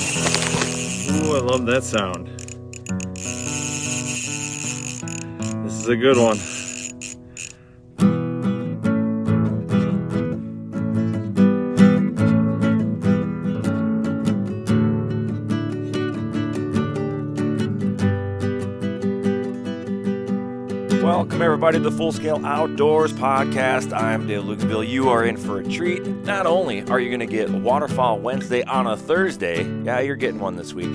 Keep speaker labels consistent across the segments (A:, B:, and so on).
A: Ooh, I love that sound. This is a good one.
B: Welcome, everybody, to the Full Scale Outdoors Podcast. I'm Dale Luksville. You are in for a treat. Not only are you going to get Waterfall Wednesday on a Thursday, yeah, you're getting one this week.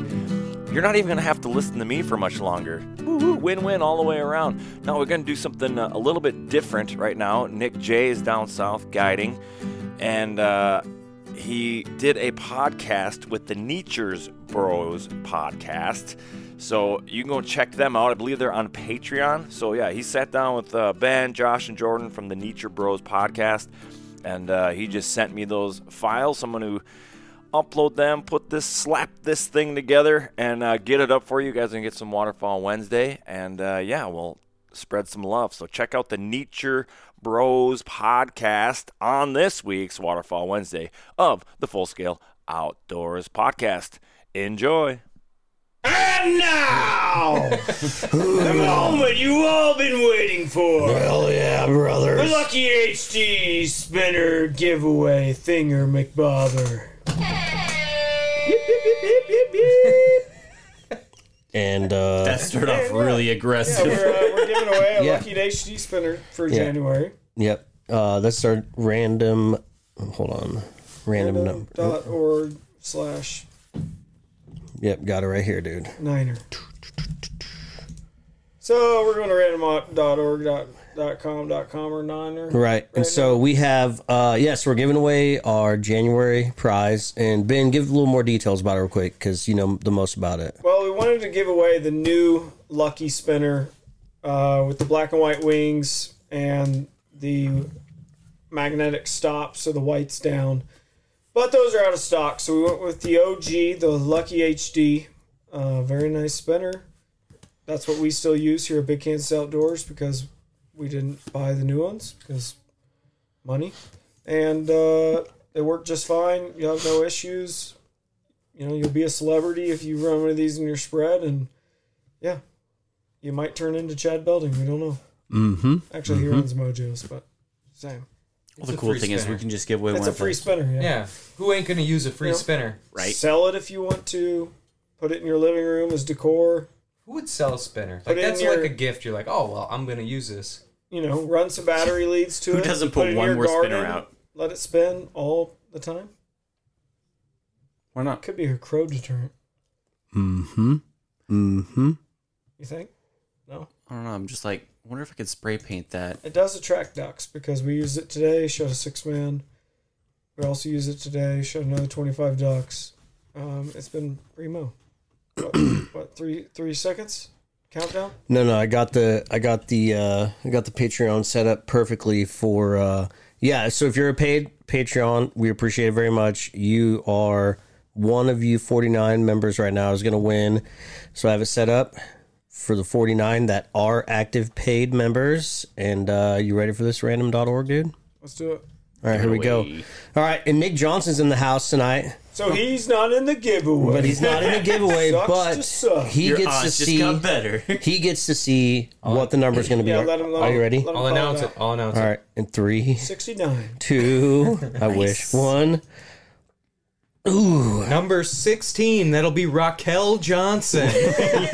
B: You're not even going to have to listen to me for much longer. Woo-hoo, win-win all the way around. Now, we're going to do something uh, a little bit different right now. Nick J is down south guiding, and uh, he did a podcast with the Nietzsche's Bros podcast. So you can go check them out. I believe they're on Patreon. So yeah, he sat down with uh, Ben, Josh, and Jordan from the Nietzsche Bros podcast, and uh, he just sent me those files. Someone who upload them, put this, slap this thing together, and uh, get it up for you guys and get some waterfall Wednesday. And uh, yeah, we'll spread some love. So check out the Nature Bros podcast on this week's Waterfall Wednesday of the Full Scale Outdoors podcast. Enjoy.
C: And now, the moment you all been waiting for.
D: Oh,
C: Well, yeah, brother. The Lucky HD Spinner Giveaway Finger McBobber.
D: and uh,
E: That started off really aggressive.
C: We're, uh, we're giving away a
D: Yeah.
C: Lucky HD Spinner for
D: Yeah.
C: January.
D: yep, uh, that's our random. Hold on, random, number.
C: Dot org slash
D: Yep, got it right here, dude.
C: Niner. So we're going to random.org dot dot com dot com or Niner.
D: Right, and so we have. Uh, yes, we're giving away our January prize, and Ben, give a little more details about it real quick because you know the most about it.
C: Well, we wanted to give away the new Lucky Spinner uh, with the black and white wings and the magnetic stop, so the white's down. But those are out of stock, so we went with the OG, the Lucky HD. Uh, very nice spinner. That's what we still use here at Big Kansas Outdoors because we didn't buy the new ones because money. And uh, they work just fine. You have no issues you know, you'll be a celebrity if you run one of these in your spread, and yeah, you might turn into Chad Belding. We don't know. Mm-hmm. Actually, he runs Mojo's, but same.
E: Well, the cool
F: free
E: thing is
F: spinner.
E: we can just give away
C: It's
E: one
C: a
E: of
C: free
E: those.
C: spinner. Yeah.
F: Yeah. Who ain't gonna use a free
C: Yeah.
F: spinner?
E: right?
C: Sell it if you want to. Put it in your living room as decor.
F: Who would sell a spinner?
C: Put
F: Like
C: it
F: that's
C: in your-
F: like a gift. You're like, oh well, I'm gonna use this.
C: You know, run some battery leads to it.
E: Who doesn't
C: Put
E: put
C: it in
E: one
C: your
E: more spinner
C: garden.
E: out?
C: Let it spin all the time.
E: Why not?
C: Could be a crow deterrent.
D: Mm-hmm. Mm-hmm.
C: You think? No.
E: I don't know. I'm just like, I wonder if I could spray paint that.
C: It does attract ducks because we used it today, shot a six man. We also used it today, shot another 25 ducks. Um, it's been primo. What, what three three seconds? Countdown?
D: No, no, I got the I got the uh I got the Patreon set up perfectly for uh yeah, so if you're a paid Patreon, we appreciate it very much. You are one of you 49 members right now is going to win. So I have it set up for the 49 that are active paid members and uh you ready for this random.org dude?
C: Let's do it.
D: All right, here we go. All right, and Nick Johnson's in the house tonight,
C: So he's not in the giveaway.
D: but he's not in the giveaway,
C: Sucks to
D: but
C: suck.
D: he
E: Your
D: gets to
E: odds just
D: see
E: got better.
D: he gets to see what the number's going to be.
C: Yeah, let him let
D: Are
C: him-
D: you ready?
C: let him
F: I'll
C: call
F: announce
C: out.
F: it. I'll announce
D: All right, in three,
C: 69.
D: two, I wish one.
F: it. Number 16, that'll be Raquel Johnson.
C: Who is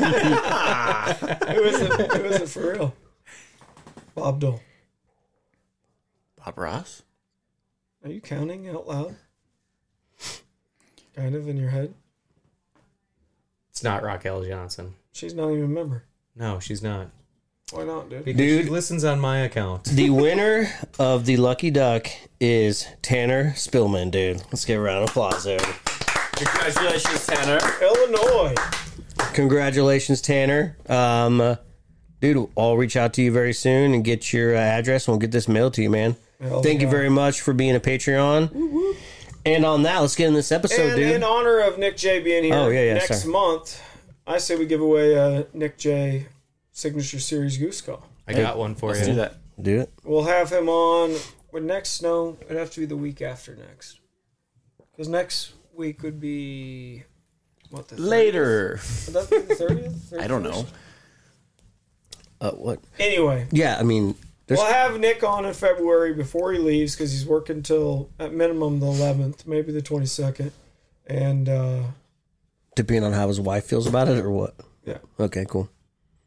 C: it? Who is it for real? Bob Dole.
E: Bob Ross?
C: Are you counting out loud? Kind of in your head.
F: it's not Raquel Johnson.
C: She's not even a member.
F: No, she's not.
C: Why not, dude?
F: Because she listens on my account.
D: The winner of the lucky duck is Tanner Spillman, dude. Let's get a round of applause there.
E: Congratulations, Tanner.
C: Illinois.
D: Congratulations, Tanner. Um, uh, dude, I'll reach out to you very soon and get your uh, address, and we'll get this mailed to you, man.
C: Hell
D: Thank you
C: yeah. Mm-hmm.
D: very much for being a Patreon. And on that, let's get in this episode,
C: and
D: dude.
C: in honor of Nick J being here
D: Oh, yeah, yeah,
C: next
D: sorry.
C: month, I say we give away a Nick J signature series goose call.
F: I got one for you.
E: Do that.
D: Do it.
C: We'll have him on when next no, it'd have to be the week after next. Because next week would be what the
E: Later.
C: 30th? Would that be the thirtieth?
E: I don't know.
D: Uh, what?
C: Anyway,
D: Yeah, I mean, there's.
C: we'll have Nick on in February before he leaves because he's working till at minimum the eleventh, maybe the twenty second, and uh,
D: Depending on how his wife feels about it or what.
C: yeah,
D: Okay, cool.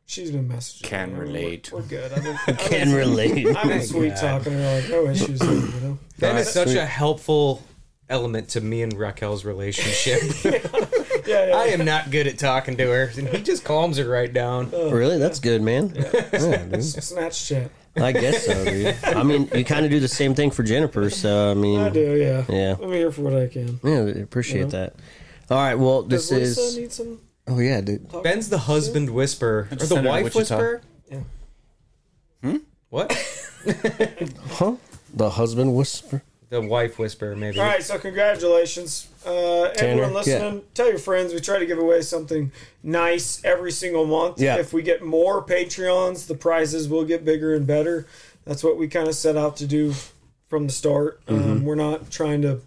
C: she's been messaging.
E: Can
C: me. We're-
E: relate.
C: We're good. I've been, I've been-
D: Can relate.
C: I've been sweet talking her like no issues. you know?
F: That is such a helpful element to me and Raquel's relationship.
C: Yeah, yeah.
F: I am not good at talking to her, and he just calms her right down.
D: Really? That's
C: uh,
D: good, man. Yeah, dude.
C: Snatch chat.
D: I guess so, dude. I mean, you kind of do the same thing for Jennifer, so I mean,
C: I do, yeah.
D: Mm. Yeah.
C: I'm here for what I can.
D: yeah, I appreciate that. All right, well, this
C: Does Lisa
D: is
C: need some?
D: oh yeah, dude.
F: Ben's the husband whisperer or the
E: sent her to
F: wife
E: Wichita.
F: whisperer.
C: Yeah.
E: Hmm?
F: What?
D: Huh? The husband whisper.
F: The wife whisperer, maybe.
C: All right, so congratulations, uh, everyone
D: yeah.
C: listening. Tell your friends. We try to give away something nice every single month.
D: Yeah.
C: If we get more Patreons, the prizes will get bigger and better. That's what we kind of set out to do from the start.
D: Mm-hmm.
C: Um, we're not trying to,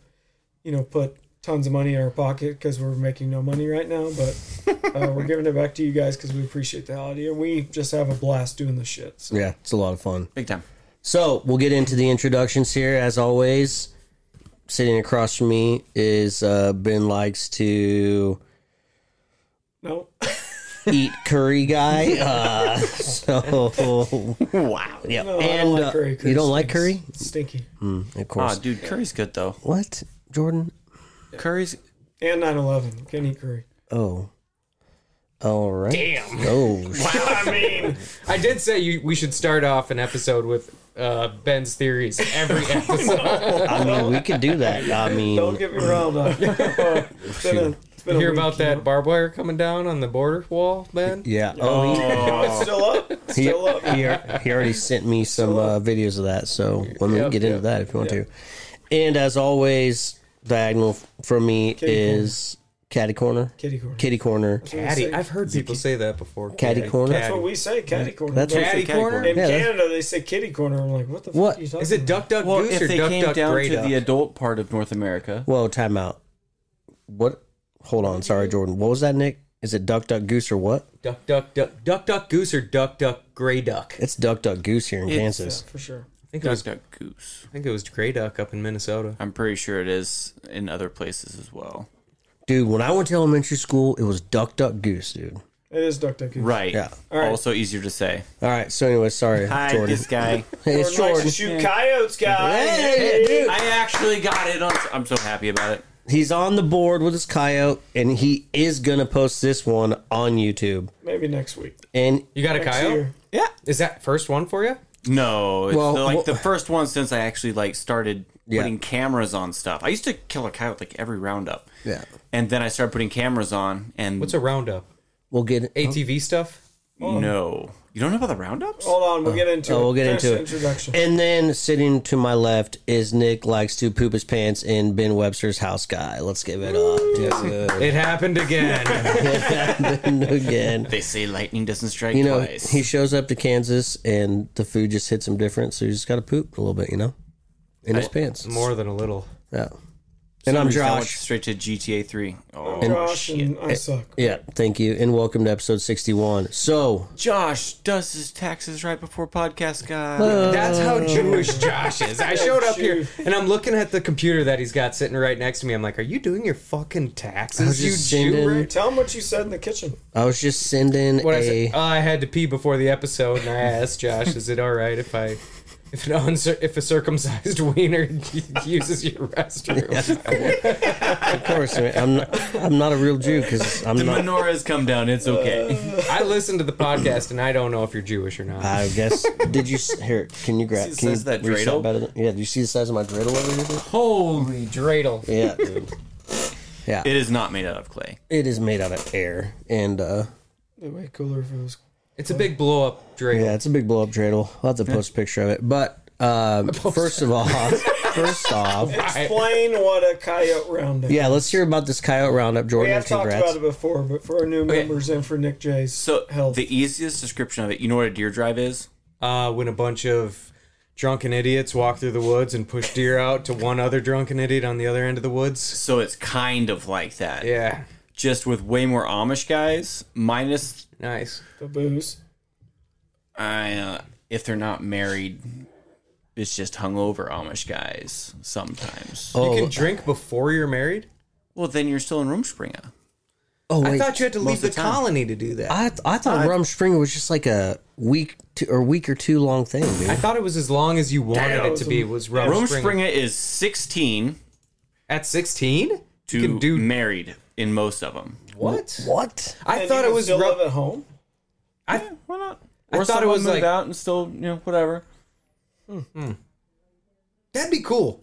C: you know, put tons of money in our pocket because we're making no money right now. But uh, we're giving it back to you guys because we appreciate the holiday and we just have a blast doing this shit. So.
D: Yeah, it's a lot of fun.
E: Big time.
D: So we'll get into the introductions here, as always. Sitting across from me is uh, Ben likes to
C: No.
D: eat curry guy. Uh, so
E: Wow.
D: yeah,
C: No, Oh, I
D: and
C: don't
D: uh,
C: like curry.
D: you don't like
C: stinks.
D: curry,
C: It's stinky.
D: of
E: Ah,
D: course.
E: dude, curry's good though.
D: what, Jordan?
E: Curry's
C: And 9 11. Can't eat curry.
D: Oh. All right. Damn. Oh, shit.
C: I mean,
F: I did say you, we should start off an episode with uh, Ben's theories every episode.
D: I mean, we could do that. I
C: don't
D: mean,
C: get me wrong, though. It's been a, it's been a
F: Hear
C: week,
F: about
C: you
F: that
C: know.
F: barbed wire coming down on the border wall, Ben?
D: yeah. Oh,
C: Oh, it's still up. It's
D: he, he,
C: still up.
D: he al- he already sent me some uh, videos of that. So when we can get into that if you want to. And as always, diagonal f- from me is Caddy Corner.
C: Kitty corner.
D: Kitty Corner.
F: Caddy. I've heard people say that before.
D: Caddy corner?
C: That's what we say, catty corner.
D: That's
C: But
D: what
F: Caddy
E: Caddy corner.
F: corner?
C: In
D: Yeah, that's-
C: Canada, they say kitty corner. I'm like, what the
D: What?
C: fuck are you talking
F: Is it
C: about?
F: duck duck
E: well.
F: goose
E: If
F: or
E: they
F: duck
E: came
F: duck
E: down
F: gray
E: to
F: duck?
E: the adult part of North America,
D: Whoa, time out. What? Hold on. Sorry, Jordan. What was that, Nick? Is it Duck Duck Goose or what?
F: duck duck duck duck duck goose or duck duck gray duck?
D: It's Duck Duck Goose here in Kansas.
C: For sure.
F: I think it
E: duck
F: was I
E: duck goose.
F: think it was gray duck up in Minnesota.
E: I'm pretty sure it is in other places as well.
D: Dude, when I went to elementary school, it was Duck Duck Goose, dude.
C: It is duck duck.
E: Right.
D: Yeah.
E: Also easier to say.
D: All right. So, anyway, sorry,
E: Hi,
D: Jordan.
E: this guy.
D: Hey, it's
C: Jordan likes
D: Jordan.
C: to shoot coyotes, guys.
D: Hey, dude.
E: I actually got it on. I'm so happy about it.
D: he's on the board with his coyote, and he is gonna post this one on YouTube.
C: Maybe next week.
D: And
F: You got a
C: Next
F: coyote?
C: year.
F: Yeah. Is that first one for you?
E: No, it's
D: Well,
E: the, like
D: well-
E: the first one since I actually like started
D: Yeah.
E: putting cameras on stuff. I used to kill a coyote like every roundup.
D: Yeah.
E: And then I started putting cameras on and
F: What's a roundup?
D: we'll get it.
F: ATV stuff?
E: no. You don't know about the roundups?
C: Hold on, we'll get into
D: Oh,
C: it.
D: we'll get
C: Finish
D: into
C: the
D: it.
C: Introduction.
D: And then sitting to my left is Nick likes to poop his pants in Ben Webster's house guy. Let's give it up. Dude.
F: It happened again.
D: Again.
E: They say lightning doesn't strike
D: You know,
E: twice.
D: he shows up to Kansas and the food just hits him different, so you just gotta poop a little bit, you know? In his pants.
F: More than a little.
D: Yeah. And I'm
E: Somebody said I went
D: Josh.
E: Straight to GTA 3. Oh,
C: Josh and I suck.
D: Yeah, thank you. And welcome to episode 61. So,
E: Josh does his taxes right before podcast guy.
F: That's how
D: Oh.
F: Jewish Josh is. I showed up here and I'm looking at the computer that he's got sitting right next to me. I'm like, are you doing your fucking
D: I was just
F: taxes, you Jew?
D: sending-
F: right?"
C: Tell him what you said in the kitchen.
D: I was just sending
F: What I
D: a.
F: said? Uh, I had to pee before the episode, and I asked Josh, "Is it all right if I, if an uncir- if a circumcised wiener uses your restroom?"
D: of course, I mean, I'm not, I'm not a real Jew because I'm
E: the
D: not.
E: menorah's come down. It's
D: Uh.
E: okay.
F: I listened to the podcast, and I don't know if you're Jewish or not.
D: I guess. Did you s- here? Can you grab?
E: See the
D: Can you
E: size of that
D: reach
E: dreidel?
D: better than- yeah. Do you see the size of my dreidel over here? dude?
F: Holy dreidel!
D: Yeah, dude. Yeah,
E: it is not made out of clay.
D: it is made out of air, and uh,
C: It'd be way cooler if it was.
F: It's a big blow up dreidel.
D: yeah, it's a big blow up dreidel. I'll have to post a picture of it. But um, first of all, first off,
C: Explain what a coyote roundup.
D: yeah, let's hear about this coyote roundup,
C: we
D: Jordan.
C: have talked
D: congrats.
C: about it before, but for our new members and for Nick J's
E: So
C: health,
E: the easiest description of it, you know what a deer drive is?
F: Uh, when a bunch of drunken idiots walk through the woods and push deer out to one other drunken idiot on the other end of the woods.
E: So it's kind of like that.
F: Yeah,
E: Just with way more Amish guys, minus
F: nice.
C: the booze.
E: I, uh, if they're not married, it's just hungover Amish guys sometimes.
D: Oh,
F: You can drink before you're married.
E: Well, then you're still in Rumspringa.
D: oh wait,
F: I thought you had to leave
E: most
F: the,
E: of the time.
F: colony to do that.
D: I, I thought Rum Springer was just like a week to, or week or two long thing, dude.
F: I thought it was as long as you wanted it to be. Was Rum, Spring.
E: Rumspringa is 16
F: at sixteen?
E: to
F: can do-
E: married in most of them.
F: What?
D: what?
F: I
C: And
F: thought
C: you
F: it
C: can
F: was
C: still
F: Rum.
C: live at home.
F: I,
E: Why not?
F: I
E: or
F: thought it was
E: moved
F: like
E: out and still, you know, whatever.
F: that'd be cool.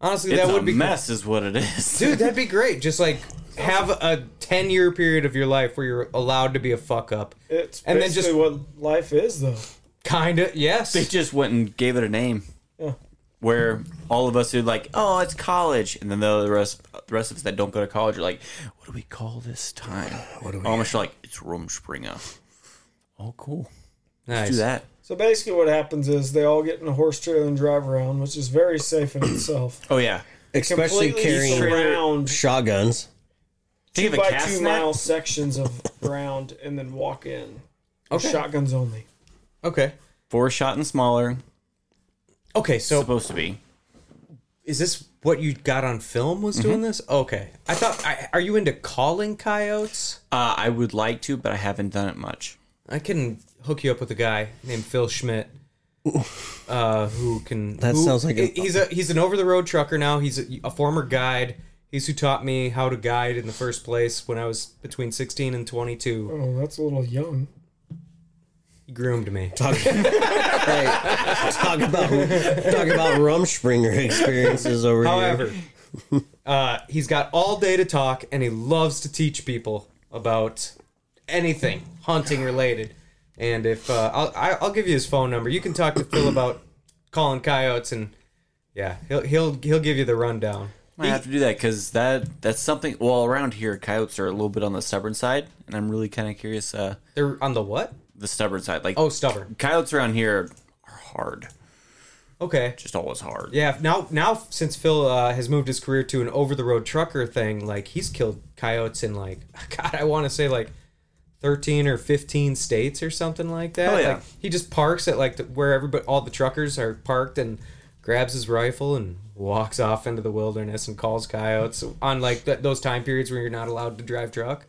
F: Honestly,
E: It's
F: that would
E: a
F: be cool.
E: mess, is what it is.
F: dude. That'd be great. Just like have a ten-year period of your life where you're allowed to be a fuck up.
C: It's
F: And
C: and
F: then
C: then just what life is though.
F: Kinda, yes.
E: They just went and gave it a name.
C: Yeah.
E: Where all of us who are like, oh, it's college, and then the rest, the rest of us that don't go to college are like, what do we call this time? What do we? Almost like it's Rumspringa. Oh, cool.
F: nice.
E: Do that.
C: So basically, what happens is they all get in a horse trailer and drive around, which is very safe in itself.
E: Oh yeah.
D: Especially
C: Completely
D: carrying
C: surround
D: shotguns.
E: Think
C: two
E: of
C: by
E: a cast
C: two
E: net.
C: mile sections of ground and then walk in.
F: Okay.
C: Shotguns only.
F: Okay.
E: Four shot and smaller.
F: Okay. So
E: supposed to be.
F: is this what you got on film? Was
D: Mm-hmm.
F: doing this? Okay. I thought. I, are you into calling coyotes?
E: Uh, I would like to, but I haven't done it much.
F: I can hook you up with a guy named Phil Schmidt. Uh, who can?
D: That
F: who-
D: sounds like a-
F: he's a he's an over the road trucker now. He's a, a former guide. He's who taught me how to guide in the first place when I was between sixteen and twenty two.
C: Oh, that's a little young.
F: He groomed me.
D: Talk, hey, talk about talk about Rumspringer experiences over
F: However,
D: here.
F: uh, he's got all day to talk, and he loves to teach people about anything hunting related. And if uh, I'll, I- I'll give you his phone number, you can talk to Phil about calling coyotes, and yeah, he'll he'll he'll give you the rundown.
E: I have to do that because that that's something. Well, around here, coyotes are a little bit on the stubborn side, and I'm really kind of curious. Uh,
F: They're on the what?
E: the stubborn side, like
F: Oh, stubborn.
E: coyotes around here are hard,
F: Okay.
E: just always hard.
F: Yeah. Now now since Phil uh, has moved his career to an over the road trucker thing, like he's killed coyotes in like God, I want to say like. 13 or 15 states or something like that.
E: Oh, yeah.
F: Like he just parks at like the, where everybody all the truckers are parked and grabs his rifle and walks off into the wilderness and calls coyotes on like th- those time periods where you're not allowed to drive truck.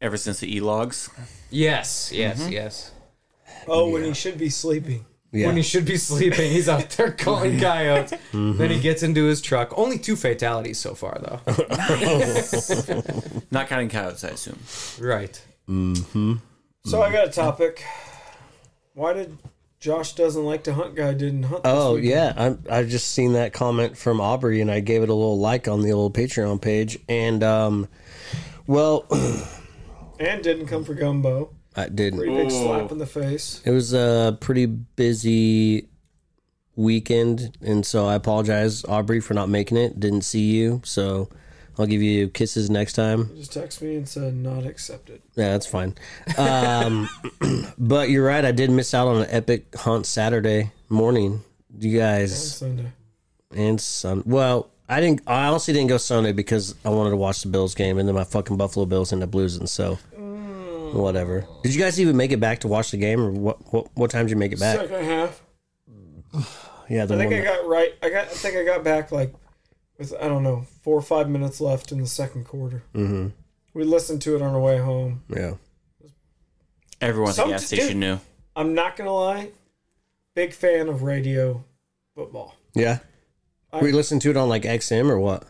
E: Ever since the e logs,
F: Yes, yes, yes.
E: Mm-hmm.
C: Oh, when he should be sleeping.
D: Yeah.
F: when he should be sleeping. He's out there calling coyotes.
E: Mm-hmm.
F: Then he gets into his truck. Only two fatalities so far, though.
E: Not counting coyotes, I assume.
F: right.
C: So I got a topic. Why did Josh doesn't like to hunt guy didn't hunt? this
D: Oh
C: week?
D: yeah, I'm, I've just seen that comment from Aubrey, and I gave it a little like on the old Patreon page. And um, well,
C: and didn't come for gumbo.
D: I didn't.
C: Pretty big slap in the face.
D: It was a pretty busy weekend, and so I apologize, Aubrey, for not making it. Didn't see you, so I'll give you kisses next time.
C: Just text me and said not accepted.
D: Yeah, that's fine. Um, but you're right, I did miss out on an epic hunt Saturday morning. You guys
C: Sunday.
D: and Sun. Well, I didn't. I honestly didn't go Sunday because I wanted to watch the Bills game, and then my fucking Buffalo Bills ended up losing. So.
C: Mm.
D: Whatever. Did you guys even make it back to watch the game, or what? What, what time did you make it back?
C: Second half.
D: yeah, the
C: I think
D: one
C: I got right. I got. I think I got back like with I don't know four or five minutes left in the second quarter. Mm-hmm. We listened to it on our way home.
D: that- yeah.
E: Everyone at the
C: Some
E: gas
C: t- dude-
E: station knew.
C: I'm not gonna lie, big fan of radio football.
D: Yeah.
C: I-
D: we listened to it on like XM or what?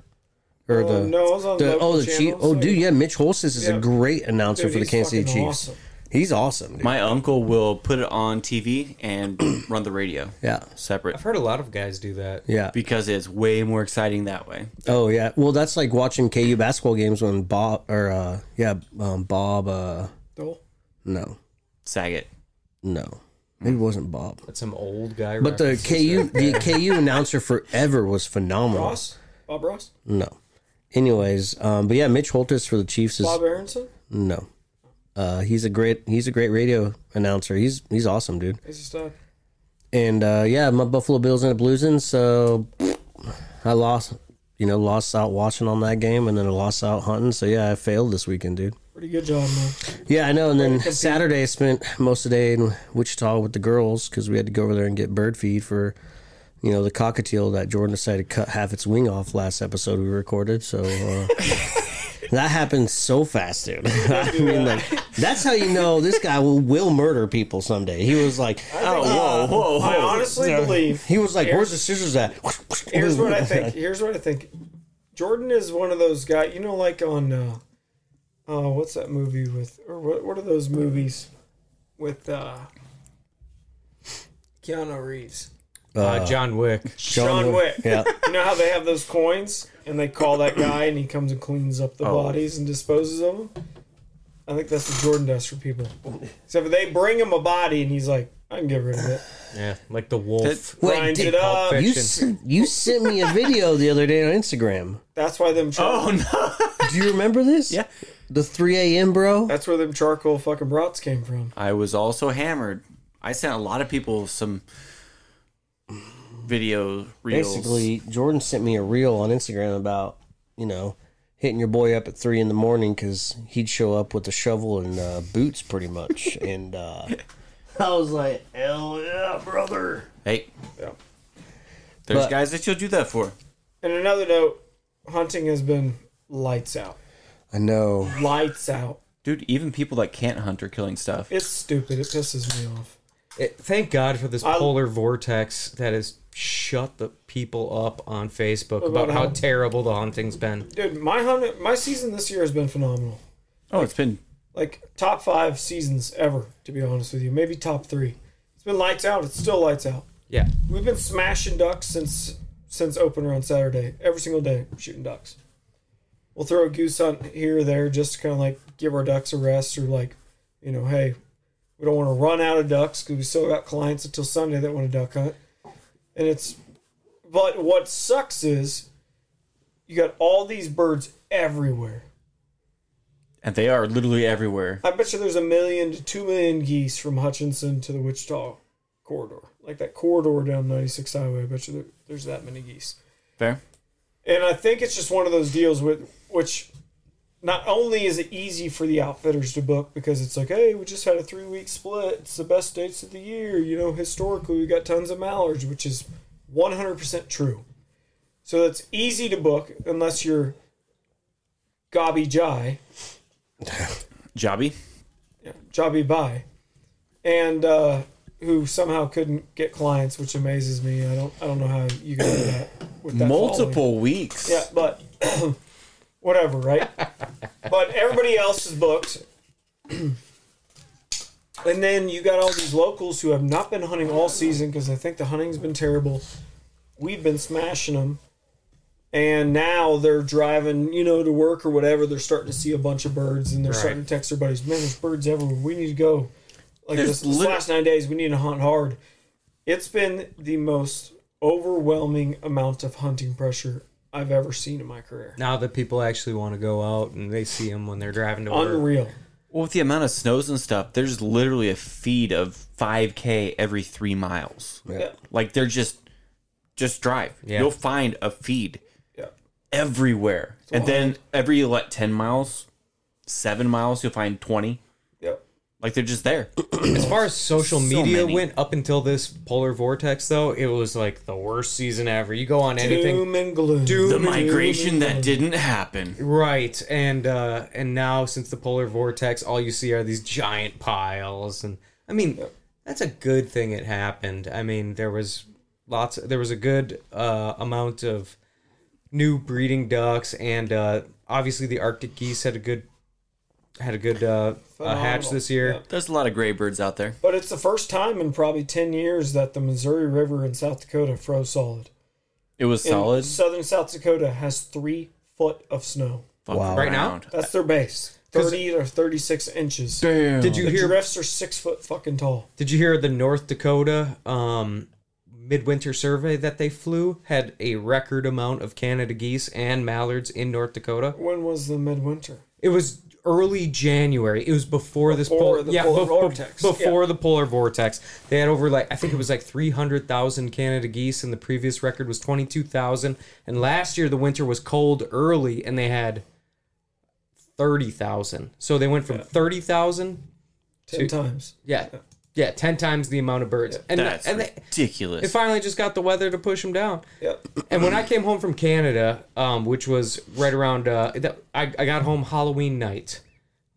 D: Or
C: Uh,
D: the
C: no, it was on
D: the
C: local
D: oh the chief
C: channels,
D: oh
C: like-
D: dude yeah Mitch Holstis is
C: Yeah.
D: a great announcer
C: Dude,
D: for the
C: he's
D: Kansas City
C: fucking
D: Chiefs.
C: awesome.
D: He's awesome. Dude.
E: My uncle will put it on TV and run the radio
D: yeah.
E: separate
F: I've heard a lot of guys do that.
D: Yeah.
E: because it's way more exciting that way.
D: Oh yeah. Well, that's like watching KU basketball games when Bob or uh yeah um, Bob uh
C: Dole.
D: no
E: Saget.
D: no maybe it wasn't Bob
F: That's some old guy.
D: but the
F: reference.
D: KU the KU announcer forever was phenomenal.
C: Ross, Bob Ross,
D: No. Anyways, um, but yeah, Mitch Holtis for the Chiefs is
C: Bob Aronson.
D: No. Uh, he's a great he's a great radio announcer. He's he's awesome, dude.
C: He's just uh,
D: And uh, yeah, my Buffalo Bills ended up losing, so I lost you know, lost out watching on that game and then I lost out hunting. So yeah, I failed this weekend, dude.
C: pretty good job, man.
D: Yeah, I know. And then Saturday I spent most of the day in Wichita with the girls because we had to go over there and get bird feed for you know, the cockatiel that Jordan decided to cut half its wing off last episode we recorded. So uh, that happened so fast, dude. I mean, like, that's how you know this guy will, will murder people someday. He was like,
E: Oh, whoa, whoa,
C: I
E: whoa.
C: honestly believe
D: he was like, where's the scissors at?
C: Here's what I think. Here's what I think. Jordan is one of those guys, you know, like on, uh, uh, what's that movie with, or what, what are those movies with uh, Keanu Reeves?
F: uh, John Wick.
C: John Wick.
D: Yeah.
C: You know how they have those coins and they call that guy and he comes and cleans up the
E: Oh.
C: bodies and disposes of them? I think that's what Jordan does for people. Except for they bring him a body and he's like, I can get rid of it.
F: Yeah, like the wolf.
C: Grinds it up.
D: you, sen- you sent me a video the other day on Instagram.
C: That's why them char-
E: Oh, no.
D: Do you remember this? Yeah. The 3 a.m., bro?
C: that's where them charcoal fucking brats came from.
E: I was also hammered. I sent a lot of people some video reels.
D: basically jordan sent me a reel on instagram about you know hitting your boy up at three in the morning because he'd show up with a shovel and uh, boots pretty much and uh, i was like hell yeah brother
E: Hey.
C: Yeah.
E: There's
D: But-
E: guys that you'll do that for.
C: And another note, hunting has been lights out.
D: i know
C: Lights out.
E: Dude, even people that can't hunt are killing stuff.
C: It's stupid. It pisses me off.
F: It- thank God for this
C: I-
F: polar vortex that has shut the people up on Facebook about,
C: About
F: how
C: how-
F: terrible the hunting's been.
C: Dude, my hunt, my season this year has been phenomenal.
E: oh, it's been
C: Like top five seasons ever, to be honest with you. Maybe top three. It's been lights out. It's still lights out.
F: Yeah,
C: We've been smashing ducks since since opener on Saturday. Every single day, shooting ducks. We'll throw a goose hunt here or there just to kind of like give our ducks a rest or like, you know, hey, we don't want to run out of ducks because we still got clients until Sunday that want to duck hunt. And it's, but what sucks is you got all these birds everywhere.
E: and they are literally everywhere.
C: I bet you there's a million to two million geese from Hutchinson to the Wichita corridor. Like that corridor down 96 Highway, I bet you there, there's that many geese.
E: Fair?
C: And I think it's just one of those deals with which not only is it easy for the outfitters to book because it's like, hey, we just had a three week split. It's the best dates of the year. You know, historically, we got tons of mallards, which is 100% true. So that's easy to book unless you're Gobby Jai,
E: Jobby?
C: Jobby Bai. And uh, who somehow couldn't get clients, which amazes me. I don't I don't know how you can do that with that
E: Multiple
C: following.
E: weeks.
C: Yeah, but whatever, right? but everybody else is booked. and then you got all these locals who have not been hunting all season because I think the hunting's been terrible. We've been smashing them. And now they're driving, you know, to work or whatever. They're starting to see a bunch of birds and they're starting to text their buddies, man, there's birds everywhere. We need to go. Like this,
E: There's
C: this
E: lit-
C: last nine days, we need to hunt hard. It's been the most overwhelming amount of hunting pressure I've ever seen in my career.
F: Now that people actually want to go out and they see them when they're driving to work.
C: Unreal.
E: Well, with the amount of snows and stuff, there's literally a feed of 5K every three miles.
C: Yeah.
E: Like they're just, just drive.
F: Yeah.
E: You'll find a feed
C: Yeah.
E: everywhere. and
C: wild.
E: then every, like, 10 miles, 7 miles, you'll find 20.
C: Yep.
E: Like they're just there.
F: As far as social
E: So
F: media
E: many.
F: went up until this polar vortex, though, it was like the worst season ever. You go on anything,
C: Doom and gloom.
F: Doom
E: The
F: and
E: migration that didn't happen.
F: Right, and uh, and now since the polar vortex, all you see are these giant piles, and I mean that's a good thing it happened. I mean there was lots, there was a good uh, amount of new breeding ducks, and uh, obviously the Arctic geese had a good had a good uh, uh, hatch
C: Phenomenal.
F: this year.
C: Yeah.
E: There's a lot of gray birds out there.
C: But it's the first time in probably 10 years that the Missouri River in South Dakota froze solid.
E: It was
C: And
E: solid.
C: Southern South Dakota has three foot of snow.
E: Fuck
D: Wow.
F: Right now?
E: around.
C: That's their base. 30 or 36 inches. Damn.
F: Did you
C: The
F: hear?
C: drifts are six foot fucking tall.
F: Did you hear the North Dakota um, midwinter survey that they flew had a record amount of Canada geese and mallards in North Dakota?
C: When was the midwinter?
F: It was early January. It was before, this
C: Before
F: polar,
C: the
F: yeah,
C: polar
F: bef- bef-
C: vortex.
F: Before the polar vortex, they had over like I think it was like three hundred thousand Canada geese, and the previous record was twenty two thousand. And last year the winter was cold early, and they had thirty thousand. So they went from thirty thousand,
C: 10
F: Two-
C: times.
F: yeah, yeah, ten times the amount of birds. And
E: That's
F: and they,
E: ridiculous.
F: it finally just got the weather to push them down.
C: Yep.
F: And when I came home from Canada, um, which was right around, uh, that, I, I got home Halloween night,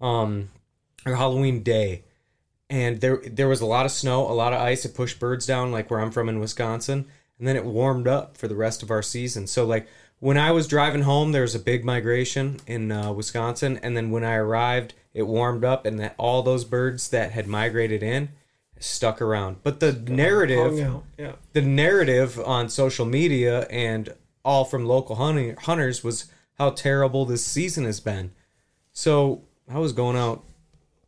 F: um, or Halloween day, and there there was a lot of snow, a lot of ice. It pushed birds down, like where I'm from in Wisconsin, and then it warmed up for the rest of our season. So like when I was driving home, there was a big migration in uh, Wisconsin, and then when I arrived, it warmed up, and that all those birds that had migrated in stuck around. Oh, But the narrative
C: Hung out. Yeah.
F: the narrative on social media and all from local hunting, hunters was how terrible this season has been. So I was going out.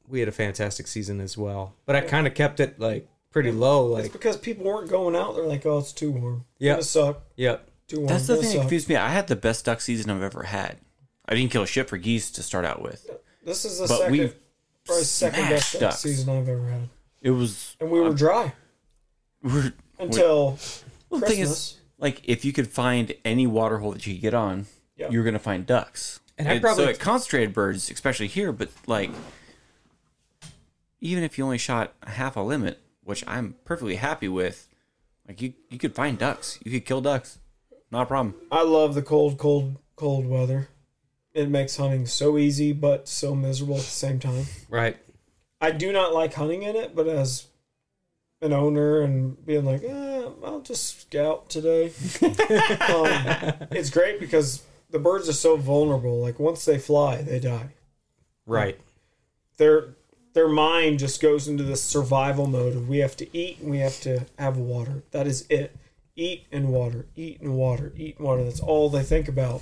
F: We had a fantastic season as well, but I kind of kept it like pretty low.
C: It's
F: Like,
C: because people weren't going out. They're like, oh, it's too warm.
F: Yeah.
C: Gonna suck.
F: yep,
C: Too warm.
E: That's the
C: Gonna
E: thing that
C: suck.
E: confused me. I had the best duck season I've ever had. I didn't kill shit for geese to start out with.
C: This is the
E: But
C: second,
E: we've
C: probably second best
E: smashed
C: duck
E: ducks.
C: season I've ever had.
E: It was.
C: And we were dry
E: We're,
C: until
E: well,
C: Christmas.
E: the thing is, like, if you could find any water hole that you could get on,
C: Yeah.
E: you're gonna find ducks.
F: And I probably-
E: so it concentrated birds, especially here. But like, even if you only shot a half a limit, which I'm perfectly happy with, like you you could find ducks. You could kill ducks, not a problem.
C: I love the cold, cold, cold weather. It makes hunting so easy but so miserable at the same time.
F: right.
C: I do not like hunting in it, but as an owner and being like, eh, I'll just scout today. um, it's great because the birds are so vulnerable. Like once they fly, they die.
F: Right.
C: Their their mind just goes into this survival mode of we have to eat and we have to have water. That is it. Eat and water, eat and water, eat and water. That's all they think about.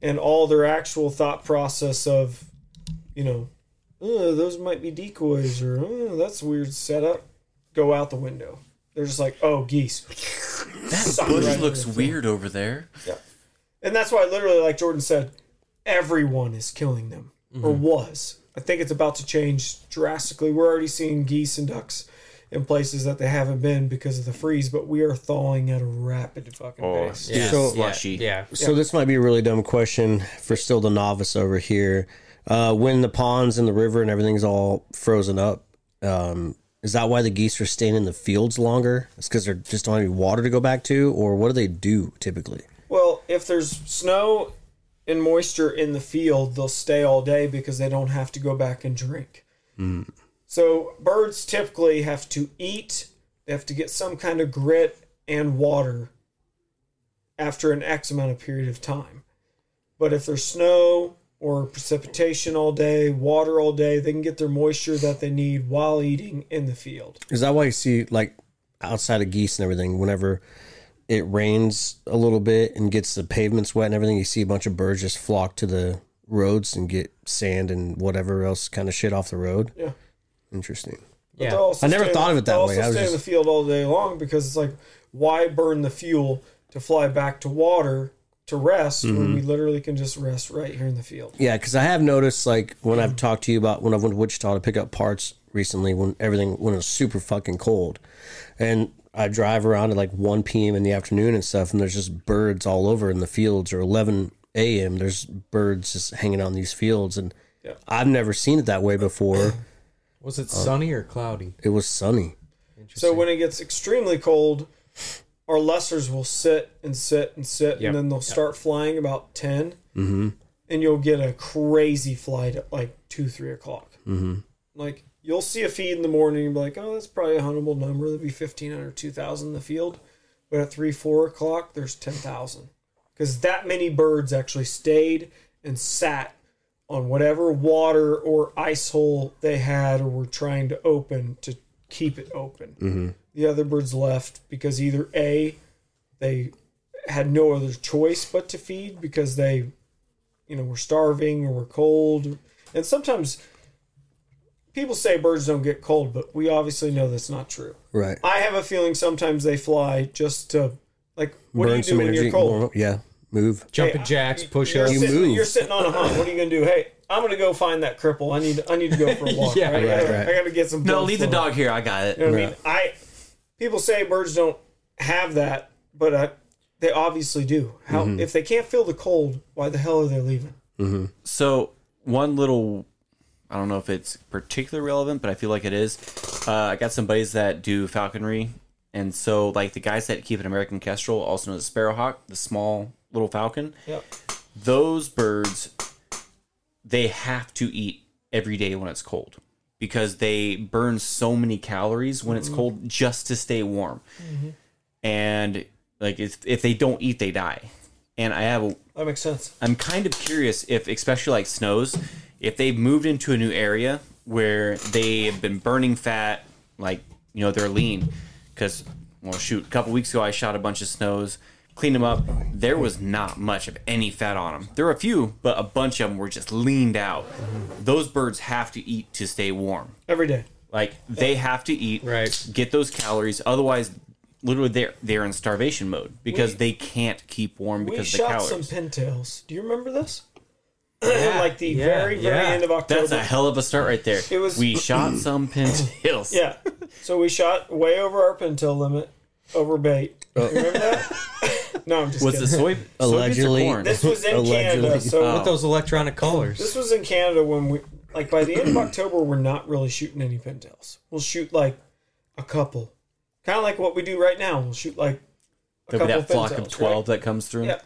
C: And all their actual thought process of, you know, "Uh, those might be decoys or "Uh, that's a weird setup go out the window. They're just like, oh, geese.
E: That
C: Suck
E: bush
C: right
E: looks
C: in the
E: weird over there.
C: And that's why, literally, like Jordan said, everyone is killing them or was. I think it's about to change drastically. We're already seeing geese and ducks in places that they haven't been because of the freeze, but we are thawing at a rapid fucking pace.
E: Yeah,
D: So-
E: slushy.
F: Yeah.
D: So this might be a really dumb question for still the novice over here. Uh, when the ponds and the river and everything's all frozen up, um, is that why the geese are staying in the fields longer? It's because they're just don't have any water to go back to, or what do they do typically?
C: Well, if there's snow and moisture in the field, they'll stay all day because they don't have to go back and drink. So birds typically have to eat, they have to get some kind of grit and water after an X amount of period of time. But if there's snow or precipitation all day, water all day, they can get their moisture that they need while eating in the field.
D: Is that why you see like outside of geese and everything? Whenever it rains a little bit and gets the pavements wet and everything, you see a bunch of birds just flock to the roads and get sand and whatever else kind of shit off the road.
C: Yeah.
D: Interesting.
C: But
F: Yeah.
C: they'll also
D: I never
C: stay-
D: thought of it that
C: they'll
D: way.
C: Also
D: I was
C: stay in the
D: just-
C: field all day long because it's like, why burn the fuel to fly back to water to rest
D: Mm-hmm.
C: when we literally can just rest right here in the field?
D: Yeah, because I have noticed like when I've talked to you about when I went to Wichita to pick up parts recently when everything when it was super fucking cold, and I drive around at like one p.m. in the afternoon and stuff, and there's just birds all over in the fields. Or eleven a.m. There's birds just hanging on these fields, and
C: Yeah.
D: I've never seen it that way before.
F: Was it sunny or cloudy?
D: it was sunny.
C: So when it gets extremely cold, our lessers will sit and sit and sit,
F: Yep.
C: and then they'll start flying about 10 mm-hmm. and you'll get a crazy flight at like two, three o'clock. Mm-hmm. Like you'll see a feed in the morning, and be like, oh, that's probably a huntable number. There'll be 1,500, 2,000 in the field, but at three, four o'clock, there's 10,000 because that many birds actually stayed and sat on whatever water or ice hole they had or were trying to open to keep it open. The other birds left because either A, they had no other choice but to feed because they, you know, were starving or were cold. And sometimes people say birds don't get cold, but we obviously know that's not true.
D: Right.
C: I have a feeling sometimes they fly just to, like, what
D: Burn
C: do you do when you're cold?
D: Well, Yeah. Move.
F: Jumping jacks, push
C: you're
F: ups.
D: You
C: sitting,
D: move.
C: You're sitting on a hunt. What are you gonna do? Hey, I'm gonna go find that cripple. I need I need to go for a walk.
F: Yeah,
C: right? I,
D: right,
C: gotta,
D: right.
C: I gotta get some.
E: No,
C: blood
E: leave the
C: flowing.
E: dog here. I got it.
C: You know what I mean, I people say birds don't have that, but I, they obviously do. How if they can't feel the cold, why the hell are they leaving?
E: So one little, I don't know if it's particularly relevant, but I feel like it is. Uh, I got some buddies that do falconry, and so like the guys that keep an American kestrel, also known as sparrowhawk, the small little falcon.
C: Yep.
E: Those birds, they have to eat every day when it's cold because they burn so many calories when it's cold just to stay warm. And like if if they don't eat, they die. And I have a,
C: That makes sense.
E: I'm kind of curious if, especially like snows, if they've moved into a new area where they have been burning fat, like you know they're lean. Because well, shoot, a couple weeks ago I shot a bunch of snows, cleaned them up. There was not much of any fat on them. There were a few, but a bunch of them were just leaned out. Those birds have to eat to stay warm.
C: Every day.
E: Like they have to eat,
F: Right.
E: Get those calories, otherwise, literally they're they're in starvation mode because they can't keep warm
C: We
E: because of the
C: shot
E: calories.
C: some pintails. Do you remember this?
F: Yeah,
C: like the
F: yeah,
C: very very
F: yeah.
C: end of October.
E: That's a hell of a start right there.
C: It was-
E: we shot some pintails.
C: Yeah. So we shot way over our pintail limit, over bait. You Remember that? no, I'm just
E: Was
C: kidding.
E: it soy?
D: Allegedly.
E: soybeans or corn?
C: This was in
D: Allegedly.
C: Canada, so
F: With
E: Oh.
F: those electronic colors.
C: this was in Canada when we like by the end of October we're not really shooting any pintails. We'll shoot like a couple, kind of like what we do right now. We'll shoot like a
E: There'll be
C: couple
E: that flock of
C: pintails,
E: twelve that comes through.
C: Yeah.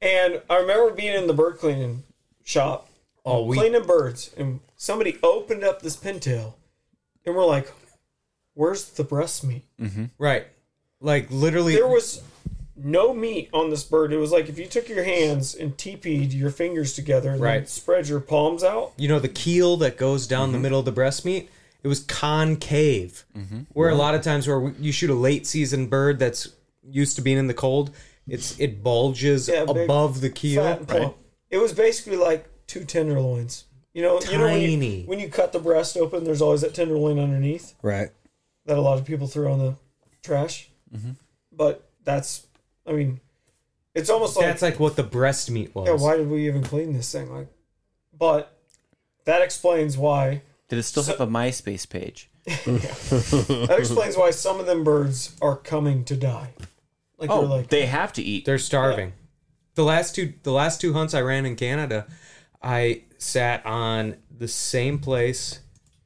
C: And I remember being in the bird cleaning shop,
F: Oh, we
C: cleaning birds, and somebody opened up this pintail, and we're like, "Where's the breast meat?"
F: Right. Like literally
C: There was no meat on this bird. It was like if you took your hands and teepeed your fingers together and then
F: Right.
C: spread your palms out.
F: you know the keel that goes down the middle of the breast meat it was concave where a lot of times where we- you shoot a late season bird that's used to being in the cold it's it bulges
C: Yeah, big
F: above the keel
C: fat and plump. It was basically like two tenderloins. You know, you know when, you,
F: Tiny.
C: when you cut the breast open, there's always that tenderloin underneath
D: Right.
C: that a lot of people throw in the trash. But that's, I mean, it's almost like,
F: that's like what the breast meat was
C: yeah, why did we even clean this thing? Like, but that explains why.
E: Did it still have a MySpace page?
C: That explains why some of them birds are coming to die. Like
E: Oh,
C: they're like,
E: they have to eat.
F: they're starving the last two the last two hunts i ran in canada i sat on the same place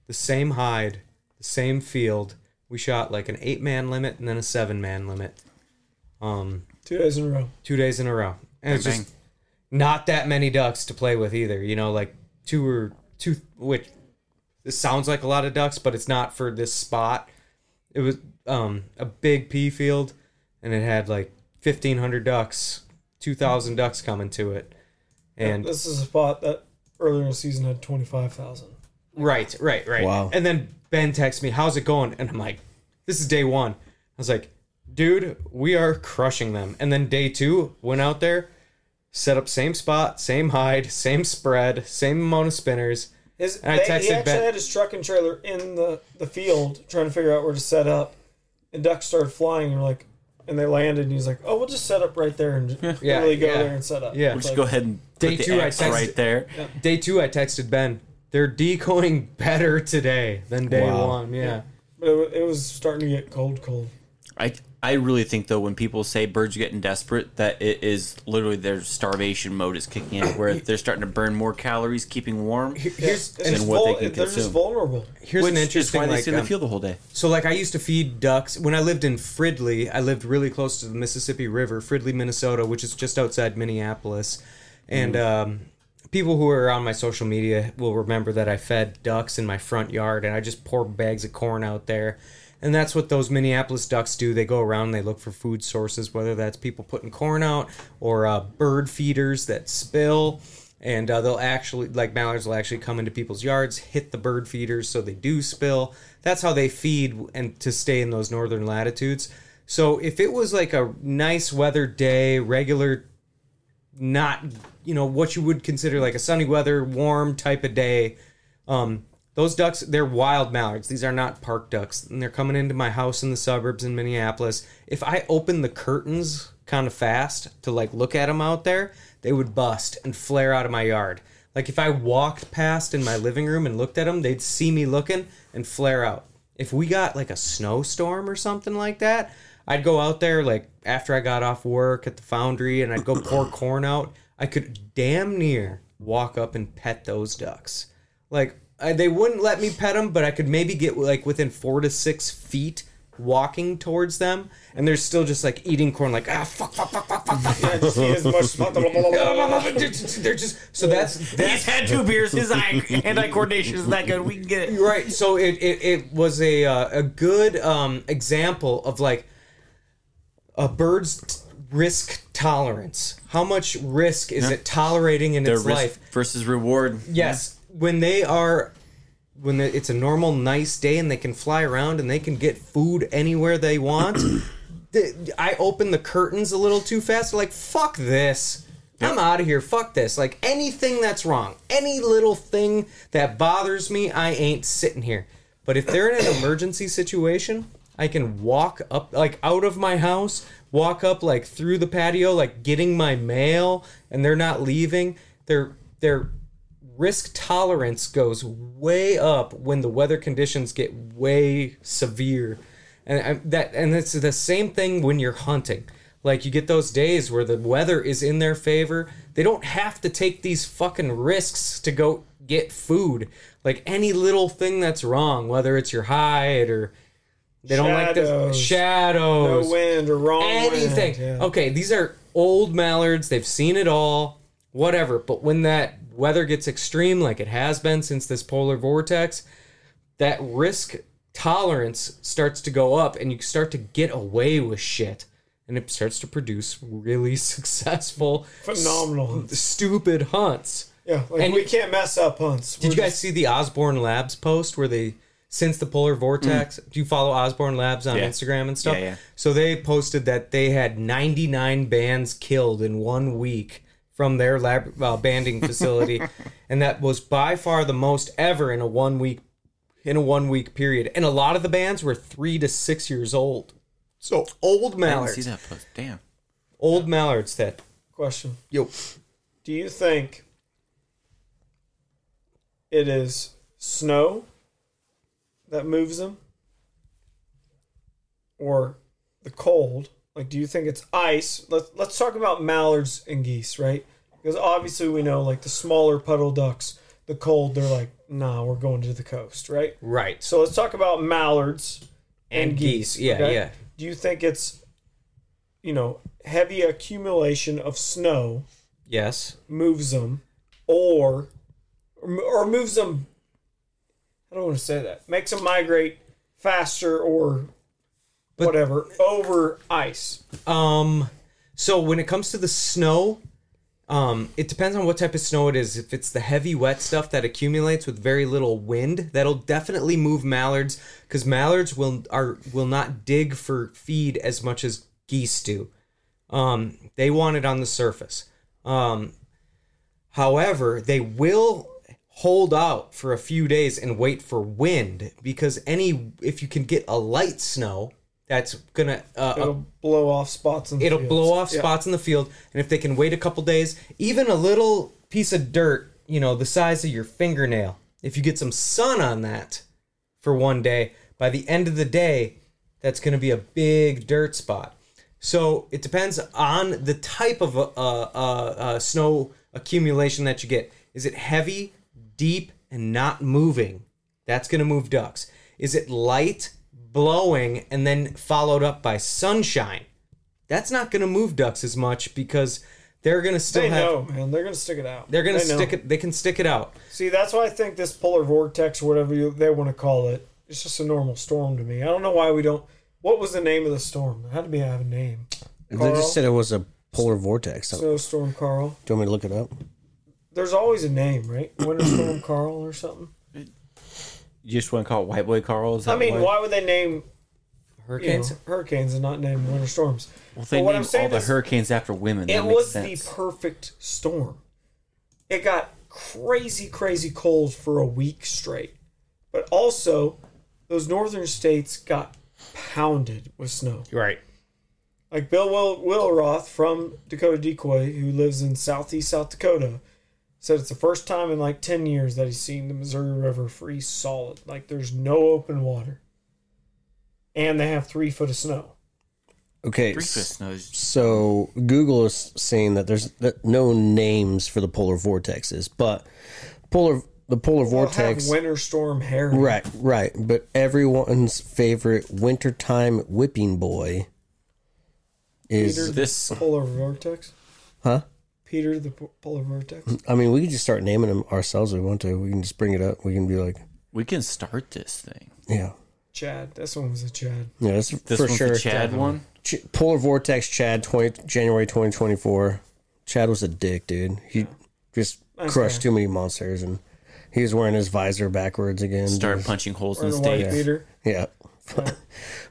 F: the same hide the same field we shot like an eight man limit and then a seven man limit um
C: two days in a row.
F: two days in a row. And it's just not that many ducks to play with either. You know, like two or two, which This sounds like a lot of ducks, but it's not for this spot. It was um, a big pea field, and it had like fifteen hundred ducks, two thousand ducks coming to it, and
C: This is a spot that earlier in the season had 25,000.
F: Right, right, right.
D: Wow.
F: And then Ben texts me, "How's it going?" And I'm like, "This is day one." I was like, "Dude, we are crushing them." And then day two went out there, set up same spot, same hide, same spread, same amount of spinners.
C: His,
F: And I
C: they-
F: texted
C: he actually
F: Ben-
C: had his truck and trailer in the, the field trying to figure out where to set up. And ducks started flying and we're like, and they landed. And he's like, "Oh, we'll just set up right there and just
F: Yeah,
C: really go
F: yeah.
C: there and set up."
F: Yeah.
C: It's
F: We'll
C: like,
B: Go ahead and
F: Day
B: put
F: two,
B: the X
F: I texted-
B: right there.
F: Day two, I texted Ben, "They're decoing better today than day
D: Wow.
F: one." Yeah.
C: But it, wa- it was starting to get cold, cold.
E: I I really think though when people say birds are getting desperate that it is literally their starvation mode is kicking in where they're starting to burn more calories keeping warm.
F: Here's
C: It's
F: and
C: just
E: what they
C: vul-
E: can
C: they're just
E: consume.
C: vulnerable.
F: here's
E: Which
F: an
E: is
F: interesting
E: why they
F: like
E: sit in the
F: um,
E: field the whole day.
F: So like I used to feed ducks when I lived in Fridley. I lived really close to the Mississippi River, Fridley, Minnesota, which is just outside Minneapolis. And um, people who are on my social media will remember that I fed ducks in my front yard, and I just poured bags of corn out there. And that's what those Minneapolis ducks do. They go around, and they look for food sources, whether that's people putting corn out or uh, bird feeders that spill. And uh, they'll actually, like mallards, will actually come into people's yards, hit the bird feeders, so they do spill. That's how they feed and to stay in those northern latitudes. So if it was like a nice weather day, regular not you know what you would consider like a sunny weather warm type of day um those ducks they're wild mallards these are not park ducks and they're coming into my house in the suburbs in minneapolis if i open the curtains kind of fast to like look at them out there they would bust and flare out of my yard like if i walked past in my living room and looked at them they'd see me looking and flare out if we got like a snowstorm or something like that, I'd go out there like after I got off work at the foundry and I'd go pour corn out. I could damn near walk up and pet those ducks. Like I, they wouldn't let me pet them, but I could maybe get like within four to six feet walking towards them, and they're still just like eating corn. Like ah fuck fuck fuck fuck fuck "Ah, fuck.
C: I just need as much spot. Blah, blah, blah, blah, blah, blah.
F: they're just, they're just so that's
E: He's had two beers. His eye hand eye coordination is that good. We can get it.
F: right so it, it, it was a uh, a good um, example of like a bird's t- risk tolerance how much risk is it tolerating in
E: Their
F: its life
E: risk versus reward.
F: yes when they are when the, it's a normal nice day and they can fly around and they can get food anywhere they want the, i open the curtains a little too fast like fuck this i'm out of here fuck this like anything that's wrong any little thing that bothers me i ain't sitting here but if they're in an emergency situation i can walk up like out of my house walk up like through the patio like getting my mail and they're not leaving they're they're risk tolerance goes way up when the weather conditions get way severe and I, that and it's the same thing when you're hunting like you get those days where the weather is in their favor they don't have to take these fucking risks to go get food like any little thing that's wrong whether it's your hide or they don't like the
C: Shadows.
F: shadows
C: No wind or wrong wind,
F: anything.
C: yeah.
F: Okay, these are old mallards. They've seen it all, whatever. But when that weather gets extreme, like it has been since this polar vortex, that risk tolerance starts to go up and you start to get away with shit. And it starts to produce really successful,
C: Phenomenal hunts.
F: stupid hunts.
C: Yeah, like
F: And-
C: we can't mess up hunts.
F: Did you guys see the Osborne Labs post where they since the polar vortex? Do you follow Osborne Labs on
E: Mm. Yeah.
F: Instagram and stuff?
E: Yeah, yeah.
F: So they posted that they had 99 bands killed in one week from their lab uh, banding facility, and that was by far the most ever in a one week in a one week period. And a lot of the bands were three to six years old. So old
E: I didn't see
F: mallards,
E: that post. Damn.
F: old mallards that
C: question?
F: yo
C: Do you think it is snow that moves them, or the cold? Like, do you think it's ice? Let's let's talk about mallards and geese, right? Because obviously we know, like the smaller puddle ducks, the cold, they're like, nah, we're going to the coast, right?
F: right
C: So let's talk about mallards
F: and, geese. Yeah,
C: okay?
F: yeah.
C: Do you think it's, you know, heavy accumulation of snow
F: Yes.
C: moves them, or or moves them I don't want to say that. Makes them migrate faster or whatever over ice.
F: Um, so when it comes to the snow, um, it depends on what type of snow it is. If it's the heavy, wet stuff that accumulates with very little wind, that'll definitely move mallards because mallards will are will not dig for feed as much as geese do. Um, they want it on the surface. Um, however, they will hold out for a few days and wait for wind because any if you can get a light snow that's gonna uh,
C: It'll blow off spots. In the
F: it'll
C: fields.
F: blow off
C: Yeah.
F: spots in the field and if they can wait a couple days even a little piece of dirt you know the size of your fingernail if you get some sun on that for one day by the end of the day that's going to be a big dirt spot so it depends on the type of uh, uh, uh, snow accumulation that you get is it heavy deep and not moving that's going to move ducks is it light blowing and then followed up by sunshine that's not going to move ducks as much because they're going to still
C: They
F: have
C: know, man. They're gonna stick it out.
F: they're going to
C: They know.
F: stick it they can stick it out
C: See, that's why I think this polar vortex, whatever you, they want to call it, it's just a normal storm to me. I don't know why we don't. What was the name of the storm? It had to be have a name.
D: They
C: Carl,
D: just said it was a polar vortex. Do
C: snowstorm Carl.
D: you want me to look it up?
C: There's always a name, right? Winter storm Carl or something.
E: You just want to call it White Boy Carl? Is that
C: I mean,
E: why?
C: why would they name you know,
F: hurricanes
C: hurricanes and not name winter storms?
E: Well, if they
C: But what I'm
E: named all
C: saying
E: the
C: is-
E: hurricanes after women.
C: It
E: that makes
C: was
E: sense.
C: the perfect storm. It got crazy, crazy cold for a week straight. But also, those northern states got pounded with snow.
F: right
C: Like Bill Will- Willroth from Dakota Decoy, who lives in southeast South Dakota, said it's the first time in like 10 years that he's seen the Missouri River freeze solid. Like there's no open water. And they have three foot of snow.
D: Okay.
E: Three
D: s-
E: Fist Nose.
D: So Google is saying that there's that no names for the polar vortexes, but polar the polar
C: They'll
D: vortex.
C: Have winter storm Harry.
D: Right, right. But everyone's favorite wintertime whipping boy is
C: Peter
E: This-
C: the polar vortex.
D: huh?
C: Peter the po- polar vortex.
D: I mean, we can just start naming them ourselves if we want to. We can just bring it up. We can be like,
E: We can start this thing.
D: yeah,
C: Chad. This one was a Chad.
D: yeah, that's
E: This
D: for
E: one's
D: sure.
E: the Chad one.
D: Ch- polar vortex, Chad, 20, January twenty twenty four. Chad was a dick, dude. He just crushed too many monsters, and he was wearing his visor backwards again.
E: Start punching holes in
C: Or
E: the
C: the white
E: stage.
C: Peter.
D: Yeah.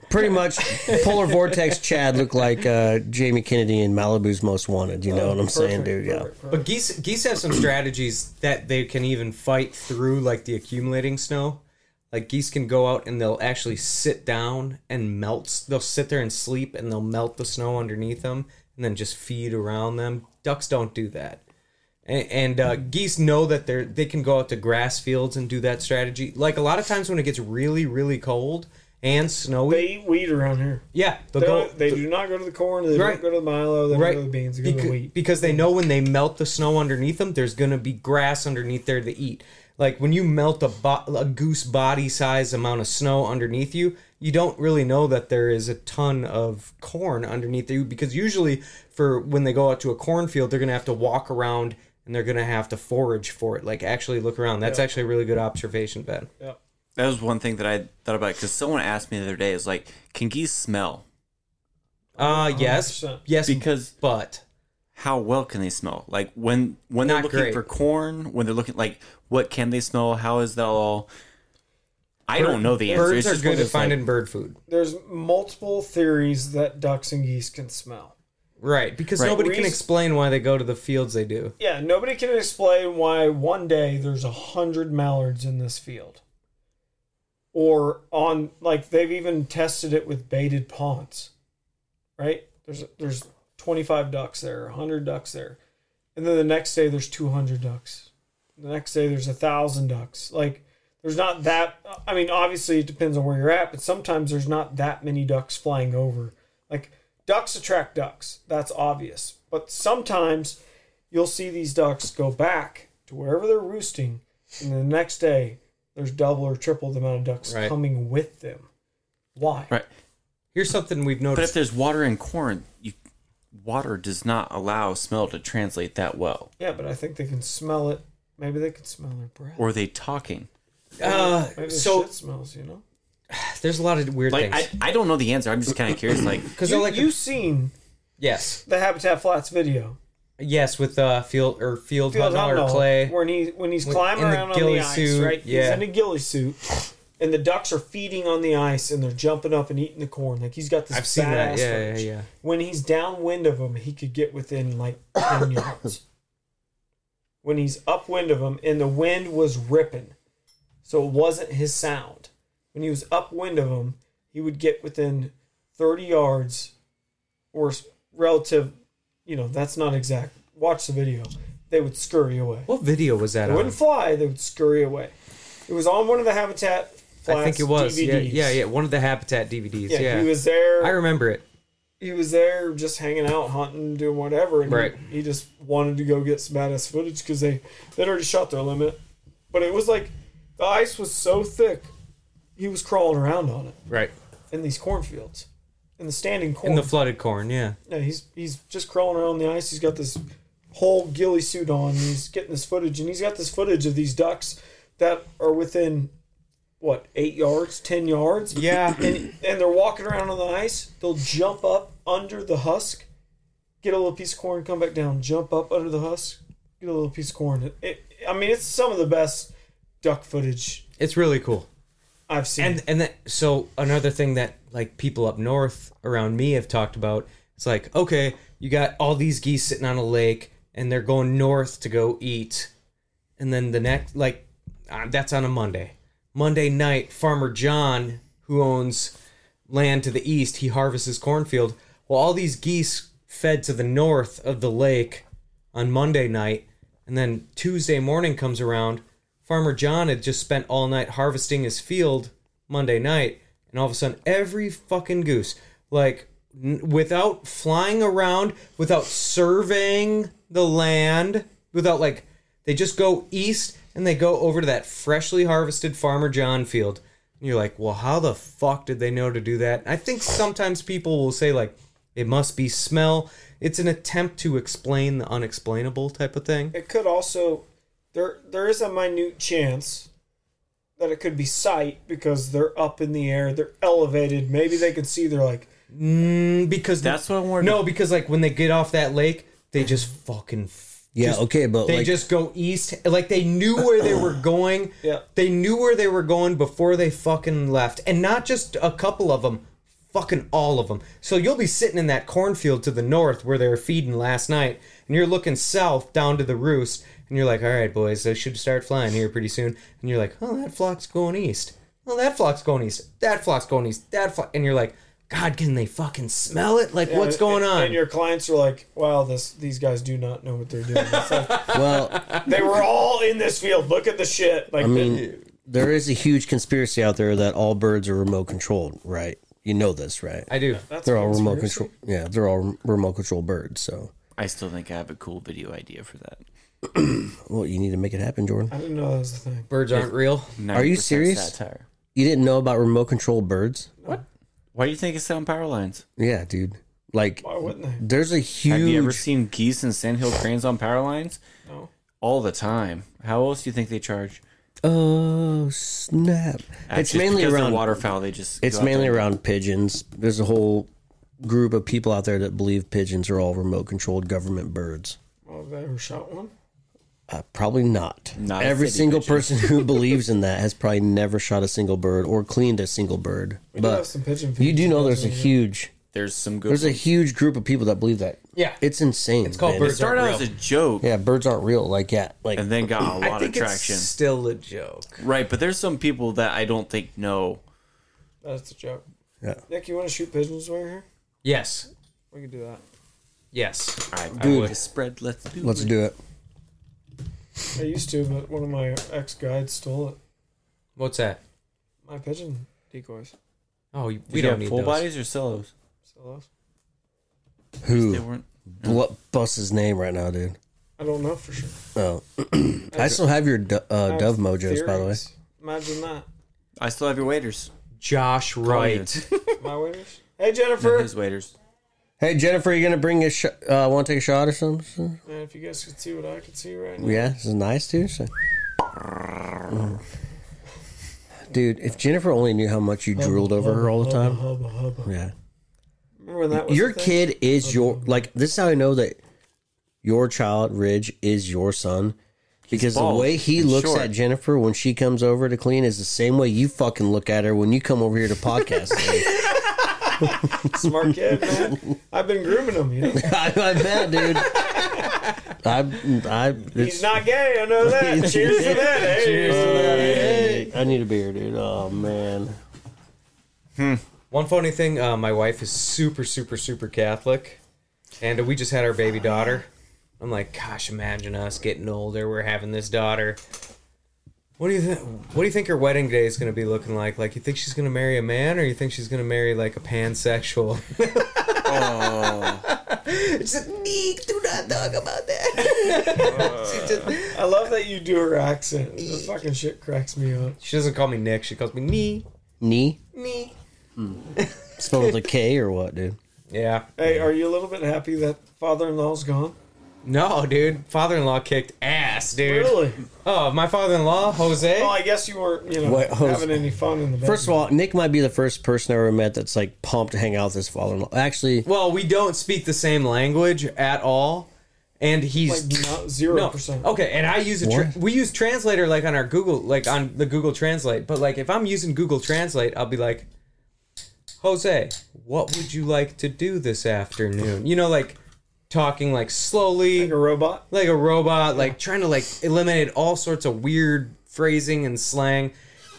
D: Pretty much, Polar Vortex Chad looked like uh, Jamie Kennedy in Malibu's Most Wanted. You know what I'm saying,
C: Oh, Perfect,
D: dude?
C: perfect, perfect.
F: but geese geese have some strategies that they can even fight through like the accumulating snow like geese can go out and they'll actually sit down and melt they'll sit there and sleep and they'll melt the snow underneath them and then just feed around them ducks don't do that and, and uh, geese know that they're they can go out to grass fields and do that strategy like a lot of times when it gets really really cold and snowy
C: They eat weed around here.
F: yeah they'll
C: They
F: go
C: don't- they do not go to the corn. They don't
F: Right.
C: go to the milo. They don't
F: right
C: go to the beans. They go to
F: Becau-
C: the wheat.
F: because they know when they melt the snow underneath them there's going to be grass underneath there to eat like when you melt a, bo- a goose body size amount of snow underneath you you don't really know that there is a ton of corn underneath you because usually for when they go out to a cornfield they're going to have to walk around and they're going to have to forage for it like actually look around that's actually a really good observation ben
E: That was one thing that I thought about because someone asked me the other day. Is like, can geese smell?
F: uh yes
C: 100%.
F: yes
E: Because
F: but
E: how well can they smell? Like when when they're
F: Not
E: looking
F: great.
E: for corn, when they're looking like what can they smell? How is that all? I don't know the answer.
F: birds
E: It's
F: are
E: just one
F: good
E: of
F: at
E: those, like-
F: finding bird food
C: There's multiple theories that ducks and geese can smell.
F: right because
E: Right.
F: nobody can
C: Reas-
F: explain why they go to the fields they do
C: Yeah, nobody can explain why one day there's a hundred mallards in this field. Or on like they've even tested it with baited ponds. Right? There's there's twenty five ducks there, hundred ducks there. And then the next day there's two hundred ducks. The next day there's a thousand ducks. Like there's not that I mean, obviously it depends on where you're at, but sometimes there's not that many ducks flying over. Like ducks attract ducks. That's obvious. But sometimes you'll see these ducks go back to wherever they're roosting, and the next day there's double or triple the amount of ducks
F: Right.
C: coming with them. Why?
E: right.
F: Here's something we've
E: But if
F: noticed.
E: there's water in corn, you, water does not allow smell to translate that well.
C: Yeah, but I think they can smell it. Maybe they can smell their breath.
E: Or are they talking?
F: Uh,
C: Maybe the
F: so
C: shit smells, you know.
F: there's a lot of weird
E: Like I,
F: things.
E: I don't know the answer. I'm just kind of curious. Like
F: Because
C: You,
F: I like
C: you seen
F: yes,
C: the Habitat Flats video?
F: yes with uh, field or field,
C: Field
F: Hunt or
C: Hunnall,
F: clay.
C: when he when he's
F: When-
C: climbing
F: in the
C: around on
F: ghillie
C: the ice,
F: suit,
C: right? He's
F: yeah.
C: in a ghillie suit, and the ducks are feeding on the ice, and they're jumping up and eating the corn. Like he's got this
F: I've seen that.
C: badass
F: Yeah, yeah,
C: range.
F: yeah.
C: When he's downwind of him, he could get within like ten yards. When he's upwind of him, and the wind was ripping, so it wasn't his sound. When he was upwind of him, he would get within thirty yards, or s- relative. You know that's not exact. Watch the video. They would scurry away.
F: What video was that
C: They
F: on?
C: wouldn't fly. They would scurry away. It was on one of the Habitat. Flats
F: I think it was. Yeah,
C: DVDs.
F: yeah, yeah. One of the Habitat DVDs. Yeah,
C: Yeah, he was there.
F: I remember it.
C: he was there, just hanging out, hunting, doing whatever. And he-
F: Right.
C: He, just wanted to go get some badass footage because they they'd already shot their limit. But it was like the ice was so thick, he was crawling around on it
F: Right.
C: in these cornfields, in the standing corn.
F: In the flooded corn. Yeah.
C: Yeah, he's he's just crawling around the ice. He's got this whole ghillie suit on. and He's getting this footage, and he's got this footage of these ducks that are within what eight yards, ten yards.
F: Yeah.
C: and and they're walking around on the ice. They'll jump up under the husk, get a little piece of corn, come back down, jump up under the husk, get a little piece of corn. It, it, I mean, it's some of the best duck footage
F: It's really cool.
C: I've seen.
F: And and that so another thing that like people up north around me have talked about, it's like, okay, you got all these geese sitting on a lake and they're going north to go eat. And then the next like uh, that's on a Monday. Monday night, farmer John, who owns land to the east, he harvests his cornfield. Well, all these geese fed to the north of the lake on Monday night, and then Tuesday morning comes around. Farmer John had just spent all night harvesting his field Monday night, and all of a sudden, every fucking goose, like n- without flying around, without surveying the land, without like, they just go east and they go over to that freshly harvested Farmer John field. And you're like, well, how the fuck did they know to do that? I think sometimes people will say, like, it must be smell. It's an attempt to explain the unexplainable type of thing.
C: it could also there there is a minute chance that it could be sight because they're up in the air, they're elevated. Maybe they can see. They're like,
F: Mm, because
E: that's what I'm worried.
F: no, because like when they get off that lake, they just fucking f-
D: Yeah, okay, but
F: they
D: like,
F: just go east. Like they knew where they were going.
C: Yeah.
F: they knew where they were going before they fucking left, and not just a couple of them, fucking all of them. So you'll be sitting in that cornfield to the north where they were feeding last night, and you're looking south down to the roost, and you're like, all right, boys, they should start flying here pretty soon. And you're like, oh, that flock's going east. Well, that flock's going east. That flock's going east. That flock, and you're like, God, can they fucking smell it? Like, what's
C: and-
F: going
C: and-
F: on?
C: And your clients are like, wow, this these guys do not know what they're doing. It's like,
D: well,
C: they were all in this field. Look at the shit. Like,
D: I mean, there is a huge conspiracy out there that all birds are remote controlled, right? You know this, right?
F: I do.
C: that's
D: they're all remote
C: conspiracy.
D: control. Yeah, they're all rem- remote control birds. So,
E: I still think I have a cool video idea for that.
D: well, you need to make it happen, Jordan.
C: I didn't know that was a thing.
F: Birds aren't real.
E: 90%
D: serious?
E: Satire.
D: You didn't know about remote control birds?
E: Why do you think it's on power lines?
D: Yeah, dude. Like,
C: Why wouldn't they?
D: there's a huge.
E: Have you ever seen geese and sandhill cranes on power lines?
C: No.
E: All the time. How else do you think they charge?
D: Oh snap! it's
E: Just
D: mainly
E: because they're
D: around
E: waterfowl. They just
D: It's
E: go out
D: mainly
E: there.
D: around pigeons. There's a whole group of people out there that believe pigeons are all remote controlled government birds.
C: Well, they ever shot one?
D: Uh, probably not.
E: Not a
D: Every
E: city
D: single
E: pigeon.
D: person who believes in that has probably never shot a single bird or cleaned a single bird.
C: We do have
D: but
C: some pigeon.
D: you do
C: feeders
D: know there's a
C: over here.
D: huge
E: There's some good.
D: there's a huge group of people that believe that.
F: Yeah.
D: It's insane.
F: It's called
D: man.
F: bird-
E: it started out as a joke
D: Yeah, birds aren't real. Like yeah, like
E: and then got a lot of traction.
F: still a joke.
E: Right, but there's some people that I don't think know.
C: That's a joke.
D: Yeah.
C: Nick, you want to shoot pigeons while you're here?
F: Yes.
C: We can do that.
F: Yes.
E: I, I
D: Dude.
E: would spread. Let's do
D: let's
E: it.
D: do it.
C: I used to, but one of my ex guides stole it.
F: What's that?
C: My pigeon decoys.
F: Oh, you-
E: We
F: we
E: do
F: don't
E: have
F: need
E: full
F: those.
E: bodies or solos.
C: So those-
E: They
D: Who?
E: weren't.
D: What bust his name right now, dude?
C: I don't know for sure.
D: Oh, I still have your do-
C: I
D: uh,
C: have
D: dove mojos, by the way.
C: theories. Imagine that.
E: I still have your waiters.
F: Josh Wright.
C: My waiters. Hey,
E: Not
C: Jennifer.
E: his waiters.
D: Hey Jennifer, you gonna bring a sh- uh, want to take a shot or something?
C: Man, if you guys could see what I could see right now.
D: Mm. Yeah, this is nice too. So. Dude, if Jennifer only knew how much you drooled over her all the time.
C: Hubba, hubba.
D: Yeah.
C: Remember when that was
D: Your
C: a thing?
D: kid is your like this is how I know that your child, Ridge, is your son. Because the
B: bald
D: way he
B: and
D: looks
B: short.
D: at Jennifer when she comes over to clean is the same way you fucking look at her when you come over here to podcast.
C: smart kid, man. I've been grooming him. You know?
D: I, I bet, dude. I, I,
C: He's not gay. I know that. Cheers to
D: eh?
C: that. Hey.
D: I need a beer, dude. Oh man.
F: One funny thing, uh, my wife is super, super, super Catholic, and we just had our baby daughter. I'm like, gosh, imagine us getting older. We're having this daughter. What do you think? What do you think her wedding day is going to be looking like? Like, you think she's going to marry a man, or you think she's going to marry like a pansexual? oh,
C: Oh.
F: just Nick, do not talk about that.
C: I love that you do her accent. The fucking shit cracks me up.
F: She doesn't call me Nick. She calls me Nee.
D: Knee? Hmm.
F: Nee.
D: Spelled with a K or what, dude?
F: Yeah.
C: Hey, are you a little bit happy that father-in-law's gone?
F: No, dude. Father-in-law kicked ass, dude.
C: Really?
F: Oh, my father-in-law, Jose.
C: Well, Oh, I guess you weren't, you know,
D: What-
C: having any fun in the bedroom.
D: First of all, Nick might be the first person I ever met that's like pumped to hang out with his father-in-law. Actually,
F: Well, we don't speak the same language at all, and he's
C: like not zero
F: no.
C: percent.
F: Okay, and I use a tra-
D: What?
F: we use translator like on our Google like on the Google Translate, but like if I'm using Google Translate, I'll be like, Jose, what would you like to do this afternoon? You know, like talking like slowly,
C: Like a robot.
F: like a robot, like trying to like eliminate all sorts of weird phrasing and slang.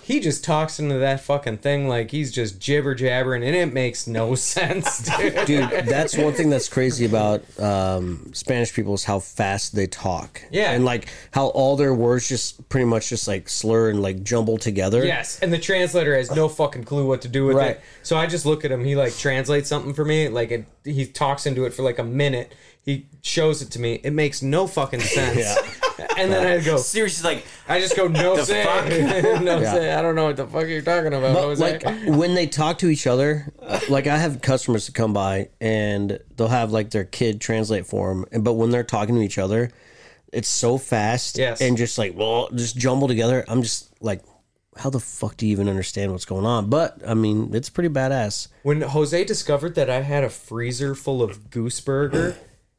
F: He just talks into that fucking thing like he's just jibber jabbering, and it makes no sense, dude.
D: dude, that's one thing that's crazy about um, Spanish people is how fast they talk.
F: Yeah.
D: and like how all their words just pretty much just like slur and like jumble together.
F: Yes, and the translator has no fucking clue what to do with
D: Right.
F: it. So I just look at him. He like translates something for me. Like it, he talks into it for like a minute. He shows it to me. It makes no fucking sense. And then I go.
E: Seriously, like
F: I just go no say, no say. I don't know what the fuck you're talking about.
D: But,
F: Jose."
D: like when they talk to each other, like I have customers that come by and they'll have like their kid translate for them, and but when they're talking to each other, it's so fast
F: Yes.
D: and just like well, just jumble together. I'm just like, how the fuck do you even understand what's going on? But I mean, it's pretty badass.
F: when Jose discovered that I had a freezer full of goose burger,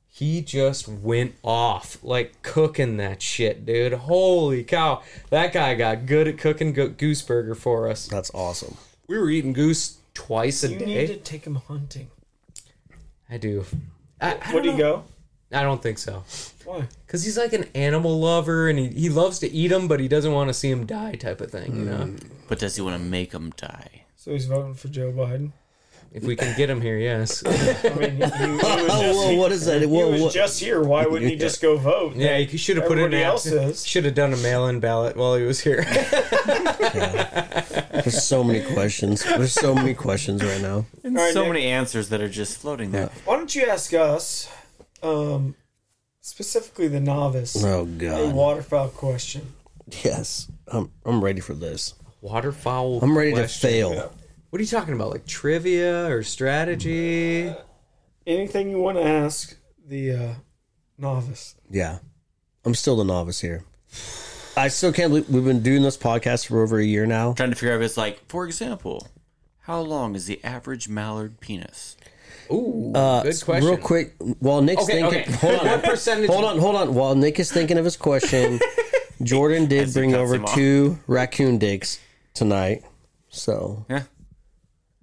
F: he just went off like cooking that shit, dude. Holy cow! That guy got good at cooking go- goose burger for us.
D: That's awesome.
F: We were eating goose twice a
C: You
F: day.
C: need to take him hunting.
F: I do. I, I
C: Where do
F: don't
C: you
F: know.
C: go?
F: I don't think so.
C: Why?
F: Because he's like an animal lover and he, he loves to eat them, but he doesn't want to see him die type of thing, you know?
D: Hmm.
E: but does he want to make them die?
C: So he's voting for Joe Biden.
F: If we can get him here, yes.
C: I mean, he, he, he was
D: Oh,
C: just,
D: whoa,
C: he,
D: what is that?
C: he
D: Whoa,
C: was
D: what-
C: just here. Why wouldn't he just go vote?
F: yeah, he should have put in
C: Everybody else
F: an
C: is.
F: Should have done a mail in ballot while he was here.
D: There's so many questions. There's so many questions right now.
E: And
C: right,
E: so
C: Nick.
E: many answers that are just floating there.
C: Why don't you ask us, um, specifically the novice,
D: Oh
C: a
D: god.
C: waterfowl question?
D: Yes. I'm I'm ready for this.
F: Waterfowl.
D: I'm ready
F: question.
D: to fail.
F: What are you talking about? Like trivia or
D: Uh,
F: strategy?
C: Anything you want to ask the uh, novice?
D: Yeah. I'm still the novice here. I still can't believe we've been doing this podcast for over a year now.
E: Trying to figure out if it's like, for example, how long is the average mallard penis?
F: Ooh,
D: Uh,
F: good question.
D: Real quick, while Nick's
F: Okay,
D: thinking,
F: okay.
D: hold on,
F: What percentage-
D: Hold on, hold on. While Nick is thinking of his question, Jordan did
E: As he
D: bring
E: cuts
D: over
E: him off.
D: two raccoon dicks tonight. So
E: Yeah.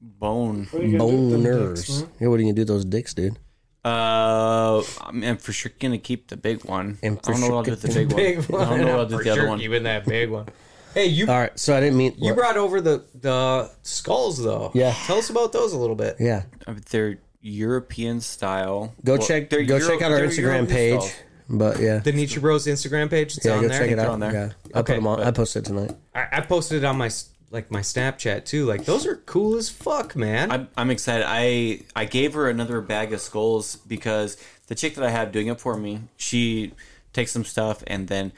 E: Bone.
C: What are you gonna do with them dicks,
D: boners.
C: man?
D: Yeah, what are you gonna do with those dicks, dude?
E: Uh, I'm I'm for sure gonna keep the big one.
D: And
E: I don't know
D: for
E: what I'll do
D: sure-
E: with the big,
F: Big
E: one. I don't know what I'll do
F: For
E: with the other
F: sure,
E: one.
F: Even that big one. Hey, you
D: All right, so I didn't mean
F: you brought over the the skulls though.
D: Yeah.
F: Tell us about those a little bit.
D: Yeah,
E: Uh, They're European style.
D: go
E: Well,
D: check go
E: they're Euro-
D: check out our
E: they're
D: Instagram
E: European
D: page.
E: style.
D: But yeah,
F: The Nietzsche Bros Instagram page. It's
D: yeah,
F: on
D: go
F: there.
D: check it
E: They're
D: out.
E: on there.
D: Yeah, I put
F: Okay,
D: 'em on. I posted it tonight.
F: I, I posted it on my s- like my Snapchat too. Like those are cool as fuck, man.
E: I'm, I'm excited. I I gave her another bag of skulls because the chick that I have doing it for me, she takes some stuff and then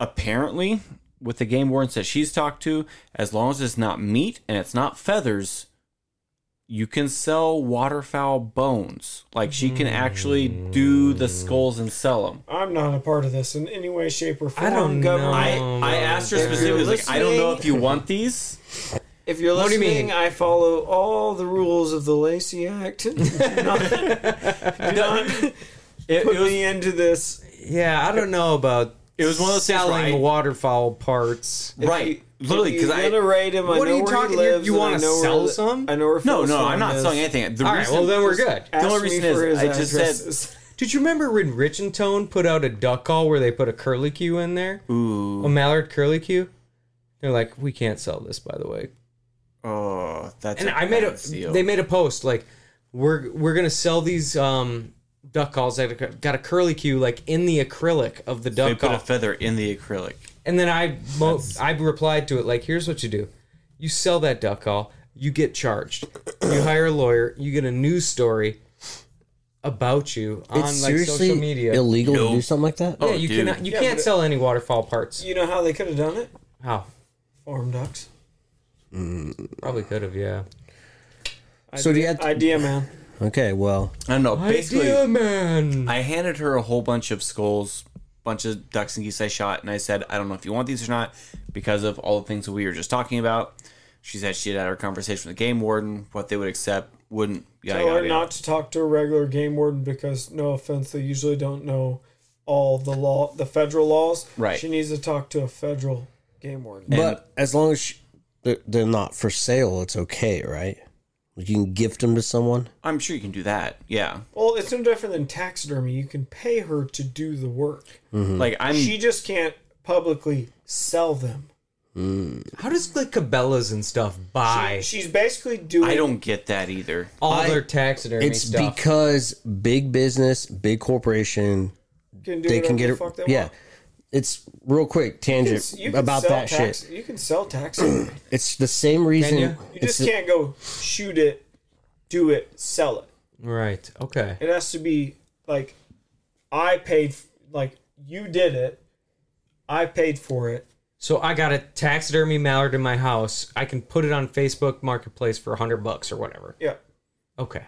E: apparently with the game wardens that she's talked to, as long as it's not meat and it's not feathers, you can sell waterfowl bones. Like she can actually do the skulls and sell them.
C: I'm not a part of this in any way, shape, or form.
F: I don't know.
E: I,
F: Oh,
E: I asked her
F: If
E: specifically, I
C: you're
E: was like, I don't know if you want these.
C: If you're
F: do you
C: listening,
F: mean?
C: I follow all the rules of the Lacey Act. do not, do not
E: It,
C: put
E: it was,
C: me into this.
F: yeah, I don't know about
E: It was one of those things where
F: selling
E: I-
F: waterfowl parts.
E: right.
C: If
E: Literally,
C: you
E: because I.
C: gonna raid him. I
F: What are
C: know
F: you
C: where
F: talking-
C: He
F: you-
C: lives,
F: you
C: and I
F: wanna
C: know where
F: sell
C: the-
F: some?
C: I know where
E: No,
C: Phil's
E: no, I'm
C: farm
E: not
C: is.
E: selling anything. The
F: All right,
E: reason,
F: well then we're good.
E: The only
C: Ask me
E: reason
C: for
E: is
C: his
E: I just
C: addresses.
F: Did you remember when Rich and Tone put out a duck call where they put a curlicue in there? Ooh. A mallard curlicue? They're like, we can't sell this, by the way.
E: Oh, that's.
F: And
E: a
F: I made a
E: bad deal.
F: they made a post like we're we're gonna sell these um duck calls that are- got a curlicue like in the acrylic of the duck
E: They put
F: call.
E: a feather in the acrylic.
F: and then I mo- I replied to it like, here's what you do: you sell that duck call, you get charged, you hire a lawyer, you get a news story about you on
D: It's
F: like
D: seriously
F: social media.
D: illegal to do something like that.
E: Oh,
F: yeah, you
E: dude.
F: cannot you can't sell any waterfall parts.
C: You know how they could have done it?
F: How?
C: Farm ducks.
F: Probably could have, yeah.
D: So do you have to-
C: idea, man?
D: Okay, well,
E: I don't know. Basically,
F: Idea man.
E: I handed her a whole bunch of skulls, bunch of ducks and geese I shot, and I said, I don't know if you want these or not because of all the things that we were just talking about. She said she had had her conversation with the game warden, what they would accept, wouldn't. Yada,
C: Tell
E: yada,
C: her
E: yada.
C: not to talk to a regular game warden because, no offense, they usually don't know all the law, the federal laws.
E: Right.
C: She needs to talk to a federal game warden.
D: but as long as sh they're, they're not for sale, it's okay, right? You can gift them to someone.
E: I'm sure you can do that. Yeah.
C: Well, it's no different than taxidermy. You can pay her to do the work.
D: Mm-hmm.
E: Like, I'm.
C: She just can't publicly sell them.
F: How does like Cabela's and stuff buy
C: She's basically doing.
E: I don't get that either.
F: all
D: I-
F: their taxidermy
D: It's
F: stuff?
D: because big business, big corporation,
C: Can do
D: they
C: whatever
D: can get
C: the
D: it.
C: fuck they
D: Yeah,
C: want.
D: it's real quick
C: You
D: tangent
C: can- you can
D: about
C: sell
D: that
C: tax-
D: shit.
C: You can sell taxidermy.
D: It's the same reason.
F: you?
C: You
D: it's
C: just
D: the-
C: can't go shoot it, do it, sell it.
F: right. Okay.
C: It has to be like I paid, f- like you did it, I paid for it.
F: So I got a taxidermy mallard in my house. I can put it on Facebook Marketplace for hundred bucks or whatever.
C: Yeah,
F: Okay.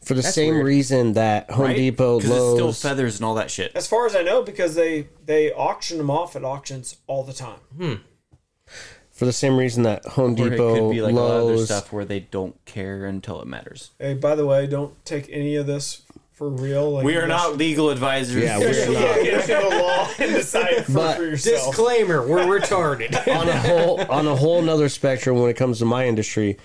D: for the same reason that Home
E: Right?
D: Depot,
E: 'Cause it's still
D: Lowe's,
E: feathers and all that shit.
C: as far as I know, because they they auction them off at auctions all the time.
D: for the same reason that Home
E: Or it could
D: Depot,
E: be like a lot of other
D: Lowe's,
E: stuff where they don't care until it matters.
C: Hey, by the way, don't take any of this for real. Like,
E: We are not legal advisors.
D: Yeah, we-
C: Yeah, get into the law and decide for,
D: But
C: for yourself.
F: Disclaimer: We're retarded.
D: on a whole on a whole nother spectrum when it comes to my industry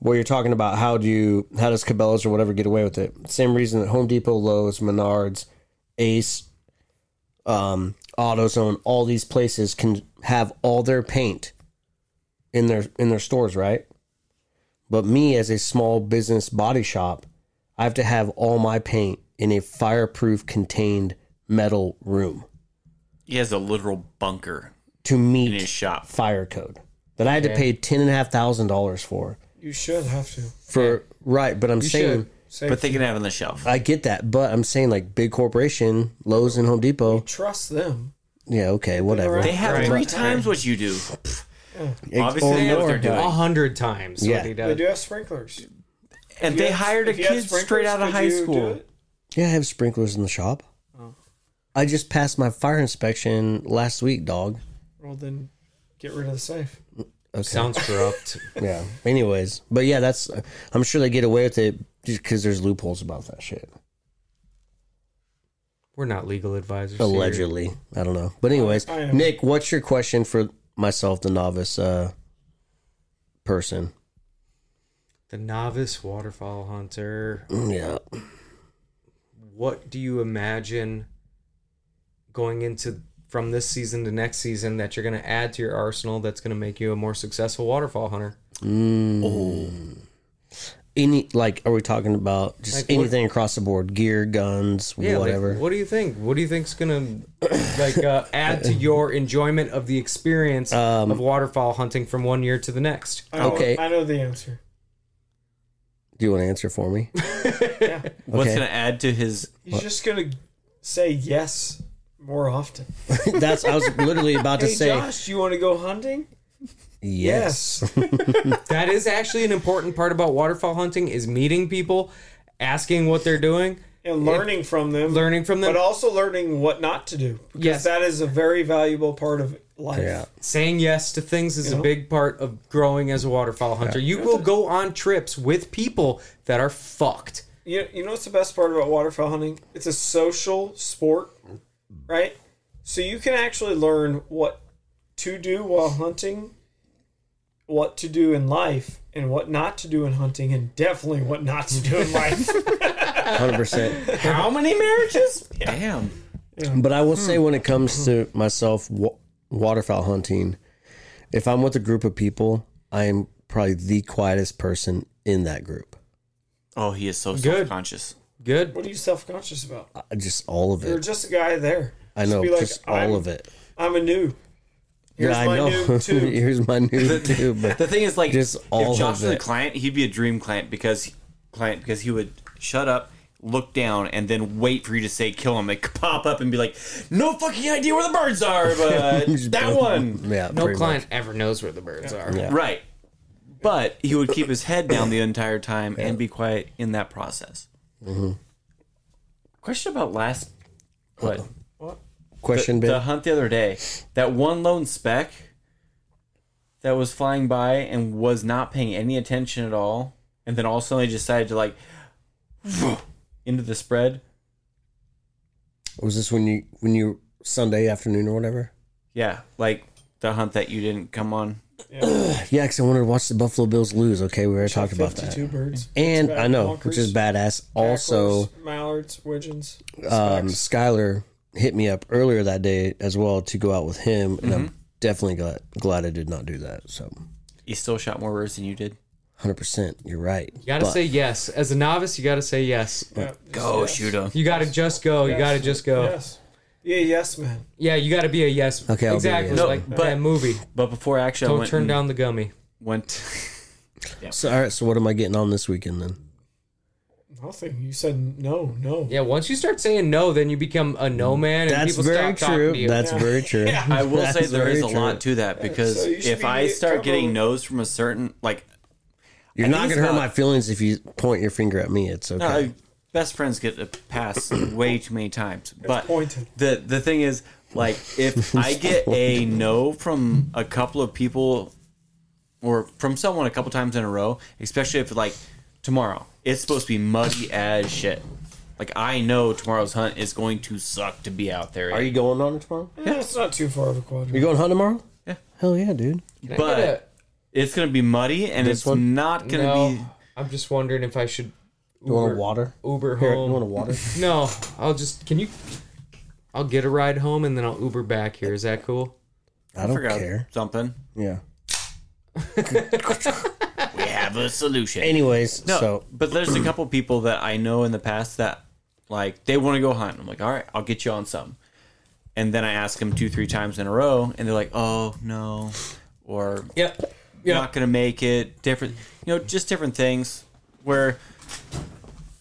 D: where you're talking about how do you how does Cabela's or whatever get away with it same reason that Home Depot Lowe's Menards Ace um AutoZone all these places can have all their paint in their in their stores right but me as a small business body shop I have to have all my paint in a fireproof contained metal room
E: He has a literal bunker
D: to
E: in
D: meet
E: his shop.
D: fire code that I had to pay ten and a half thousand dollars for.
C: You should have to.
D: For right, but I'm saying
F: should.
C: Say,
E: But they can have it on the shelf.
D: I get that, but I'm saying like big corporation, Lowe's and Home Depot.
C: trust them.
D: Yeah, okay, whatever.
E: They have
F: Right.
E: three times what you do.
D: Ex-
E: obviously
D: or
E: they know what they're
D: more,
E: doing.
F: A hundred times.
D: Yeah.
F: What he
C: They
F: does.
C: do have sprinklers.
E: And they
C: If-
E: hired a
C: if you had
E: kid
C: sprinklers,
E: straight out of
C: could
E: high
C: you do
E: school.
C: it?
D: Yeah, I have sprinklers in the shop.
F: Oh.
D: I just passed my fire inspection last week, dog.
C: Well, then get rid of the safe.
D: Okay.
F: Sounds corrupt.
D: yeah. Anyways, but yeah, that's. I'm sure they get away with it because there's loopholes about that shit.
F: We're not legal advisors. here.
D: Allegedly, I don't know. But anyways,
C: I am-
D: Nick, what's your question for myself, the novice uh, person?
F: the novice waterfowl hunter.
D: Mm, Yeah.
F: What do you imagine going into from this season to next season that you're going to add to your arsenal that's going to make you a more successful waterfowl hunter?
D: Mm. Any like, are we talking about just
F: Oh. Like, what-
D: anything across the board? Gear, guns,
F: like,
D: whatever.
F: what do you think? What do you think's gonna like uh, add to your enjoyment of the experience of waterfowl hunting from one year to the next?
C: I know,
D: Okay.
C: I know the answer.
D: do you want to answer for me?
E: What's
D: Okay.
E: going to add to his.
C: He's just gonna say yes more often.
D: That's I was literally about to
C: Hey,
D: say.
C: Josh, you want to go hunting?
D: Yes.
F: that is actually an important part about waterfowl hunting is meeting people, asking what they're doing,
C: and learning from them,
F: learning from them,
C: but also learning what not to do. Because
F: Yes.
C: that is a very valuable part of life.
D: Yeah.
F: saying yes to things is a
C: know?
F: big part of growing as a waterfowl hunter. You will go on trips with people that are fucked.
C: You, you know what's the best part about waterfowl hunting? It's a social sport, right? So you can actually learn what to do while hunting, what to do in life, and what not to do in hunting, and definitely what not to do in life.
D: 100%.
F: How many marriages?
E: Damn.
D: But I will say,
E: Hmm.
D: when it comes to myself, wa- waterfowl hunting, if I'm with a group of people, I'm probably the quietest person in that group.
E: Oh, he is so
F: Good.
E: self conscious.
F: Good.
C: what are you self conscious about?
D: I- Just all of
C: You're
D: it.
C: just a guy there.
D: I know,
C: be like,
D: just all
C: I'm-
D: of it.
C: I'm a new. Here's
D: yeah, I
C: my
D: know.
C: new tube.
D: Here's my new tube.
E: The thing is, like,
D: Just all
E: if Josh
D: of
E: was a
D: it.
E: client, he'd be a dream client because client because he would shut up, look down, and then wait for you to say kill him. Like pop up and be like, no fucking idea where the birds are, but uh, that one,
D: Yeah,
F: No
D: pretty much.
F: client ever knows where the birds are.
E: right? But he would keep his head down the entire time and be quiet in that process.
D: Mm-hmm.
E: Question about last what
D: Question,
E: the
D: Ben.
E: hunt the other day. That one lone speck that was flying by and was not paying any attention at all, and then all of a sudden they decided to like into the spread.
D: Was this when you when you Sunday afternoon or whatever?
E: Yeah, like the hunt that you didn't come on.
D: Yeah, because I wanted to watch the Buffalo Bills lose. Okay, we already talked about that.
C: Fifty-two birds.
D: And
C: Back
D: I know,
C: honkers,
D: which is badass. Also,
C: cacklers, mallards, widgeons.
D: um, Skyler hit me up earlier that day as well to go out with him, and I'm
F: Mm-hmm.
D: definitely glad, glad I did not do that. So,
E: He still shot more birds than you did.
D: 100, percent you're right.
F: You gotta say yes. As a novice, you gotta say yes.
E: Go
F: Oh,
E: shoot him.
F: You gotta just go. You gotta just go.
C: Yes. Yeah, yes, man.
F: Yeah, you gotta be a yes.
D: Okay, I'll be a
F: exactly.
D: yes.
E: No,
F: like
E: but-
F: that movie.
E: But before actually, I
F: Don't
E: went
F: turn
E: and
F: down the gummy.
E: Went.
D: So, all right. So, what am I getting on this weekend then?
C: Nothing. You said no, no.
F: Yeah, once you start saying no, then you become a no man. And
D: That's
F: people
D: very
F: stop talking to
D: true.
F: you.
D: That's very true.
E: I will
D: That's
E: say there is a
D: very true.
E: lot to that because
C: so you should
E: if
C: be
E: I start
C: covered.
E: getting no's from a certain like
D: You're
E: I think
D: not
E: it's
D: gonna hurt
E: about-
D: my feelings if you point your finger at me. It's okay.
E: No, I- best friends get a pass way too many times. But
C: pointed.
E: the the thing is, like, if I get a no from a couple of people, or from someone a couple times in a row, especially if like tomorrow it's supposed to be muggy as shit. Like I know tomorrow's hunt is going to suck to be out there.
D: Are you going on it tomorrow?
C: Yeah, it's not too far of a quadrant.
D: You going hunt tomorrow?
E: Yeah.
D: Hell yeah, dude.
F: Can I
E: but-
F: get
E: It's gonna be muddy and
D: This
E: it's
D: one?
E: not
F: a-
E: gonna
F: no,
E: be.
F: I'm just wondering if I should
D: You want a water?
F: Uber
D: Here,
F: home.
D: you want a water?
F: no, I'll just. Can you? I'll get a ride home and then I'll Uber back here. Is that cool?
D: I don't
E: forgot
D: care.
E: something.
D: Yeah.
E: We have a solution.
D: Anyways,
E: No,
D: so
E: but there's a couple people that I know in the past that like they want to go hunt. I'm like, all right, I'll get you on some. And then I ask them two, three times in a row, and they're like, oh no, or
F: Yep.
E: not gonna make it. Different, you know, just different things where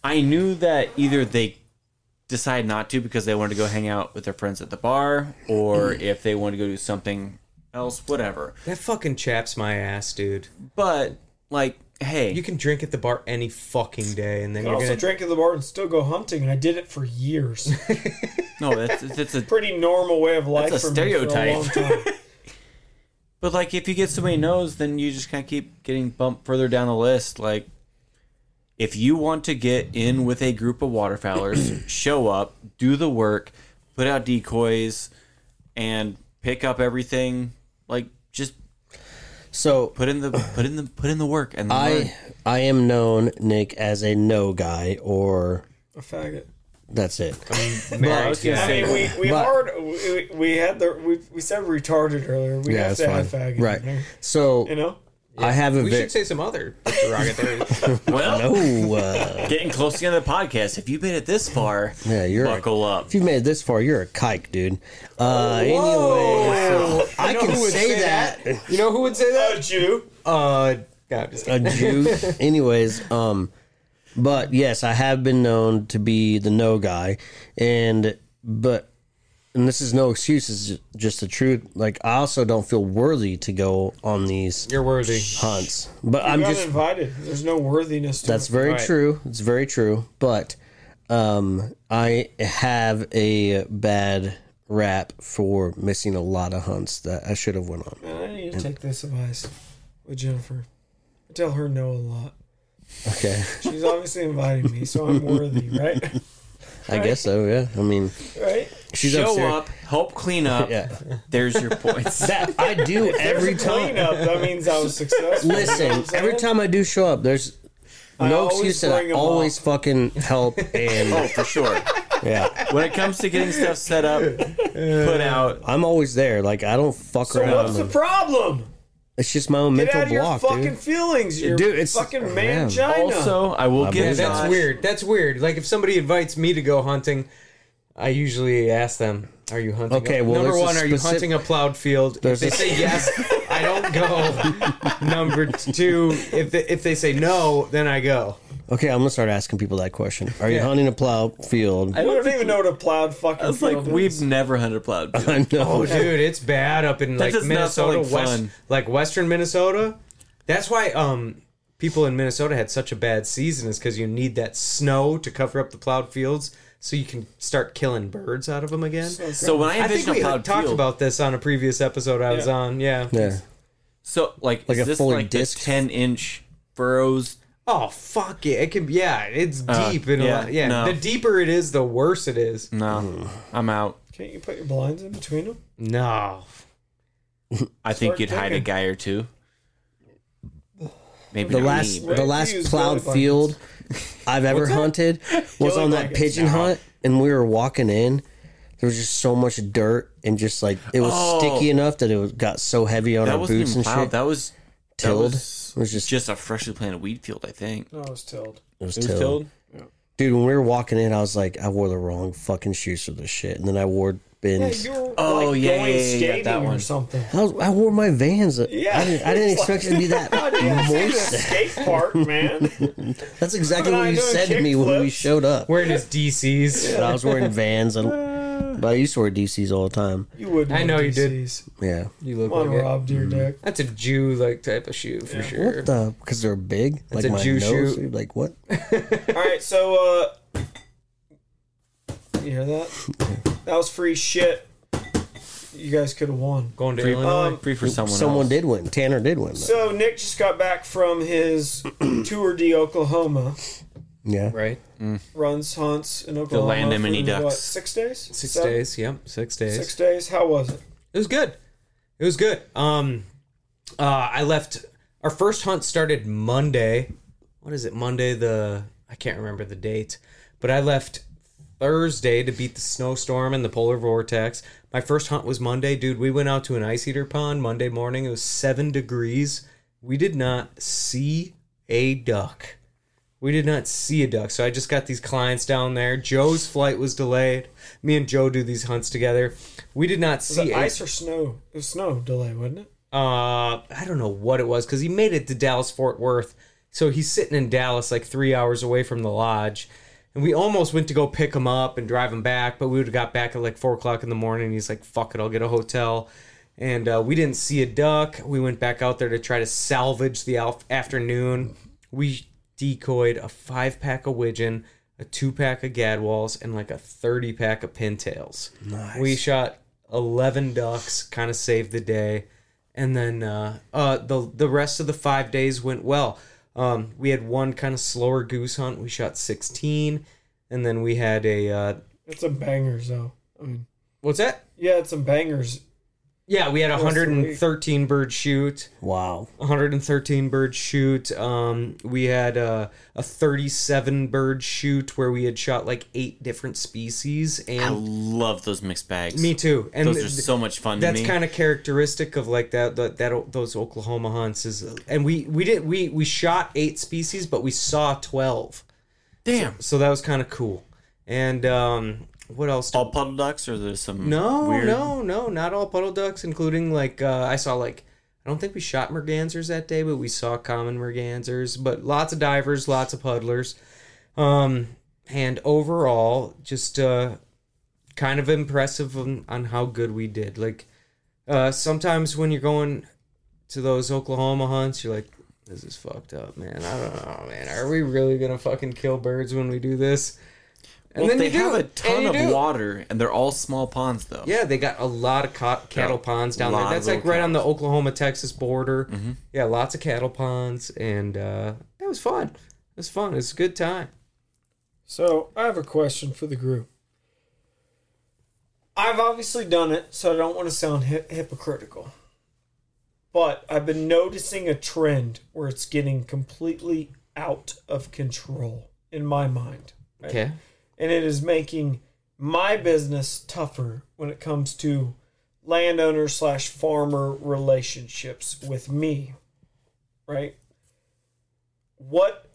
E: I knew that either they decided not to because they wanted to go hang out with their friends at the bar, or if they wanted to go do something else, whatever.
F: That fucking chaps my ass, dude.
E: But like, hey,
F: You can drink at the bar any fucking day, and then
C: I
F: you're
C: also
F: gonna.
C: drank at the bar and still go hunting, and I did it for years.
E: no, that's that's a
C: Pretty normal way of life
E: That's
C: for
E: a
C: me for
E: stereotype.
C: a long time.
E: But like, if you get so many no's, then you just kind of keep getting bumped further down the list. Like, if you want to get in with a group of waterfowlers, show up, do the work, put out decoys, and pick up everything. Like, just
D: so
E: put in the put in the put in the work. And learn.
D: I I am known Nick as a no guy or
C: A faggot.
D: that's it.
E: I was gonna
C: I
E: say,
C: mean, we we
D: But-
C: hard we, we had the we, we said retarded earlier. We have
D: Yeah, that's
C: to
D: fine.
C: add faggot, in
D: Right.
C: there,
D: So
C: You know,
D: I have a
F: We
D: very
F: should say some other derogatory.
E: well,
D: oh uh,
E: getting close to the end of the podcast. If you've made it this far,
D: yeah you're a-
E: buckle up.
D: if you've made it this far you're a kike dude. Uh, anyway, so I can say that.
F: you know who would say that?
C: a Jew.
F: Uh, God, I'm just kidding.
D: a Jew. Anyways, um, but yes, I have been known to be the no guy, and but and this is no excuse. It's just the truth. Like I also don't feel worthy to go on these
F: You're worthy.
D: hunts, but
C: I'm
D: I'm
C: not
D: just
C: invited. There's no worthiness to
D: That's
C: it.
D: very
F: Right.
D: true. It's very true. But um, I have a bad rap for missing a lot of hunts that I should have went on.
C: Man, I need to take this advice with Jennifer. I tell her no a lot.
D: Okay,
C: She's obviously inviting me, so I'm worthy, right?
D: I guess so. Yeah. I mean,
C: Right?
D: she's
E: Show
D: upstairs.
E: up, help clean up.
D: Yeah.
E: There's your points.
D: That I do every time.
C: Cleanup. That means I was successful. you know what
D: Listen,
C: I'm
D: every
C: saying?
D: time I do show up, there's
C: I
D: no
C: always
D: excuse that
C: bring
D: I
C: 'em
D: always
C: up.
D: fucking help and
E: oh, for sure.
D: yeah,
E: When it comes to getting stuff set up, put out,
D: I'm always there. Like I don't fuck
C: So what's
D: around.
C: the problem?
D: it's just my own
C: Get
D: mental
C: out of your
D: block,
C: fucking
D: dude.
C: feelings. Your
D: Dude, it's-
C: fucking
D: Man.
C: mangina.
E: also, I will
D: I
E: give
D: believe
F: That's
E: Josh-
F: weird. That's weird. Like if somebody invites me to go hunting, I usually ask them, "Are you hunting?"
D: Okay,
F: a-"
D: well,
F: number
D: there's a
F: one, are you
D: specif-
F: hunting a plowed field? If
D: There's
F: they
D: a-
F: say yes, I don't go. number two, if they, if they say no, then I go.
D: Okay, I'm gonna start asking people that question. Are you
F: Yeah.
D: hunting a plow field?
E: I
C: I
E: don't
C: don't
E: think
C: even know what a plowed fucking
E: it's like
C: field
E: we've
C: is.
E: never hunted a plowed. field.
D: I know.
F: Oh, dude, it's bad up in like
E: does not sound
F: Minnesota,
E: like
F: west,
E: fun.
F: like western Minnesota. That's why um people in Minnesota had such a bad season is because you need that snow to cover up the plowed fields so you can start killing birds out of them again.
E: So when I
F: I think
E: envision
F: we
E: a
F: had
E: plowed
F: talked
E: field,
F: about this on a previous episode I was
C: Yeah.
F: on. Yeah.
D: Yeah.
E: so like,
D: Like
E: is
D: a
E: this
D: fully
E: like the
D: disc-
E: ten inch furrows?
F: Oh fuck it! It can. Yeah, it's deep and
E: yeah,
F: yeah. yeah.
E: no.
F: The deeper it is, the worse it is.
E: No, I'm out.
C: Can't you put your blinds in between them?
F: No.
E: I think
C: Start
E: you'd hide a
C: digging.
E: guy or two. Maybe
D: the
E: not
D: last
E: me,
C: Where
D: the
C: do
D: last
C: you use billy
D: plowed
C: buckets?
D: field I've ever hunted was
C: Billy
D: on that
C: buckets.
D: pigeon hunt, and we were walking in. There was just so much dirt, and just like it was
E: Oh.
D: sticky enough that it was, got so heavy on
E: but that
D: our
E: wasn't
D: boots
E: even
D: and
E: plowed.
D: shit.
E: That was that
D: tilled.
E: was
D: it was just,
E: just a freshly planted wheat field. I think
C: No, it's tilled.
D: it was tilled. Dude, when we were walking in, I was like, I wore the wrong fucking shoes for this shit, and then I wore
C: Yeah,
D: bins.
C: you were
E: Oh,
C: like
E: yeah,
C: going
E: yeah, yeah, yeah,
C: skating
E: that
C: or
E: one.
C: something.
D: I, was, I wore my Vans.
C: Yeah.
D: I didn't, I didn't expect it to be that
C: Yeah, it's
D: moist.
C: a skate park, man.
D: That's exactly what
C: I
D: you
C: doing
D: said to me when we
C: kickflips?
D: showed up.
F: Wearing his DCs.
D: But I was wearing Vans, and but I used to wear DCs all the time.
C: You wouldn't.
F: I
C: have
F: know you did.
C: DCs.
D: Yeah.
F: You look
C: Come on,
F: like it.
C: Rob, dear dick.
F: That's a Jew like type of shoe for sure.
D: What the? Because they're big.
F: a Jew shoe.
D: dude, Like what?
C: All right, so uh, you hear that? That was free shit. You guys could have won.
F: Going to
E: free,
F: Illinois.
E: free for someone.
D: Someone
E: else.
D: did win. Tanner did win. though.
C: So Nick just got back from his tour de Oklahoma,
D: yeah.
F: right?
C: runs hunts in Oklahoma.
E: land and
C: for,
E: mini
C: What,
E: ducks.
C: six days.
F: Six
C: Seven?
F: days. Yep. Six days.
C: Six days. How was it?
F: It was good. It was good. Um, uh, I left. Our first hunt started Monday. What is it? Monday the I can't remember the date, but I left Thursday to beat the snowstorm and the polar vortex. My first hunt was Monday, dude. We went out to an ice eater pond Monday morning. It was seven degrees. We did not see a duck. We did not see a duck, so I just got these clients down there. Joe's flight was delayed. Me and Joe do these hunts together. We did not
C: Was
F: see
C: it
F: a
C: ice or snow? It was snow delay, wasn't it?
F: uh, I don't know what it was because he made it to Dallas Fort Worth. So he's sitting in Dallas, like three hours away from the lodge. And we almost went to go pick him up and drive him back, but we would have got back at like four o'clock in the morning. he's like, fuck it, I'll get a hotel. And uh, we didn't see a duck. We went back out there to try to salvage the alf- afternoon. We decoyed a five pack of widgeon, a two pack of gadwalls, and like a 30 pack of pintails. We shot 11 ducks, kind of saved the day and then uh, uh, the the rest of the five days went well. Um, we had one kind of slower goose hunt. We shot sixteen, and then we had a uh,
C: It's some bangers though. I mean,
F: what's that?
C: yeah, it's some bangers.
F: Yeah, we had a
C: That was the
F: hundred and thirteen bird shoot.
D: Wow.
F: 113 bird shoot. Um, we had uh, a 37 bird shoot where we had shot like eight different species,
E: I
F: and
E: love those mixed bags.
F: me too. And
E: Those
F: th-
E: are so much fun. to
F: that's
E: me.
F: kind of characteristic of like that, that that those Oklahoma hunts is uh, and we we didn't we we shot eight species but we saw 12
E: damn.
F: so that was kind of cool and um what else did-
E: All puddle ducks, or there's some
F: no
E: weird-
F: no no not all puddle ducks including like uh I saw like I don't think we shot mergansers that day but we saw common mergansers but lots of divers lots of puddlers um and overall just uh kind of impressive on, on how good we did. Like uh, sometimes when you're going to those Oklahoma hunts, you're like, this is fucked up, man. I don't know, man. Are we really gonna fucking kill birds when we do this? And
E: Well,
F: then
E: they
F: you do.
E: have a
F: And
E: ton
F: you
E: of
F: do.
E: water, and they're all small ponds, though.
F: Yeah, they got a lot of co- cattle ponds down there.
E: lot of
F: That's like
E: little Mm-hmm.
F: right on the Oklahoma Texas border. Yeah, lots of cattle ponds, and uh, that was fun. It was fun. It was a good time.
C: So I have a question for the group. I've obviously done it, so I don't want to sound hy- hypocritical. But I've been noticing a trend where it's getting completely out of control in my mind. right?
F: Okay.
C: and it is making my business tougher when it comes to landowner slash farmer relationships with me right what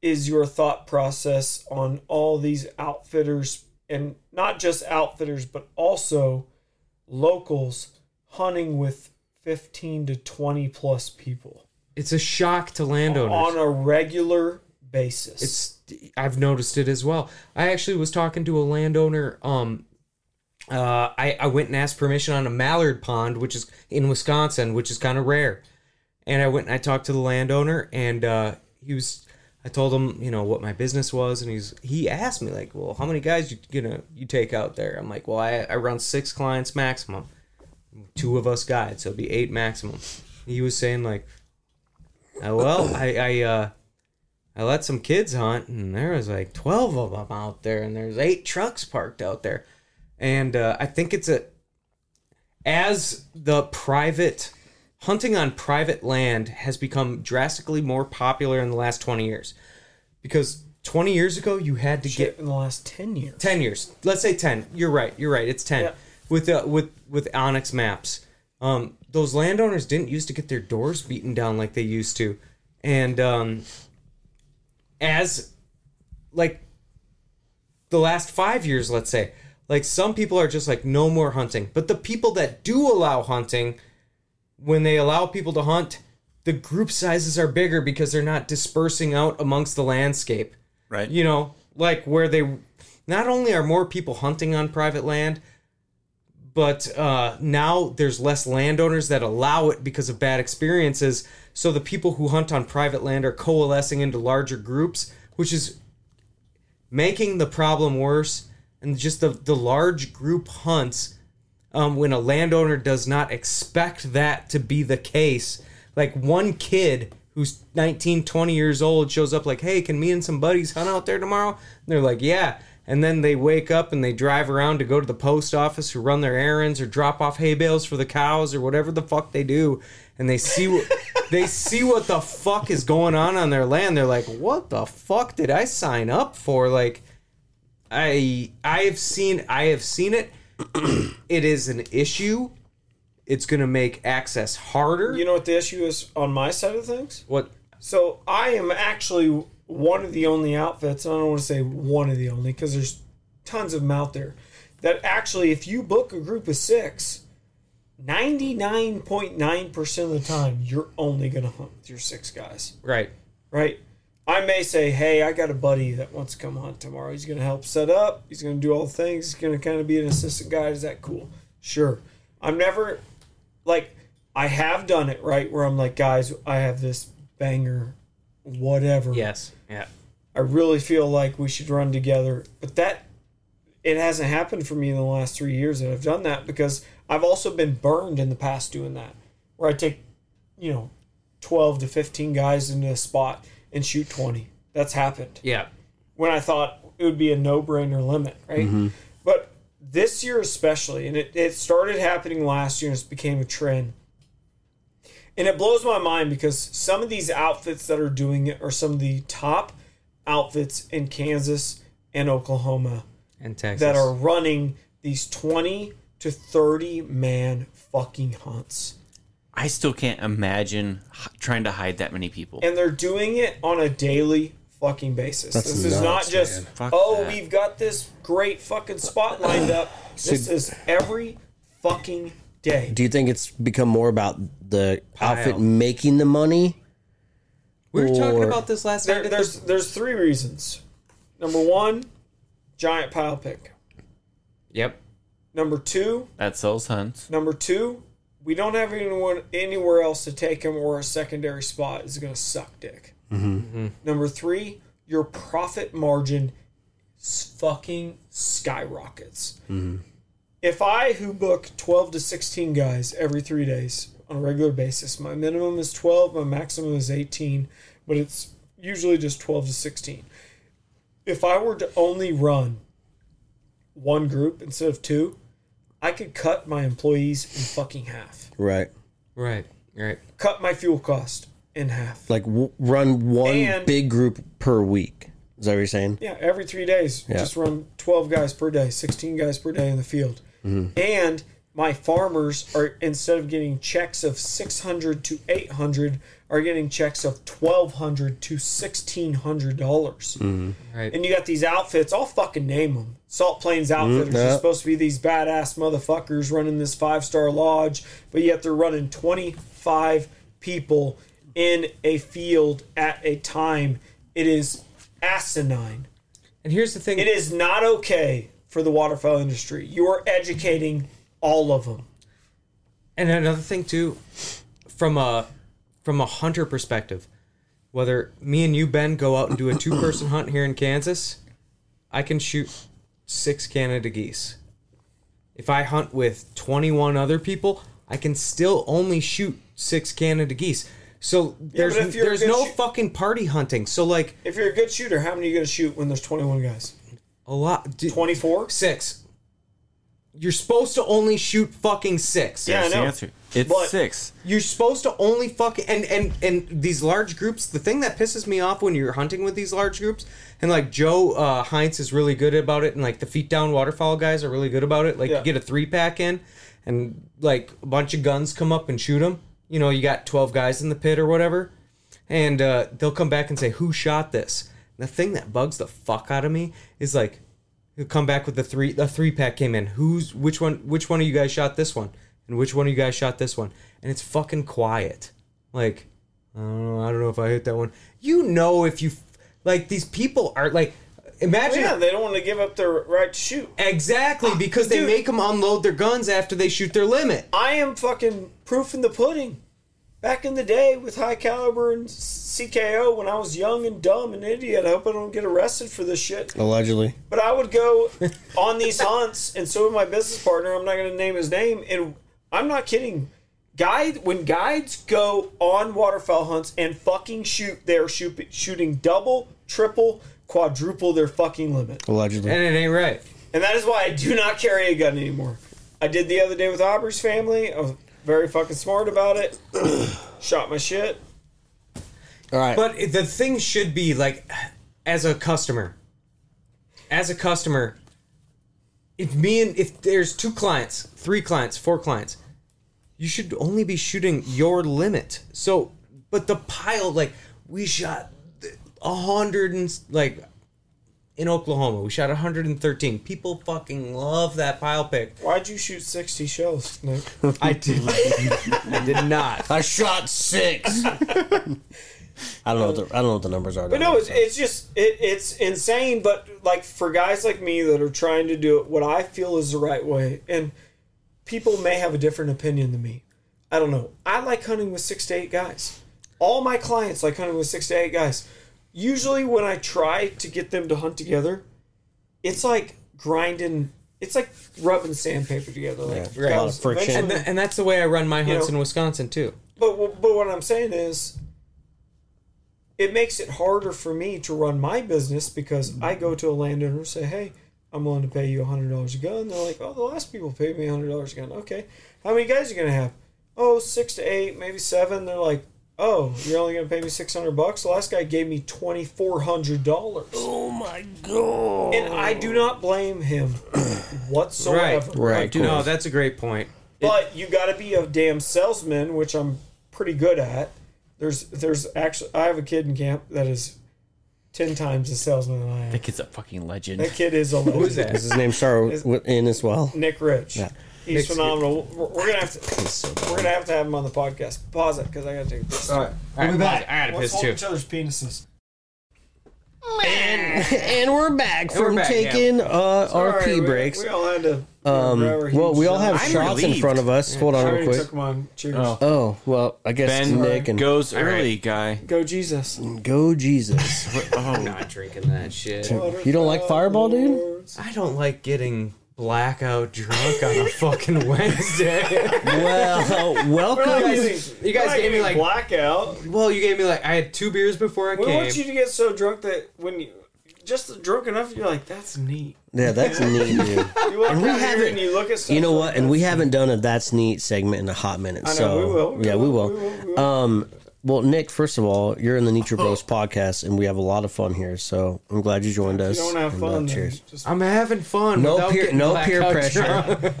C: is your thought process on all these outfitters and not just outfitters but also locals hunting with 15 to 20 plus people
F: It's a shock to landowners.
C: on a regular basis
F: it's I've noticed it as well. I actually was talking to a landowner. Um, uh, I I went and asked permission on a mallard pond, which is in Wisconsin, which is kind of rare. And I went and I talked to the landowner, and uh, he was. I told him, you know, what my business was, and he's he asked me like, well, how many guys you you know you take out there? I'm like, well, I, I run six clients maximum, two of us guides, so it'd be eight maximum. He was saying like, oh, well, I I uh, I let some kids hunt, and there was like twelve of them out there, and there's eight trucks parked out there, and uh, I think it's a as the private hunting on private land has become drastically more popular in the last twenty years, because twenty years ago you had to get
C: shit in the last 10 years
F: 10 years let's say 10 you're right you're right it's 10
C: Yeah.
F: with uh, with with onyx maps um those landowners didn't used to get their doors beaten down like they used to and um as like the last five years let's say like some people are just like no more hunting but the people that do allow hunting when they allow people to hunt the group sizes are bigger because they're not dispersing out amongst the landscape
E: Right.
F: you know, like where they not only are more people hunting on private land, but uh, now there's less landowners that allow it because of bad experiences. So the people who hunt on private land are coalescing into larger groups, which is making the problem worse. And just the, the large group hunts um, when a landowner does not expect that to be the case. Like one kid who's 19, 20 years old shows up, like, hey, can me and some buddies hunt out there tomorrow? And they're like, yeah. And then they wake up and they drive around to go to the post office or run their errands or drop off hay bales for the cows or whatever the fuck they do. And they see what. They see what the fuck is going on on their land. They're like, "What the fuck did I sign up for?" Like, I I have seen I have seen it. it is an issue. It's going to make access harder.
C: You know what the issue is on my side of things?
F: what?
C: So I am actually one of the only outfits, and I don't want to say one of the only because there's tons of them out there, that actually, if you book a group of six, 99.9% of the time, you're only going to hunt with your six guys,
F: Right.
C: right? I may say, hey, I got a buddy that wants to come hunt tomorrow. He's going to help set up. He's going to do all the things. He's going to kind of be an assistant guide. Is that cool? Sure. I'm never like I have done it right where I'm like, guys, I have this banger, whatever.
F: Yes. Yeah.
C: I really feel like we should run together, but that it hasn't happened for me in the last three years that I've done that because I've also been burned in the past doing that, where I take, you know, twelve to fifteen guys into a spot and shoot twenty. That's happened
F: Yeah.
C: when I thought it would be a no brainer limit, right? But this year, especially, and it, it started happening last year and it became a trend. And it blows my mind because some of these outfits that are doing it are some of the top outfits in Kansas and Oklahoma
F: And Texas.
C: that are running these 20 to 30 man fucking hunts.
E: I still can't imagine h- trying to hide that many people.
C: and they're doing it on a daily fucking basis.
D: That's
C: this is
D: nuts,
C: not just
D: man.
E: Fuck
C: oh,
E: that.
C: we've got this great fucking spot lined up. this is every fucking day.
D: Do you think it's become more about the outfit
F: Pile.
D: making the money?
F: we were talking
D: or-
F: about this last night.
C: There,
F: at
C: there's
F: the,
C: there's three reasons. Number one, giant pile pick.
E: Yep.
C: Number two,
E: That sells hunts.
C: number two, we don't have anyone anywhere else to take him, or a secondary spot is going to suck dick. Number three, your profit margin s- fucking skyrockets. If I who book twelve to sixteen guys every three days on a regular basis, my minimum is twelve, my maximum is eighteen, but it's usually just twelve to sixteen. If I were to only run one group instead of two, I could cut my employees in fucking half.
D: Right.
F: Right. Right.
C: Cut my fuel cost in half.
D: Like w- run one
C: And-
D: big group per week. Is that what you're saying?
C: Yeah, every three days, just run 12 guys per day, 16 guys per day in the field. And my farmers are, instead of getting checks of 600 to 800, are getting checks of 1200 to $1,600. dollars
F: Right.
C: And you got these outfits, I'll fucking name them. Salt Plains Outfitters are
D: yeah.
C: supposed to be these badass motherfuckers running this five star lodge, but yet they're running 25 people in a field at a time. It is asinine.
F: And here's the thing.
C: It is not okay for the waterfowl industry. You are educating all of them.
F: And another thing too, from a from a hunter perspective, whether me and you Ben go out and do a two person hunt here in Kansas, I can shoot six Canada geese. If I hunt with twenty one other people, I can still only shoot six Canada geese. So there's
C: if you're
F: there's
C: gonna
F: no
C: shoot-
F: fucking party hunting. So like
C: If you're a good shooter, how many are you going to shoot when there's 21 guys?
F: a lot dude,
C: 24?
F: six. You're supposed to only shoot fucking six.
C: Yeah, I
E: That's the
C: know.
E: answer. It's
C: But-
E: six.
F: You're supposed to only fuck and and and these large groups. The thing that pisses me off when you're hunting with these large groups, and like Joe uh, Heinz is really good about it, and like the feet down waterfowl guys are really good about it. Like
C: Yeah.
F: you get a three pack in, and like a bunch of guns come up and shoot them. You know, you got twelve guys in the pit or whatever, and uh, they'll come back and say, "Who shot this?" And the thing that bugs the fuck out of me is like, you come back with the three the three pack came in who's which one which one of you guys shot this one and which one of you guys shot this one and it's fucking quiet like i don't know i don't know if i hit that one you know if you like these people are like imagine
C: Oh, Yeah, they don't want to give up their right to shoot.
F: exactly because they
C: Dude.
F: make them unload their guns after they shoot their limit
C: I am fucking proof in the pudding. Back in the day with high caliber and CKO when I was young and dumb and idiot, I hope I don't get arrested for this shit.
D: Allegedly.
C: But I would go on these hunts, and so would my business partner. I'm not going to name his name, and I'm not kidding. Guide when guides go on waterfowl hunts and fucking shoot, they're shoot, shooting double, triple, quadruple their fucking limit,
D: Allegedly.
F: and it ain't right
C: and that is why I do not carry a gun anymore. I did the other day with Aubrey's family. I was very fucking smart about it. Shot my shit.
D: All right.
F: But the thing should be like, as a customer, as a customer, if me and if there's two clients, three clients, four clients, you should only be shooting your limit. So, but the pile, like we shot a hundred and s- like in Oklahoma, we shot 113. People fucking love that pile pick.
C: Why'd you shoot sixty shells, Nick?
F: I did, I did not.
D: I shot six. I don't know. What the, I don't know what the numbers are.
C: But no, it's, it's just it, it's insane. But like for guys like me that are trying to do it, what I feel is the right way, and people may have a different opinion than me. I don't know. I like hunting with six to eight guys. All my clients like hunting with six to eight guys. Usually, when I try to get them to hunt together, it's like grinding. It's like rubbing sandpaper together. Like
D: Yeah, a lot of
C: guys,
D: friction.
C: eventually-
F: And, tha- and that's the way I run my hunts
C: know-
F: in Wisconsin too.
C: but but what I'm saying is, it makes it harder for me to run my business because I go to a landowner and say, "Hey, I'm willing to pay you hundred dollars a gun." They're like, "Oh, the last people paid me hundred dollars a gun." Okay, how many guys are you gonna have? Oh, six to eight, maybe seven. They're like, "Oh, you're only gonna pay me six hundred bucks." The last guy gave me twenty four hundred dollars. Oh my god! And I do not blame him whatsoever.
D: right.
F: Dude, no, that's a great point.
C: But you got to be a damn salesman, which I'm pretty good at. There's there's actually I have a kid in camp that is ten times a salesman than I am.
E: That kid's a fucking legend.
C: That kid is a legend.
F: that?
D: Does his name start with- with N as well?
C: Nick Rich. He's
F: Nick's
C: phenomenal. We're, we're gonna have to
D: So
C: we're gonna have to have him on the podcast. Pause it because I gotta take this.
F: All right, we'll be back. I gotta
C: Let's
F: piss
C: hold
F: too.
C: each other's penises.
D: And, and we're back
F: we're
D: from
F: back, yeah.
D: taking uh, our
C: Sorry,
D: pee
C: we-
D: breaks.
C: We all had to.
D: um, well, we all have shots in
E: relieved.
D: front of us. Hold on,
C: Sorry,
D: real
C: you
D: quick.
C: took mine. Cheers.
D: Oh well, I guess
E: Ben
D: Nick and go,
E: goes early, guy.
C: Go Jesus.
D: Jesus.
F: I'm not drinking that shit.
D: you don't like Fireball, dude?
F: I don't like getting blackout drunk on a fucking Wednesday.
D: Well, welcome.
F: you guys gave me, like-
C: blackout.
F: well, you gave me like I had two beers before I
C: We
F: came.
C: want you to get so drunk that when you just drunk enough, you're like, that's neat.
D: Yeah, that's neat, dude.
C: You walk
D: And we
C: out here
D: haven't-
C: and you look at stuff.
D: You know
C: like
D: what? And we haven't done a that's neat segment in a hot minute.
C: know,
D: so
C: we will, we
D: yeah, we
C: will,
D: will.
C: we will, we will.
D: Um, well, Nick, first of all, you're in the Nitro Bros podcast, and we have a lot of fun here. So I'm glad you joined
C: that.
D: us.
C: You don't have
D: and, uh,
C: fun. then
D: cheers.
C: Just,
F: I'm having fun.
D: No
F: without
D: peer,
F: getting
D: no peer
F: blackout
D: pressure.
F: drunk.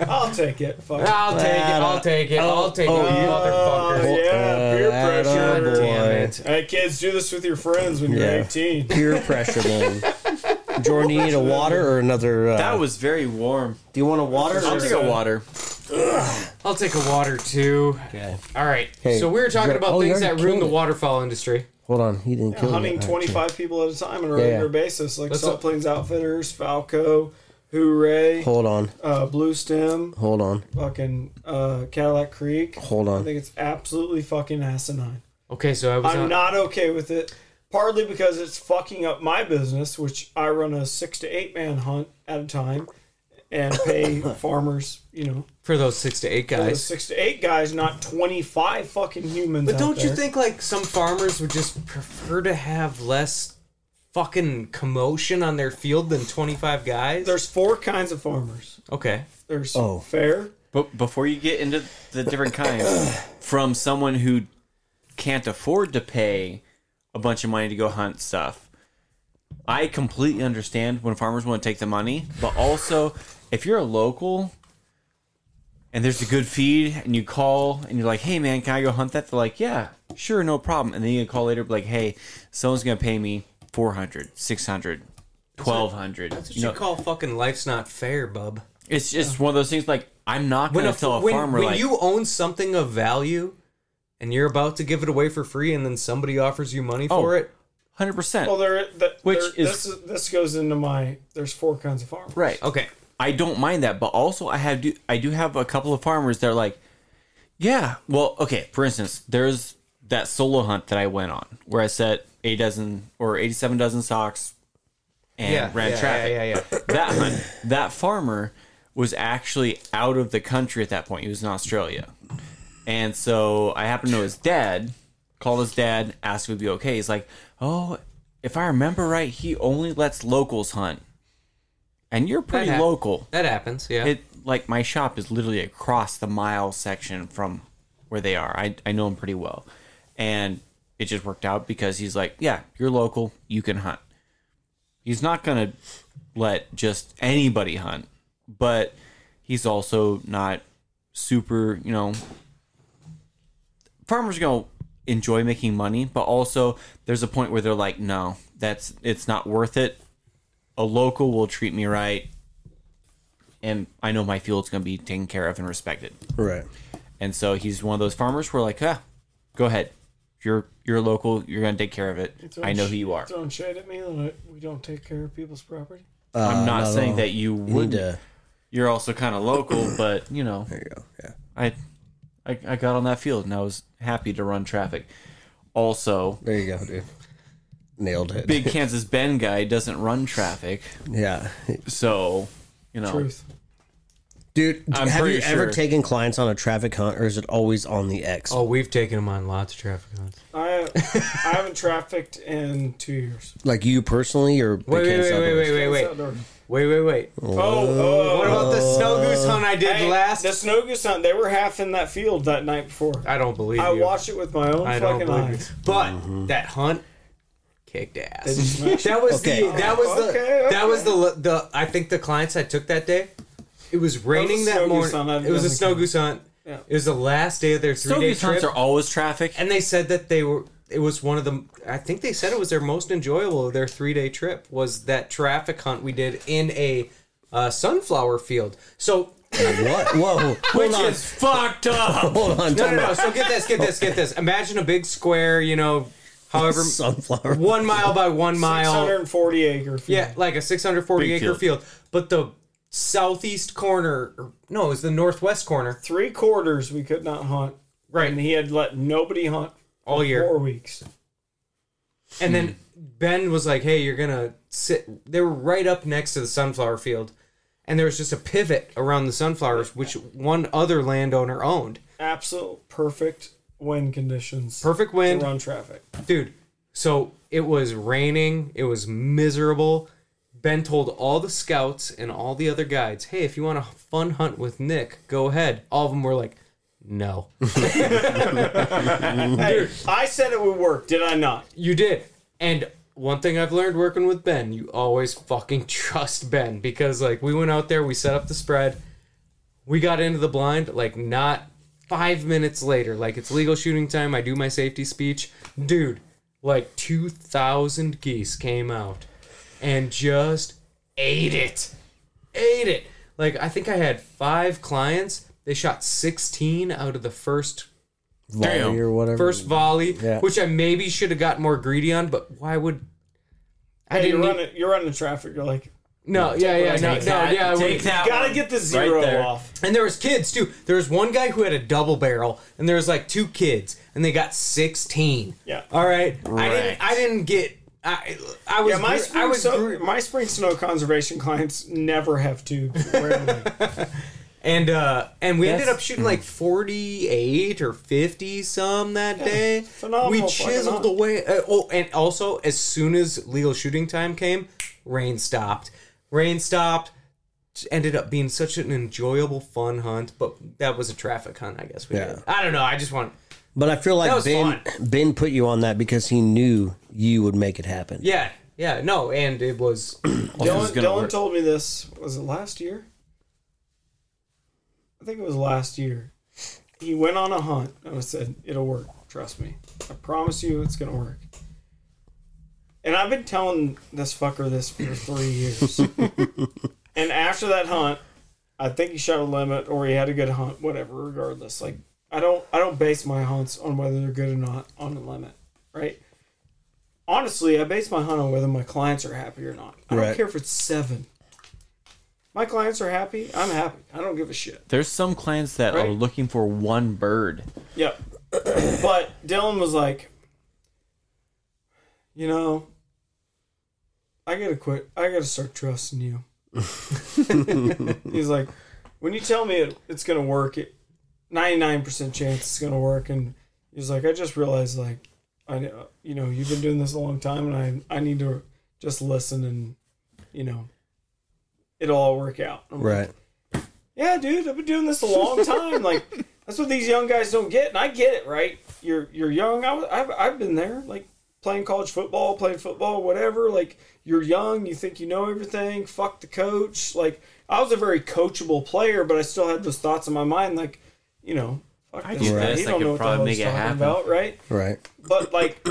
C: I'll take it. Fuck. it.
F: I'll take it. I'll take it. I'll take
D: Oh,
F: it,
D: you-
F: motherfucker.
C: Oh, yeah, peer
D: atta
C: pressure.
D: boy.
F: Damn it.
C: Hey kids, do this with your friends when you're
D: Yeah.
C: 18.
D: Peer pressure, man. Jordan, you need a water or another? Uh,
E: That was very warm.
D: do you want a water?
E: I'll take a water.
F: I'll take a water too.
D: Okay.
F: All right.
D: Hey,
F: so we were talking
D: you-
F: about
D: oh, you
F: things
D: already
F: that ruin the
D: killed it.
F: waterfowl industry.
D: Hold on, he didn't kill me.
C: hunting
D: All right,
C: 25 people at a time on a regular
D: yeah.
C: basis, like
F: That's
C: Salt
F: a-
C: Plains Outfitters, Falco, Hooray,
D: Hold on,
C: uh, Blue Stem,
D: hold on,
C: fucking uh, Cadillac Creek.
D: hold
C: I
D: on.
C: think it's absolutely fucking asinine.
F: Okay, so I was
C: I'm
F: on.
C: not okay with it, partly because it's fucking up my business, which I run a six to eight man hunt at a time and pay farmers, you know,
F: for those six to eight
C: those
F: guys.
C: six to eight guys, not 25 fucking humans.
F: But
C: out
F: don't you
C: there.
F: think like some farmers would just prefer to have less fucking commotion on their field than twenty five guys?
C: there's four kinds of farmers?
F: Okay.
C: There's
D: Oh.
C: fair.
E: But before you get into the different kinds, from someone who can't afford to pay a bunch of money to go hunt stuff, I completely understand when farmers want to take the money. But also, if you're a local and there's a good feed and you call and you're like, hey man, can I go hunt that? They're like, yeah, sure, no problem. And then you call later, be like, hey, someone's going to pay me 400, 600, 1200.
F: That's what you call fucking life's not fair, bub.
E: It's just one of those things. Like I'm not
F: When
E: going
F: a,
E: to tell a
F: when,
E: farmer
F: when
E: like
F: you own something of value and you're about to give it away for free and then somebody offers you money
E: Oh.
F: for it,
E: hundred percent.
C: Well, there, that,
E: Which
C: there-
E: is-
C: this, is, this goes into my. There's four kinds of farmers.
E: Right.
F: okay.
E: I don't mind that, but also I have do I do have a couple of farmers that are like, yeah. Well, okay. For instance, there's that solo hunt that I went on where I set a dozen or eighty-seven dozen socks and
F: Yeah,
E: ran
F: yeah,
E: traffic.
F: yeah, yeah, yeah.
E: That hunt, that farmer was actually out of the country at that point. He was in Australia, and so I happened to know his dad. Called his dad, asked if he'd be okay. He's like, "Oh, if I remember right, he only lets locals hunt." And you're pretty
F: hap-
E: local
F: That happens, yeah.
E: it like my shop is literally across the mile section from where they are. I I know him pretty well, and it just worked out because he's like, yeah, you're local, you can hunt. He's not gonna let just anybody hunt, but he's also not super. You know, farmers are gonna enjoy making money, but also there's a point where they're like, no, that's it's not worth it. A local will treat me right and I know my field's going to be taken care of and respected.
D: Right.
E: And so he's one of those farmers where like, ah, go ahead, you're you're local, you're going to take care of it. I know who you are.
C: Throwing shade at me that we don't take care of people's property.
E: I'm not
D: Uh, at
E: saying
D: all.
E: that you
D: You need
E: would.
D: to.
E: You're also kind of local, but you know,
D: There you go. Yeah.
E: I, I I got on that field and I was happy to run traffic. Also,
D: There you go, dude. Nailed it.
E: big Kansas Bend guy doesn't run traffic,
D: Yeah.
E: so you know.
C: Truth.
D: Dude,
E: I'm
D: have you
E: pretty
D: ever
E: sure.
D: taken clients on a traffic hunt or is it always on the X?
F: oh, we've taken them on lots of traffic hunts.
C: I I haven't trafficked in two years.
D: Like you personally or
F: Wait, wait, wait, wait, wait, wait, wait,
C: It's outdoor.
F: wait, wait, wait.
C: Oh, oh,
F: What about the snow goose
E: Uh,
F: hunt I did
C: hey,
F: last?
C: The snow goose hunt. They were half in that field that night before.
F: I don't believe
C: I
F: you.
C: watched it with my own
F: I don't
C: fucking
F: believe you.
C: eyes.
F: But
E: Mm-hmm.
F: that hunt kicked ass.
C: Smash
F: That was the
D: Okay.
F: that was the
C: Okay,
F: that was the the I think the clients I took that day. It was raining
C: snow
F: that
C: goose
F: morning.
C: hunt. That
F: It was a
C: doesn't
F: snow
C: count.
F: goose hunt.
C: Yeah.
F: It was the last day of their three
E: So
F: day
E: these
F: trip,
E: hunts are always traffic.
F: and they said that they were. It was one of the. I think they said it was their most enjoyable of their three day trip was that traffic hunt we did in a uh, sunflower field. So
D: What? Whoa.
E: which
D: Hold on.
E: is fucked up.
D: Hold on.
F: No,
D: time
F: no, no.
D: out.
F: So get this, get this, get this. Imagine a big square, you know, However,
D: Sunflower.
F: one mile by one mile.
C: 640 acre. field.
F: Yeah, like a 640
E: Big
F: acre field. But the southeast corner, or, no, it was the northwest corner
C: Three quarters we could not hunt.
F: Right.
C: And he had let nobody hunt
F: all year.
C: four weeks.
F: And then Ben was like, "Hey, you're gonna sit." They were right up next to the sunflower field, and there was just a pivot around the sunflowers, which one other landowner owned.
C: Absolute perfect wind conditions.
F: Perfect
C: to
F: wind,
C: run traffic.
F: dude. So it was raining. It was miserable. Ben told all the scouts and all the other guides, "Hey, if you want a fun hunt with Nick, go ahead." All of them were like, "No,
C: Hey, I said it would work, did I not?
F: you did." And one thing I've learned working with Ben, you always fucking trust Ben because like we went out there, we set up the spread, we got into the blind like not five minutes later like it's legal shooting time i do my safety speech dude like 2000 geese came out and just ate it ate it like i think i had five clients they shot 16 out of the first
D: Volley or whatever.
F: first volley
D: Mm. Yeah.
F: which i maybe should have got more greedy on but why would i
C: Hey,
F: didn't
C: you're
F: need-
C: running, you're running traffic. You're like,
F: no yeah yeah no, no yeah I
E: take
F: wouldn't-
E: that.
C: gotta
E: one.
C: get the zero
E: right there.
C: off.
F: And there was kids too. There was one guy who had a double barrel, and there was like two kids, and they got sixteen.
C: Yeah.
F: All right. I
E: Right.
F: didn't. I didn't get. I. I was.
C: Yeah, my
F: gr-
C: spring,
F: I was.
C: so-
F: gr-
C: my spring snow conservation clients never have tubes. rarely.
F: and uh, and we ended
D: That's-
F: up shooting like forty eight or fifty some that day.
C: phenomenal
F: We
C: fucking
F: chiseled
C: hunt.
F: away. Uh, oh, and also as soon as legal shooting time came, rain stopped. Rain stopped. Ended up being such an enjoyable, fun hunt, but that was a traffic hunt, I guess. We
D: Yeah.
F: did. I don't know. I just want.
D: But I feel
F: That
D: like
F: was
D: Ben Ben put you on that because he knew you would make it happen.
F: Yeah, yeah, no, and it was
C: Dylan,
E: gonna
C: Dylan
E: work.
C: told me this. Was it last year? I think it was last year. He went on a hunt, and I said, "It'll work. Trust me. I promise you, it's gonna work." And I've been telling this fucker this for three years. and after that hunt, I think he shot a limit or he had a good hunt. Whatever, regardless. Like I don't, I don't base my hunts on whether they're good or not on a limit, right? honestly, I base my hunt on whether my clients are happy or not. I
D: Right.
C: don't care if it's seven. My clients are happy. I'm happy. I don't give a shit.
E: There's some clans that
C: Right.
E: are looking for one bird.
C: Yep. but Dylan was like, you know, I gotta quit. I gotta start trusting you. He's like, when you tell me it, it's gonna work, it ninety nine percent chance it's gonna work, and he's like, I just realized like, I know- you know you've been doing this a long time, and I I need to just listen and you know, it'll all work out. I'm like,
D: Right.
C: yeah, dude, I've been doing this a long time. like that's what these young guys don't get, and I get it, right? You're you're young. I was, I've I've been there, like playing college football, playing football, whatever. Like you're young, you think you know everything. Fuck the coach. Like I was a very coachable player, but I still had those thoughts in my mind, like you know, fuck I
E: did this,
C: He
E: I
C: don't
E: could
C: know what the
E: probably
C: hell
E: make
C: he's
E: it
C: talking
E: happen.
C: about, right?
D: Right.
C: But like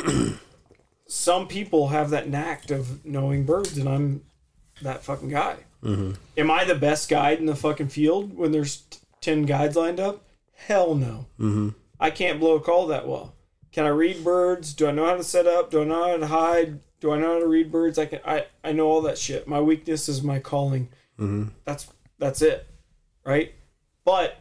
C: some people have that knack of knowing birds, and I'm that fucking guy. Am I the best guide in the fucking field when there's t- 10 guides lined up? Hell no. Mm-hmm. I can't blow a call that well. Can I read birds? Do I know how to set up? Do I know how to hide? Do I know how to read birds? I can I, I know all that shit. My weakness is my calling. That's that's it. Right? But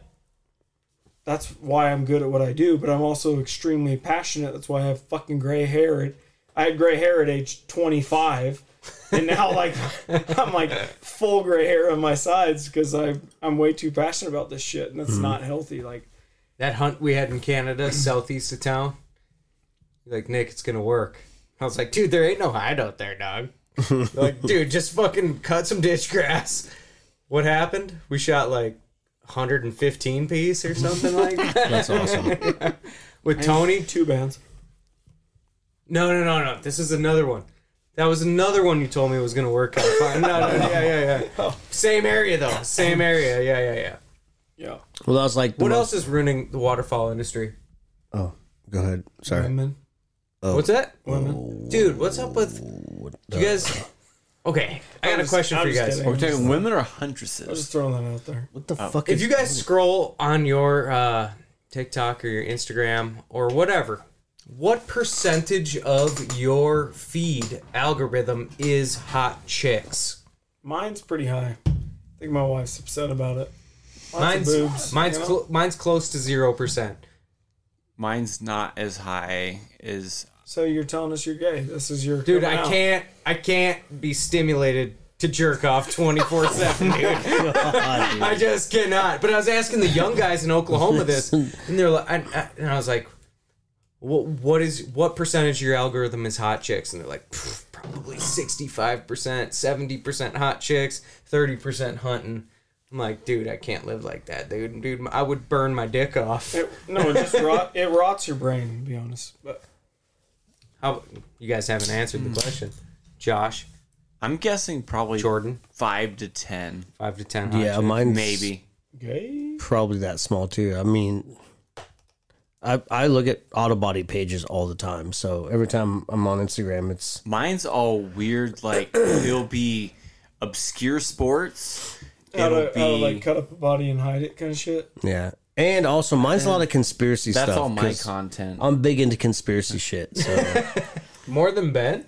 C: that's why I'm good at what I do, but I'm also extremely passionate. That's why I have fucking gray hair. at- I had gray hair at age 25, and now like I'm like full gray hair on my sides because I I'm way too passionate about this shit, and that's
F: Mm-hmm.
C: not healthy. Like
F: that hunt we had in Canada, southeast of town. You're Like Nick, it's gonna work. I was like, dude, there ain't no hideout there, dog. They're like, dude, just fucking cut some ditch grass. What happened? We shot like 115 piece or something like that
D: That's awesome.
F: with Tony.
C: two bands.
F: No, no, no, no. This is another one. That was another one you told me was gonna work out. fine. No, no, yeah, yeah, yeah. Same area though. Same area. Yeah, yeah, yeah.
C: Yeah,
D: well, that was like the
F: What
D: most-
F: else is ruining the waterfall industry?
D: Oh, go ahead. Sorry.
C: women,
F: What's that? Dude, what's up with you guys? Okay, I got a
C: just-
F: question
C: I'm
F: for you
C: just
F: guys.
C: kidding.
E: Are we talking women or
C: I'm
E: huntresses?
C: just throwing that out there.
D: What the
E: Oh,
D: fuck?
F: If you guys scroll on your uh, TikTok or your Instagram or whatever, What percentage of your feed algorithm is hot chicks?
C: Mine's pretty high. I think my wife's upset about it. Lots of
F: Mine's
C: boobs,
F: mine's
C: you know?
F: cl- mine's close to zero percent.
E: Mine's not as high as
C: so you're telling us you're gay. This is your
F: Dude,
C: coming
F: I
C: out.
F: can't I can't be stimulated to jerk off 24/7, dude. I just cannot. But I was asking the young guys in Oklahoma this and they're like and, and I was like what what is what percentage of your algorithm is hot chicks and they're like "Pff, probably 65%, 70% hot chicks, 30% hunting. I'm like, dude, I can't live like that, dude. Dude, I would burn my dick off.
C: It, no, it just rot, it rots your brain. To be honest, but
F: How, you guys haven't answered the question. Josh,
E: I'm guessing probably
F: Jordan,
E: five to ten,
F: 5 to 10 hot
D: Yeah,
F: chicks.
D: mine's
E: maybe.
C: gay.
D: probably that small too. I mean, I I look at auto body pages all the time. So every time I'm on Instagram, it's
E: Mine's all weird. Like it'll be obscure sports.
C: How
E: It'll
C: to,
E: be
C: how to like cut up a body and hide it, kind of shit.
D: yeah. And also, mine's a lot of conspiracy
E: that's
D: stuff.
E: all my
D: 'cause
E: content.
D: I'm big into conspiracy shit, so
F: More than Ben?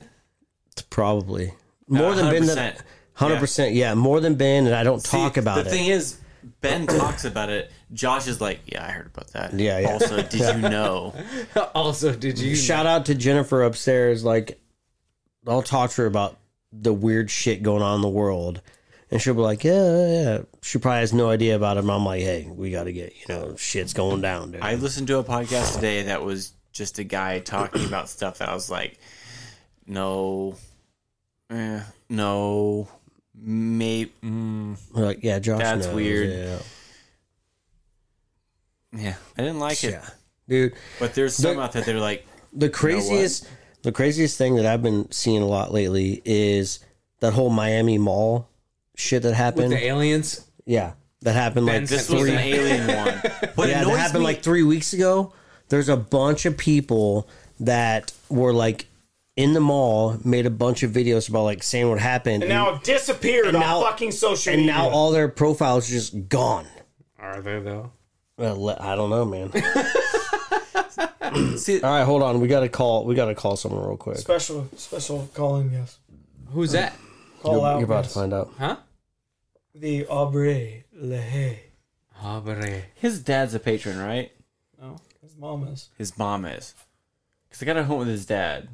D: it's probably more
E: Uh,
D: than Ben.
E: 100%,
D: that- Hundred percent, yeah, more than Ben, and I don't talk
E: See,
D: about
E: the
D: it.
E: thing is, Ben talks about it. Josh is like, "Yeah, I heard about that."
D: Yeah, yeah.
E: Also, did you know?
F: also, did you
D: Shout out to Jennifer upstairs. Like, I'll talk to her about the weird shit going on in the world. And she'll be like, yeah, yeah. yeah." She probably has no idea about it. And I'm like, hey, we got to get, you know, shit's going down, dude.
E: I listened to a podcast today that was just a guy talking about stuff that I was like, "No, eh, no, maybe." Mm.
D: We're like, yeah, Josh.
E: That's
D: knows,
E: weird.
D: Yeah.
E: Yeah, I didn't like it.
D: yeah. Dude,
E: But there's some out there that are like,
D: the craziest, the craziest thing that I've been seeing a lot lately is that whole Miami Mall shit that
F: with
D: happened.
F: the aliens?
D: yeah. That happened like
F: Ben
E: This
F: Sent
E: was
F: me
E: an
F: that.
E: alien one. What
D: yeah,
E: annoys
D: that happened
E: me,
D: like three weeks ago. There's a bunch of people that were like in the mall, made a bunch of videos about like saying what happened,
C: And now it disappeared
D: And
C: on
D: now-
C: fucking social
D: and
C: media.
D: now all their profiles are just gone.
F: Are there though?
D: Well, le- I don't know, man.
E: See-
D: All right, hold on. We got to call. We got to call someone real quick.
C: special special calling yes.
F: Who's that?
C: Call
D: You're,
C: out.
D: you're about to
C: yes.
D: find out.
F: Huh?
C: the Aubrey LeHay.
F: Aubrey.
E: his dad's a patron, right?
C: No, his mom is.
E: His mom is. Because I got a home with his dad.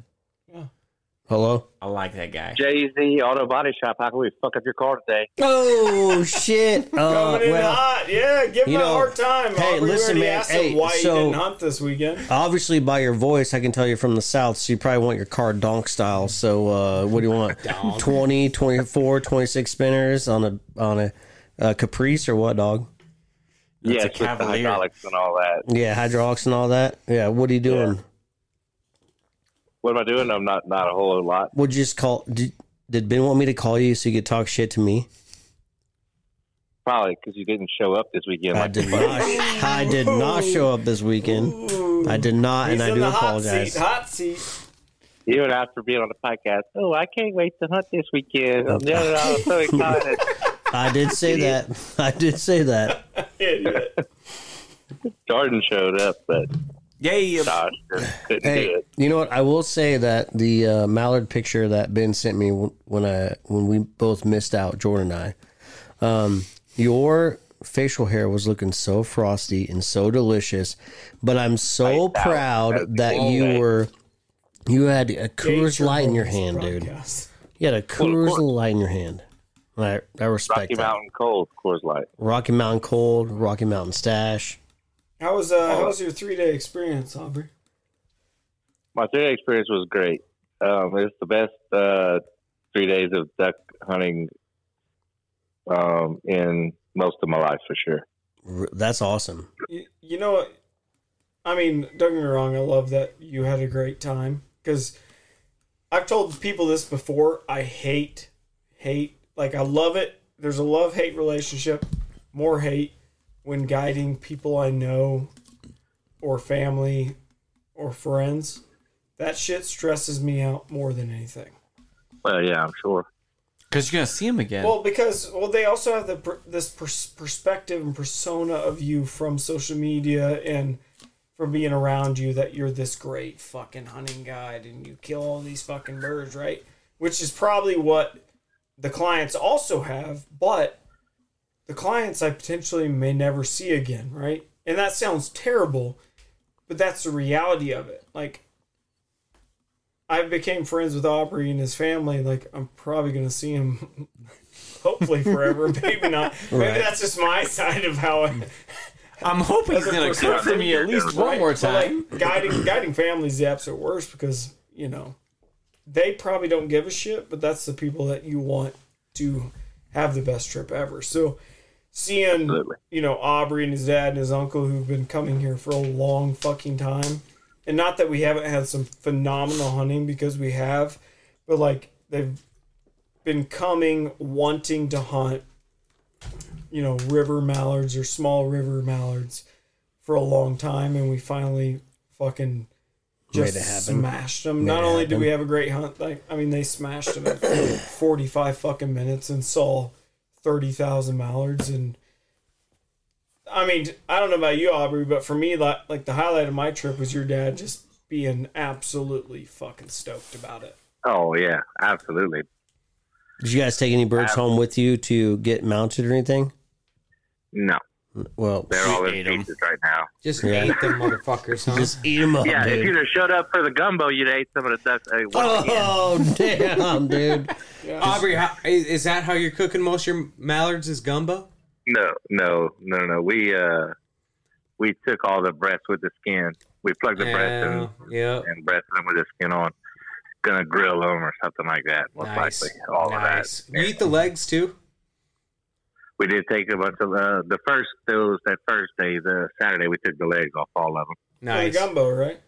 D: Hello.
E: I like that guy.
G: Jay Z Auto Body Shop. How can we fuck up your car today?
D: Oh shit. Uh,
C: Coming in
D: well,
C: hot, yeah. Give him
D: you
C: a
D: know,
C: hard time.
D: hey,
C: Aubrey. We
D: listen,
C: already
D: man,
C: Asked
D: hey,
C: him why
D: so-
C: you didn't hunt this weekend?
D: obviously by your voice, I can tell you're from the south, so you probably want your car donk style. So uh, what do you want? 20, 24, 26 spinners on a on a, a Caprice or what, dog?
E: That's
G: yes,
E: a
G: with the
E: cavalier.
G: hydraulics and all that.
D: Yeah, hydraulics and all that. Yeah, what are you doing?
G: What am I doing? I'm not not a whole lot.
D: Would you just call? Did, did Ben want me to call you so you could talk shit to me?
G: Probably because you didn't show up this weekend.
D: I
G: Like,
D: did not. I did not show up this weekend. I did not,
C: He's
D: and I
C: in
D: do
C: the hot
D: apologize.
C: seat. Hot seat.
G: you and I for being on the podcast. Oh, I can't wait to hunt this weekend. I'm, yelling, I'm so excited.
D: I did say that. I did say that.
C: Idiot.
G: Jordan showed up, but
E: Yay!
G: Josh just couldn't do
D: Hey,
G: it.
D: you know what? I will say that the uh, mallard picture that Ben sent me w- when I when we both missed out, Jordan and I, um, your facial hair was looking so frosty and so delicious. But I'm so
G: Lights out. That's
D: proud that you
G: always-
D: were you had a
C: Hate
D: Coors
C: your
D: Light in your
C: rules
D: hand, dude.
C: broadcast.
D: You had a Coors
G: course.
D: Light in your hand. I I respect
G: Rocky
D: that.
G: Mountain Cold, Coors Light.
D: Rocky Mountain Cold, Rocky Mountain Stash.
C: How was uh, how was your three day experience, Aubrey?
G: My three day experience was great. Um, it's the best uh, three days of duck hunting um, in most of my life for sure.
D: R- That's awesome.
C: you, you know what? I mean, don't get me wrong. I love that you had a great time because I've told people this before. I hate, hate. Like I love it. There's a love hate relationship. More hate when guiding people I know, or family, or friends. That shit stresses me out more than anything.
G: Well, yeah, I'm sure.
E: Because you're going to see him again.
C: Well, because well, they also have the per- this pers- perspective and persona of you from social media and from being around you that you're this great fucking hunting guide and you kill all these fucking birds, right? Which is probably what the clients also have, but the clients I potentially may never see again, right? And that sounds terrible, but that's the reality of it. Like I became friends with Aubrey and his family, like I'm probably gonna see him hopefully forever, maybe not. Maybe that's just my side of how I
E: I'm hoping he's gonna cook for me at least one
C: Right,
E: more
C: but,
E: time.
C: like, guiding guiding families the absolute worst because you know they probably don't give a shit, but that's the people that you want to have the best trip ever. So seeing you know Aubrey and his dad and his uncle who've been coming here for a long fucking time, and not that we haven't had some phenomenal hunting because we have, but like they've been coming wanting to hunt you know river mallards or small river mallards for a long time and we finally fucking just
D: Made it happen.
C: smashed them.
D: Made
C: Not
D: it
C: only did
D: happen.
C: we have a great hunt, like I mean, they smashed them in 45 fucking minutes and saw 30,000 mallards. And I mean, I don't know about you, Aubrey, but for me, like, like the highlight of my trip was your dad just being absolutely fucking stoked about it.
G: Oh yeah, absolutely.
D: Did you guys take any birds home with you to get mounted or anything?
G: No,
D: Well,
G: they're all
E: ate
G: in
E: 'em.
G: pieces right now.
F: Just
D: Yeah.
F: ate them motherfuckers, huh?
D: just eat
F: Oh,
D: them up,
G: Yeah, if you'd
D: dude.
G: have showed up for the gumbo, you'd ate some of the ducks. Hey, once again,
D: Oh damn, dude!
F: Aubrey, how, is, is that how you're cooking most of your mallards? Is gumbo?
G: no, no, no, no. We uh, we took all the breasts with the skin. We plugged the breasts
F: yeah,
G: and
F: yeah.
G: and breast them with the skin on. Gonna grill them or something like that. Most
F: Nice.
G: likely, all
F: nice.
G: of that.
F: You eat the legs too?
G: We did take a bunch of uh, the first those that first day, the Saturday. We took the legs off all of them.
C: Nice.
F: Nice.
C: The gumbo, right?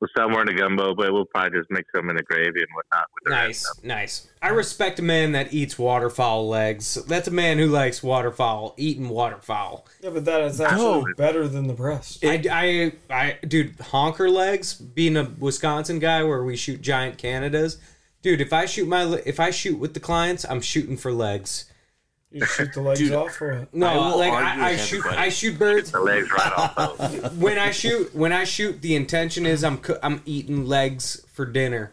G: Well, somewhere in the gumbo, but we'll probably just mix them in the gravy and whatnot. With the
F: Nice, nice. I respect a man that eats waterfowl legs. That's a man who likes waterfowl, eating waterfowl.
C: Yeah, but that is actually better than the breast.
F: I, I, I, dude, honker legs. Being a Wisconsin guy, where we shoot giant Canadas, dude. If I shoot my, le- if I shoot with the clients, I'm shooting for legs.
C: You shoot the legs off for it.
F: No,
E: I will
F: like
E: argue
F: I, I
E: with
F: shoot,
E: everybody.
F: I shoot birds.
G: The legs right off. Those.
F: when I shoot, when I shoot, the intention is I'm coo- I'm eating legs for dinner.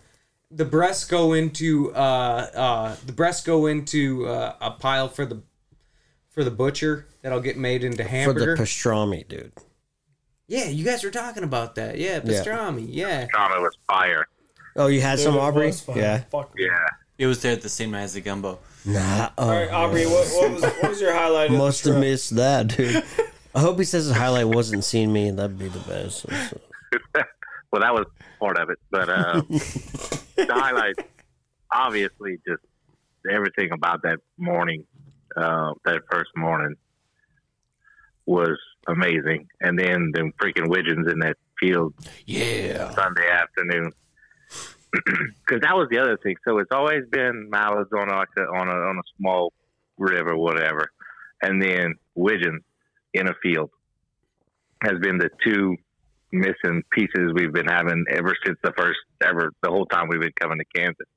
F: The breasts go into uh, uh, the breasts go into uh, a pile for the for the butcher that'll get made into
D: For the
F: hamburger.
D: pastrami, dude.
F: yeah, you guys were talking about that. Yeah,
D: Yeah.
F: pastrami. Yeah,
G: Trauma was fire.
D: Oh, you had some
C: Dude, it
D: Aubrey?
C: was fun.
D: Yeah.
C: Fuck
G: Yeah,
E: It was there at the same night as the gumbo. Uh,
D: Nah. Oh,
C: All right, Aubrey, what, what was what was your highlight? of the
D: must have
C: trip?
D: missed that, dude. I hope he says his highlight wasn't seeing me. That'd be the best.
G: well, that was part of it, but uh, the highlight, obviously, just everything about that morning, uh, that first morning, was amazing. And then them freaking widgeons in that field
E: Yeah.
G: Sunday afternoon. Because that was the other thing. So it's always been mallards on like a, on a on a small river, whatever, and then widgeons in a field has been the two missing pieces we've been having ever since the first ever the whole time we've been coming to Kansas,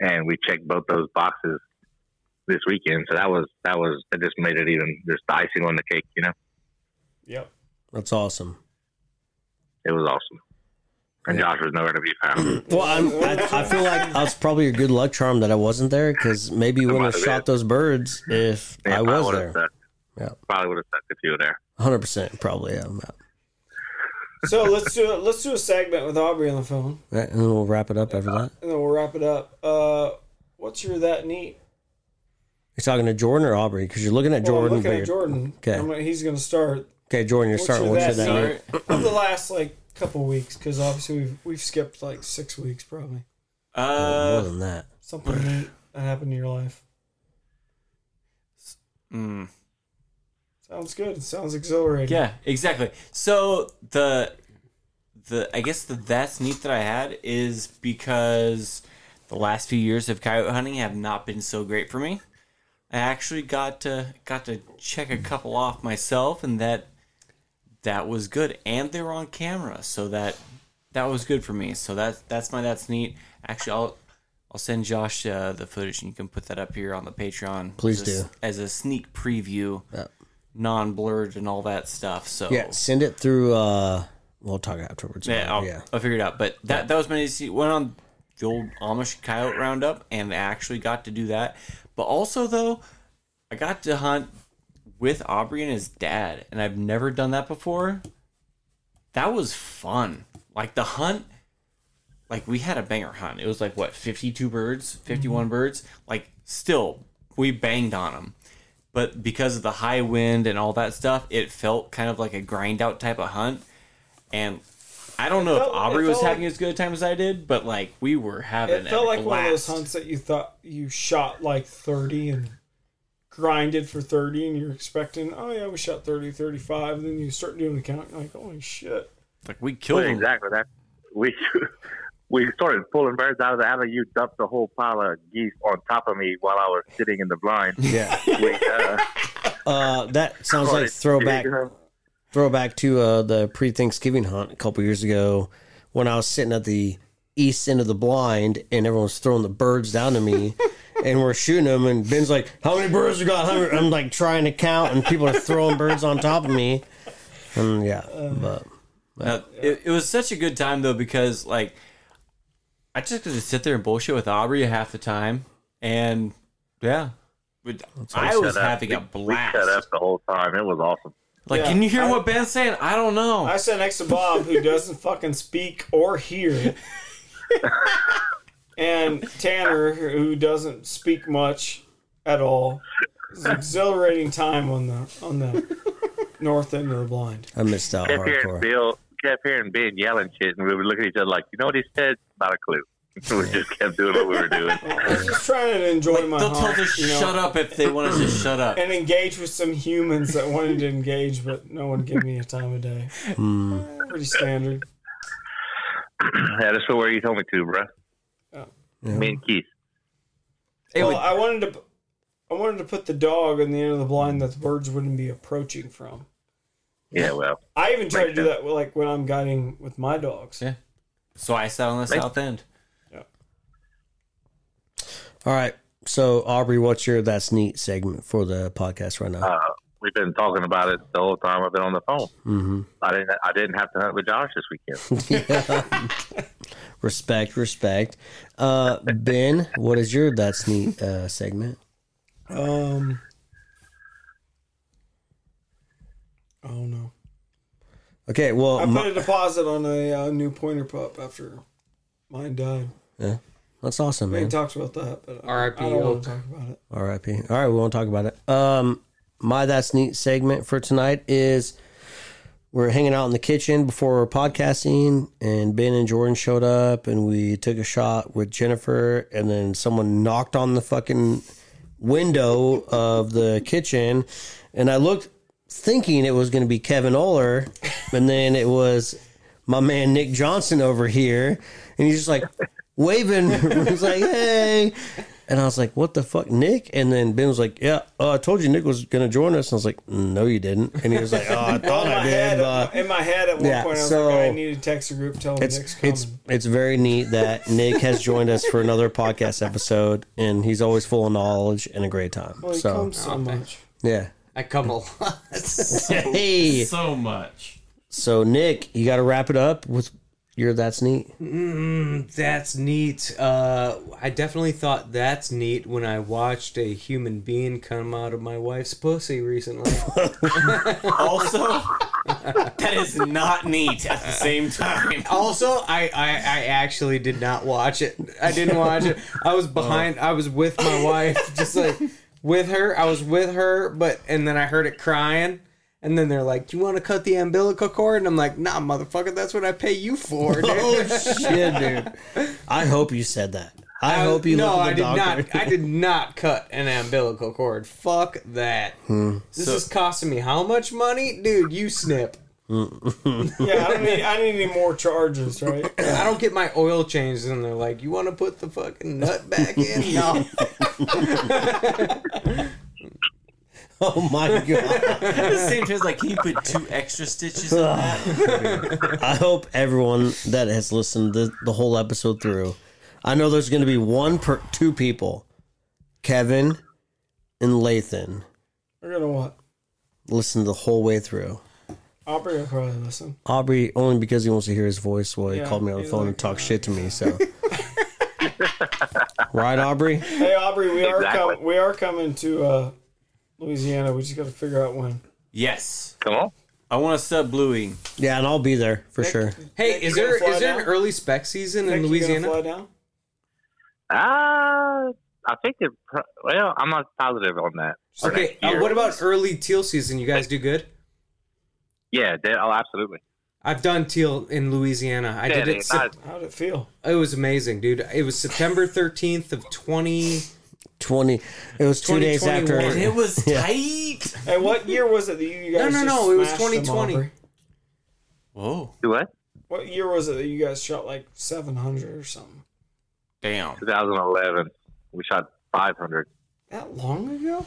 G: and we checked both those boxes this weekend. So that was that was that just made it even just the icing on the cake. You know,
C: Yep.
D: That's awesome.
G: it was awesome. And Josh was nowhere to be found.
D: Well, I'm, I, I feel like I was probably a good luck charm that I wasn't there because maybe you wouldn't have shot those birds if I was
G: would've
D: there.
G: sucked.
D: Yeah.
G: Probably would have sucked if you were there.
D: 100% probably. Yeah, I'm out.
C: So let's do a, let's do a segment with Aubrey on the phone,
D: Right, and then we'll wrap it up after that.
C: and then we'll wrap it up. Uh, what's your that neat?
D: You're talking to Jordan or Aubrey because you're looking at
C: Well,
D: Jordan.
C: I'm looking
D: but
C: at
D: you're-
C: Jordan.
D: Okay.
C: I'm gonna- he's going to start.
D: Okay, Jordan, you're
C: What's
D: starting.
C: your
D: What's your
C: that
D: that?
C: neat? Of the last like couple weeks, because obviously we've we've skipped like six weeks probably.
D: More
E: Uh,
D: than that.
C: Something neat that happened in your life.
E: mm.
C: Sounds good. Sounds exhilarating.
E: yeah, exactly. So the the I guess the that's neat that I had is because the last few years of coyote hunting have not been so great for me. I actually got to got to check a couple off myself, and that that was good. And they were on camera, so that that was good for me. So that that's my that's neat. Actually, I'll I'll send Josh uh, the footage, and you can put that up here on the Patreon.
D: Please
E: as a,
D: do.
E: as a sneak preview.
D: Yep.
E: non-blurred and all that stuff. So
D: Yeah, send it through. uh We'll talk afterwards.
E: oh. Yeah, I'll,
D: yeah.
E: I'll figure it out. But that that was my AC. Went on the old Amish coyote roundup and actually got to do that. But also though, I got to hunt with Aubrey and his dad, and I've never done that before. That was fun. Like the hunt, like we had a banger hunt. It was like what fifty two birds,
C: Mm-hmm.
E: fifty birds. Like still, we banged on them. But because of the high wind and all that stuff, it felt kind of like a grind out type of hunt. And I don't know
C: felt-
E: if
C: it
E: Aubrey was
C: felt
E: having as good a time as I did, but like we were having
C: It felt
E: a
C: like one of those
E: blast.
C: hunts that you thought you shot like 30 and grinded for 30 and you're expecting, oh yeah, we shot 30, 35. And then you start doing the count. You're like, holy shit.
E: Like we killed them.
G: Exactly. That we we started pulling birds out of the alley. You dumped the whole pile of geese on top of me while I was sitting in the blind.
D: Yeah.
G: We, uh,
D: Uh, that sounds
G: started
D: like throwback.
G: digging them.
D: throwback to uh, the pre Thanksgiving hunt a couple years ago when I was sitting at the east end of the blind and everyone was throwing the birds down to me and we're shooting them. And Ben's like, How many birds you got? How many? I'm like trying to count and people are throwing birds on top of me. And yeah,
E: Uh,
D: but
E: No, it, it was such a good time though because like I just got to sit there and bullshit with Aubrey half the time, and yeah, But I was
G: Shut up.
E: having
G: We-
E: a blast.
G: We shut up the whole time. It was awesome.
E: Like,
C: Yeah.
E: can you hear
C: I-
E: what Ben's saying? I don't know.
C: I sat next to Bob, who doesn't fucking speak or hear, and Tanner, who doesn't speak much at all. It was an exhilarating time on the on the north end of the blind.
D: I missed out
G: Kept hearing
D: hardcore.
G: Bill, kept hearing Ben yelling shit, and we would look at each other like, you know what he said? Not a clue. we just kept doing what we were doing.
C: I was just trying to enjoy my
E: They'll tell
C: hunt,
E: us
C: you know,
E: shut up if they want us to shut up.
C: and engage with some humans that wanted to engage, but no one gave me a time of day.
D: Hmm.
C: Pretty standard.
G: yeah, that's where you told me to, bro.
C: Oh.
G: Me and Keith.
F: It
C: well,
F: would-
C: I wanted to, I wanted to put the dog on the end of the blind that the birds wouldn't be approaching from.
G: Yeah, well,
C: I even try to
G: Makes
C: do
G: sense.
C: that, like when I'm guiding with my dogs.
E: Yeah. So I sat on the south end.
D: All right. So, Aubrey, what's your that's neat segment for the podcast right now?
G: uh, we've been talking about it the whole time I've been on the phone.
D: hmm
G: I didn't, I didn't have to hunt with Josh this weekend.
D: Respect, respect. Uh, ben, what is your that's neat uh, segment?
C: Um, I don't know.
D: Okay, well,
C: I
D: my-
C: put a deposit on a uh, new pointer pup after mine died.
D: that's awesome,
C: We
D: man.
C: ain't talked about that, but I-
F: R.I.P.
C: I don't
F: Oak.
C: want to talk about it.
D: R.I.P. All right, we won't talk about it. Um, my that's neat segment for tonight is we're hanging out in the kitchen before we're podcasting, and Ben and Jordan showed up, and we took a shot with Jennifer, and then someone knocked on the fucking window of the kitchen, and I looked thinking it was going to be Kevin Oler, and then it was my man Nick Johnson over here, and he's just like waving. he's like, "Hey," and I was like, "What the fuck, Nick?" And then Ben was like, "Yeah, uh, I told you Nick was going to join us," and I was like, "No, you didn't," and he was like, "Oh, I thought
C: In my
D: I did."
C: head,
D: but
C: in my head at one
D: yeah,
C: point, I was
D: so-
C: like, I need to text a group, tell them
D: it's
C: Nick's coming.
D: it's it's very neat that Nick has joined us for another podcast episode, and he's always full of knowledge and a great time.
C: well, he
D: so
C: comes so much.
D: yeah,
F: I come a lot.
D: hey,
A: So much.
D: so Nick, you got to wrap it up with your that's neat.
F: That's neat. Uh, I definitely thought that's neat when I watched a human being come out of my wife's pussy recently.
E: Also, that is not neat at the same time.
F: also, I, I I actually did not watch it. I didn't watch it. I was behind. I was with my wife, just like with her. I was with her, but and then I heard it crying. And then they're like, "Do you want to cut the umbilical cord?" And I'm like, "Nah, motherfucker, that's what I pay you for." Dude.
D: Shit, dude. I hope you said that. I, hope you
F: No,
D: looked
F: I
D: at
F: did
D: the doctor.
F: not. I did not cut an umbilical cord. Fuck that.
D: Hmm.
F: This is costing me how much money, dude? You snip.
C: Yeah, I don't need. I need any more charges, right?
F: I don't get my oil changed, and they're like, "You want to put the fucking nut back in?" No.
D: Oh my god!
E: At the same time, it's like, can you put two extra stitches in that?
D: I hope everyone that has listened to the whole episode through. I know there's going to be one per two people, Kevin and Lathan.
C: We're gonna what?
D: listen the whll way through.
C: Aubrey will probably listen.
D: Aubrey only because he wants to hear his voice while he
C: Yeah,
D: called me on the
C: he's
D: phone
C: like,
D: and talked shit to me. So, right, Aubrey?
C: Hey Aubrey, we are
G: Exactly.
C: com- we are coming to uh, Louisiana. We just got to figure out when.
E: Yes.
G: Come on.
E: I want to sub Bluey.
D: Yeah, and I'll be there for sure.
F: Hey,
C: Nick, you
F: is
C: gonna
F: there
C: fly
F: is there an
C: down?
F: early spec season in
C: Nick, you gonna
F: Louisiana?
C: fly down?
G: Uh, I think it. pro- Well, I'm not positive on that. for
F: Okay,
G: next
F: uh,
G: year.
F: what about early teal season? You guys do good.
G: Yeah, they, oh, absolutely.
F: I've done teal in Louisiana. I did
G: Yeah,
F: it.
G: not-
F: Sep-
C: How would it feel?
F: it was amazing, dude. It was September thirteenth of twenty.
D: Twenty. It was two days after.
F: 2021.
E: It was tight.
C: Hey, what year was it that you you
F: No,
C: guys?
F: no,
C: just
F: no. It was
C: smashed them,
F: 2020.
C: Aubrey?
E: Whoa.
G: Do what?
C: What year was it that you guys shot like seven hundred or something?
E: Damn.
G: 2011. We shot 500.
C: That long ago?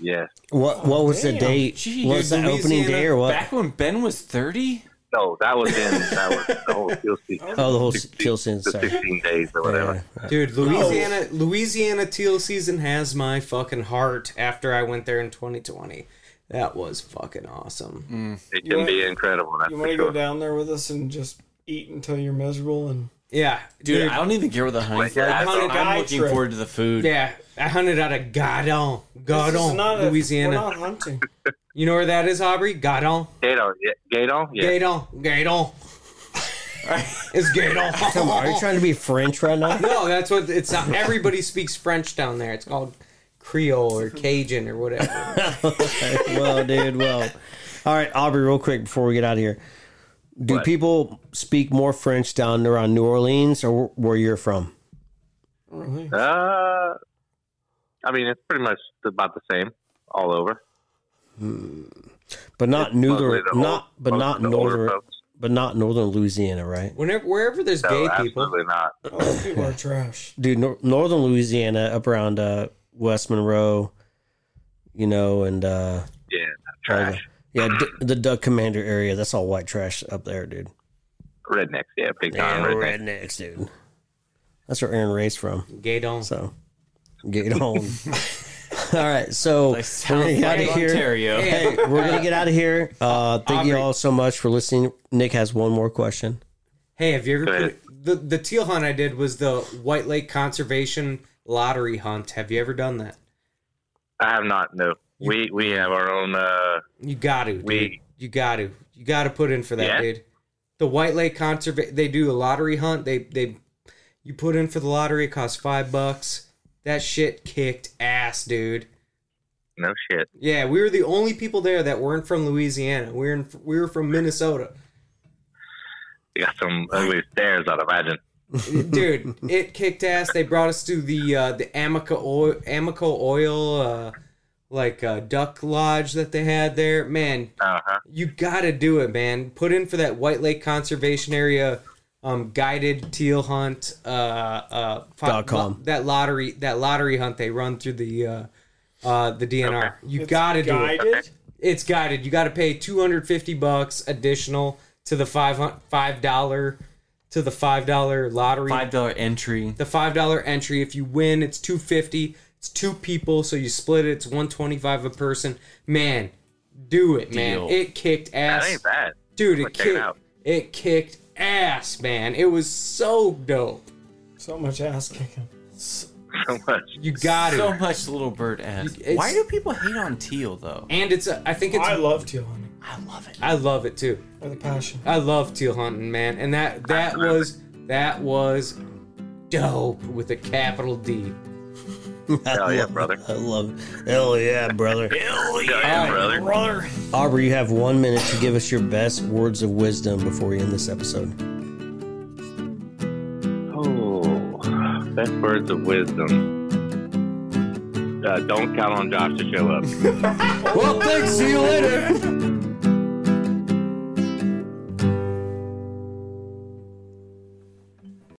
G: Yes.
D: What What was the
C: Damn.
D: date?
E: Gee,
D: what was
F: dude,
D: the opening
F: Louisiana
D: day or what?
E: Back when Ben was 30?
G: No, that was in that was the whole field season,
D: oh, the whole teal season.
G: the
D: Sorry.
G: 15 days or whatever.
D: Yeah.
F: Dude, Louisiana Louisiana teal season has my fucking heart after I went there in 2020. That was fucking awesome.
G: It can
C: want-
G: be incredible. That's
C: You
G: for
C: want to
G: sure.
C: go down there with us and just eat until you're miserable and
F: Yeah,
E: Dude, I don't even care what the hunt's like.
G: yeah,
E: I'm,
G: that's
C: a guy
E: I'm looking
C: trip.
E: forward to the food.
F: yeah, I hunted out of Godon,
C: This is not
F: Godon,
C: a-
F: Louisiana.
C: we're not hunting.
F: you know where that is, Aubrey? Godon,
G: Gato, yeah, Gato, yeah.
F: Gadon, Gadon. It's
D: Come on, are you
F: Gadon.
D: trying to be French right now?
F: No, that's what it's not. Everybody speaks French down there. It's called Creole or Cajun or whatever.
D: well, dude, well. All right, Aubrey, real quick before we get out of here. Do people speak more French down around New Orleans or wh- where you're from?
C: Really?
G: Uh, I mean, it's pretty much about the same all over.
D: But not New
G: Mostly the old-
D: not but
G: most
D: not
G: of the older
D: northern
G: folks.
D: but not northern Louisiana, right?
F: Whenever, wherever there's
G: No,
F: gay people,
G: absolutely not.
C: Oh, those people are trash.
D: Dude, nor- northern Louisiana up around uh, West Monroe, you know, and uh,
G: Yeah, trash,
D: yeah, D- the Duck Commander area. That's all white trash up there, dude.
G: rednecks. Yeah, big time
D: Yeah,
G: rednecks.
D: rednecks, dude. That's where Aaron Ray's from.
F: Gadon.
D: So get on. all right, so
E: Like,
D: we're
E: South
D: gonna get out of
E: Lake,
D: here.
E: Ontario.
D: Hey, we're gonna get out of here. Uh, thank you
F: Aubrey.
D: all so much for listening. Nick has one more question.
F: Hey, have you ever
G: Go ahead.
F: the the teal hunt I did was the White Lake Conservation Lottery hunt. Have you ever done that?
G: I have not. No, we we have our own. Uh,
F: You got to, dude.
G: We-
F: You got to. You got to put in for that,
G: Yeah.
F: dude. The White Lake Conserva they do a lottery hunt. They they you put in for the lottery, it costs 5 bucks. That shit kicked ass, dude.
G: no shit.
F: Yeah, we were the only people there that weren't from Louisiana. We were in, we were from Minnesota.
G: They got some ugly stairs. I'd imagine.
F: dude it kicked ass they brought us to the uh the amica oil amico oil uh like uh duck lodge that they had there man
G: Uh huh.
F: you gotta do it man put in for that white lake conservation area um guided teal hunt uh uh fi-
D: Dot com.
F: that lottery that lottery hunt they run through the uh uh the dnr you
C: It's
F: gotta do it
C: guided?
F: it's guided. You got to pay 250 bucks additional to the five hun- five dollar to the five dollar lottery.
E: Five dollar entry.
F: The five dollar entry. If you win, it's 250. It's two people, so you split it. It's 125 a person. Man, do it, man.
E: Deal.
F: It kicked ass,
G: That ain't bad.
F: dude.
G: I'll
F: It
G: check it
F: kicked.
G: out.
F: It kicked ass, man. It was so dope.
C: So much ass kicking.
G: So much.
F: You got
E: so
F: it.
E: much little bird ass.
F: You- it's-
E: Why do people hate on teal though?
F: And it's. A, I think it's.
C: I love teal hunting
E: I love it.
F: I love it too.
C: with a passion.
F: I love teal hunting, man, and that that was that was dope with a capital D.
G: Hell yeah, brother.
D: I love it. Hell yeah, brother.
G: Hell yeah, brother.
D: Aubrey, you have one minute to give us your best words of wisdom before we end this episode.
G: Oh, best words of wisdom. Uh, don't count on Josh to show up.
D: Well, thanks. See you later.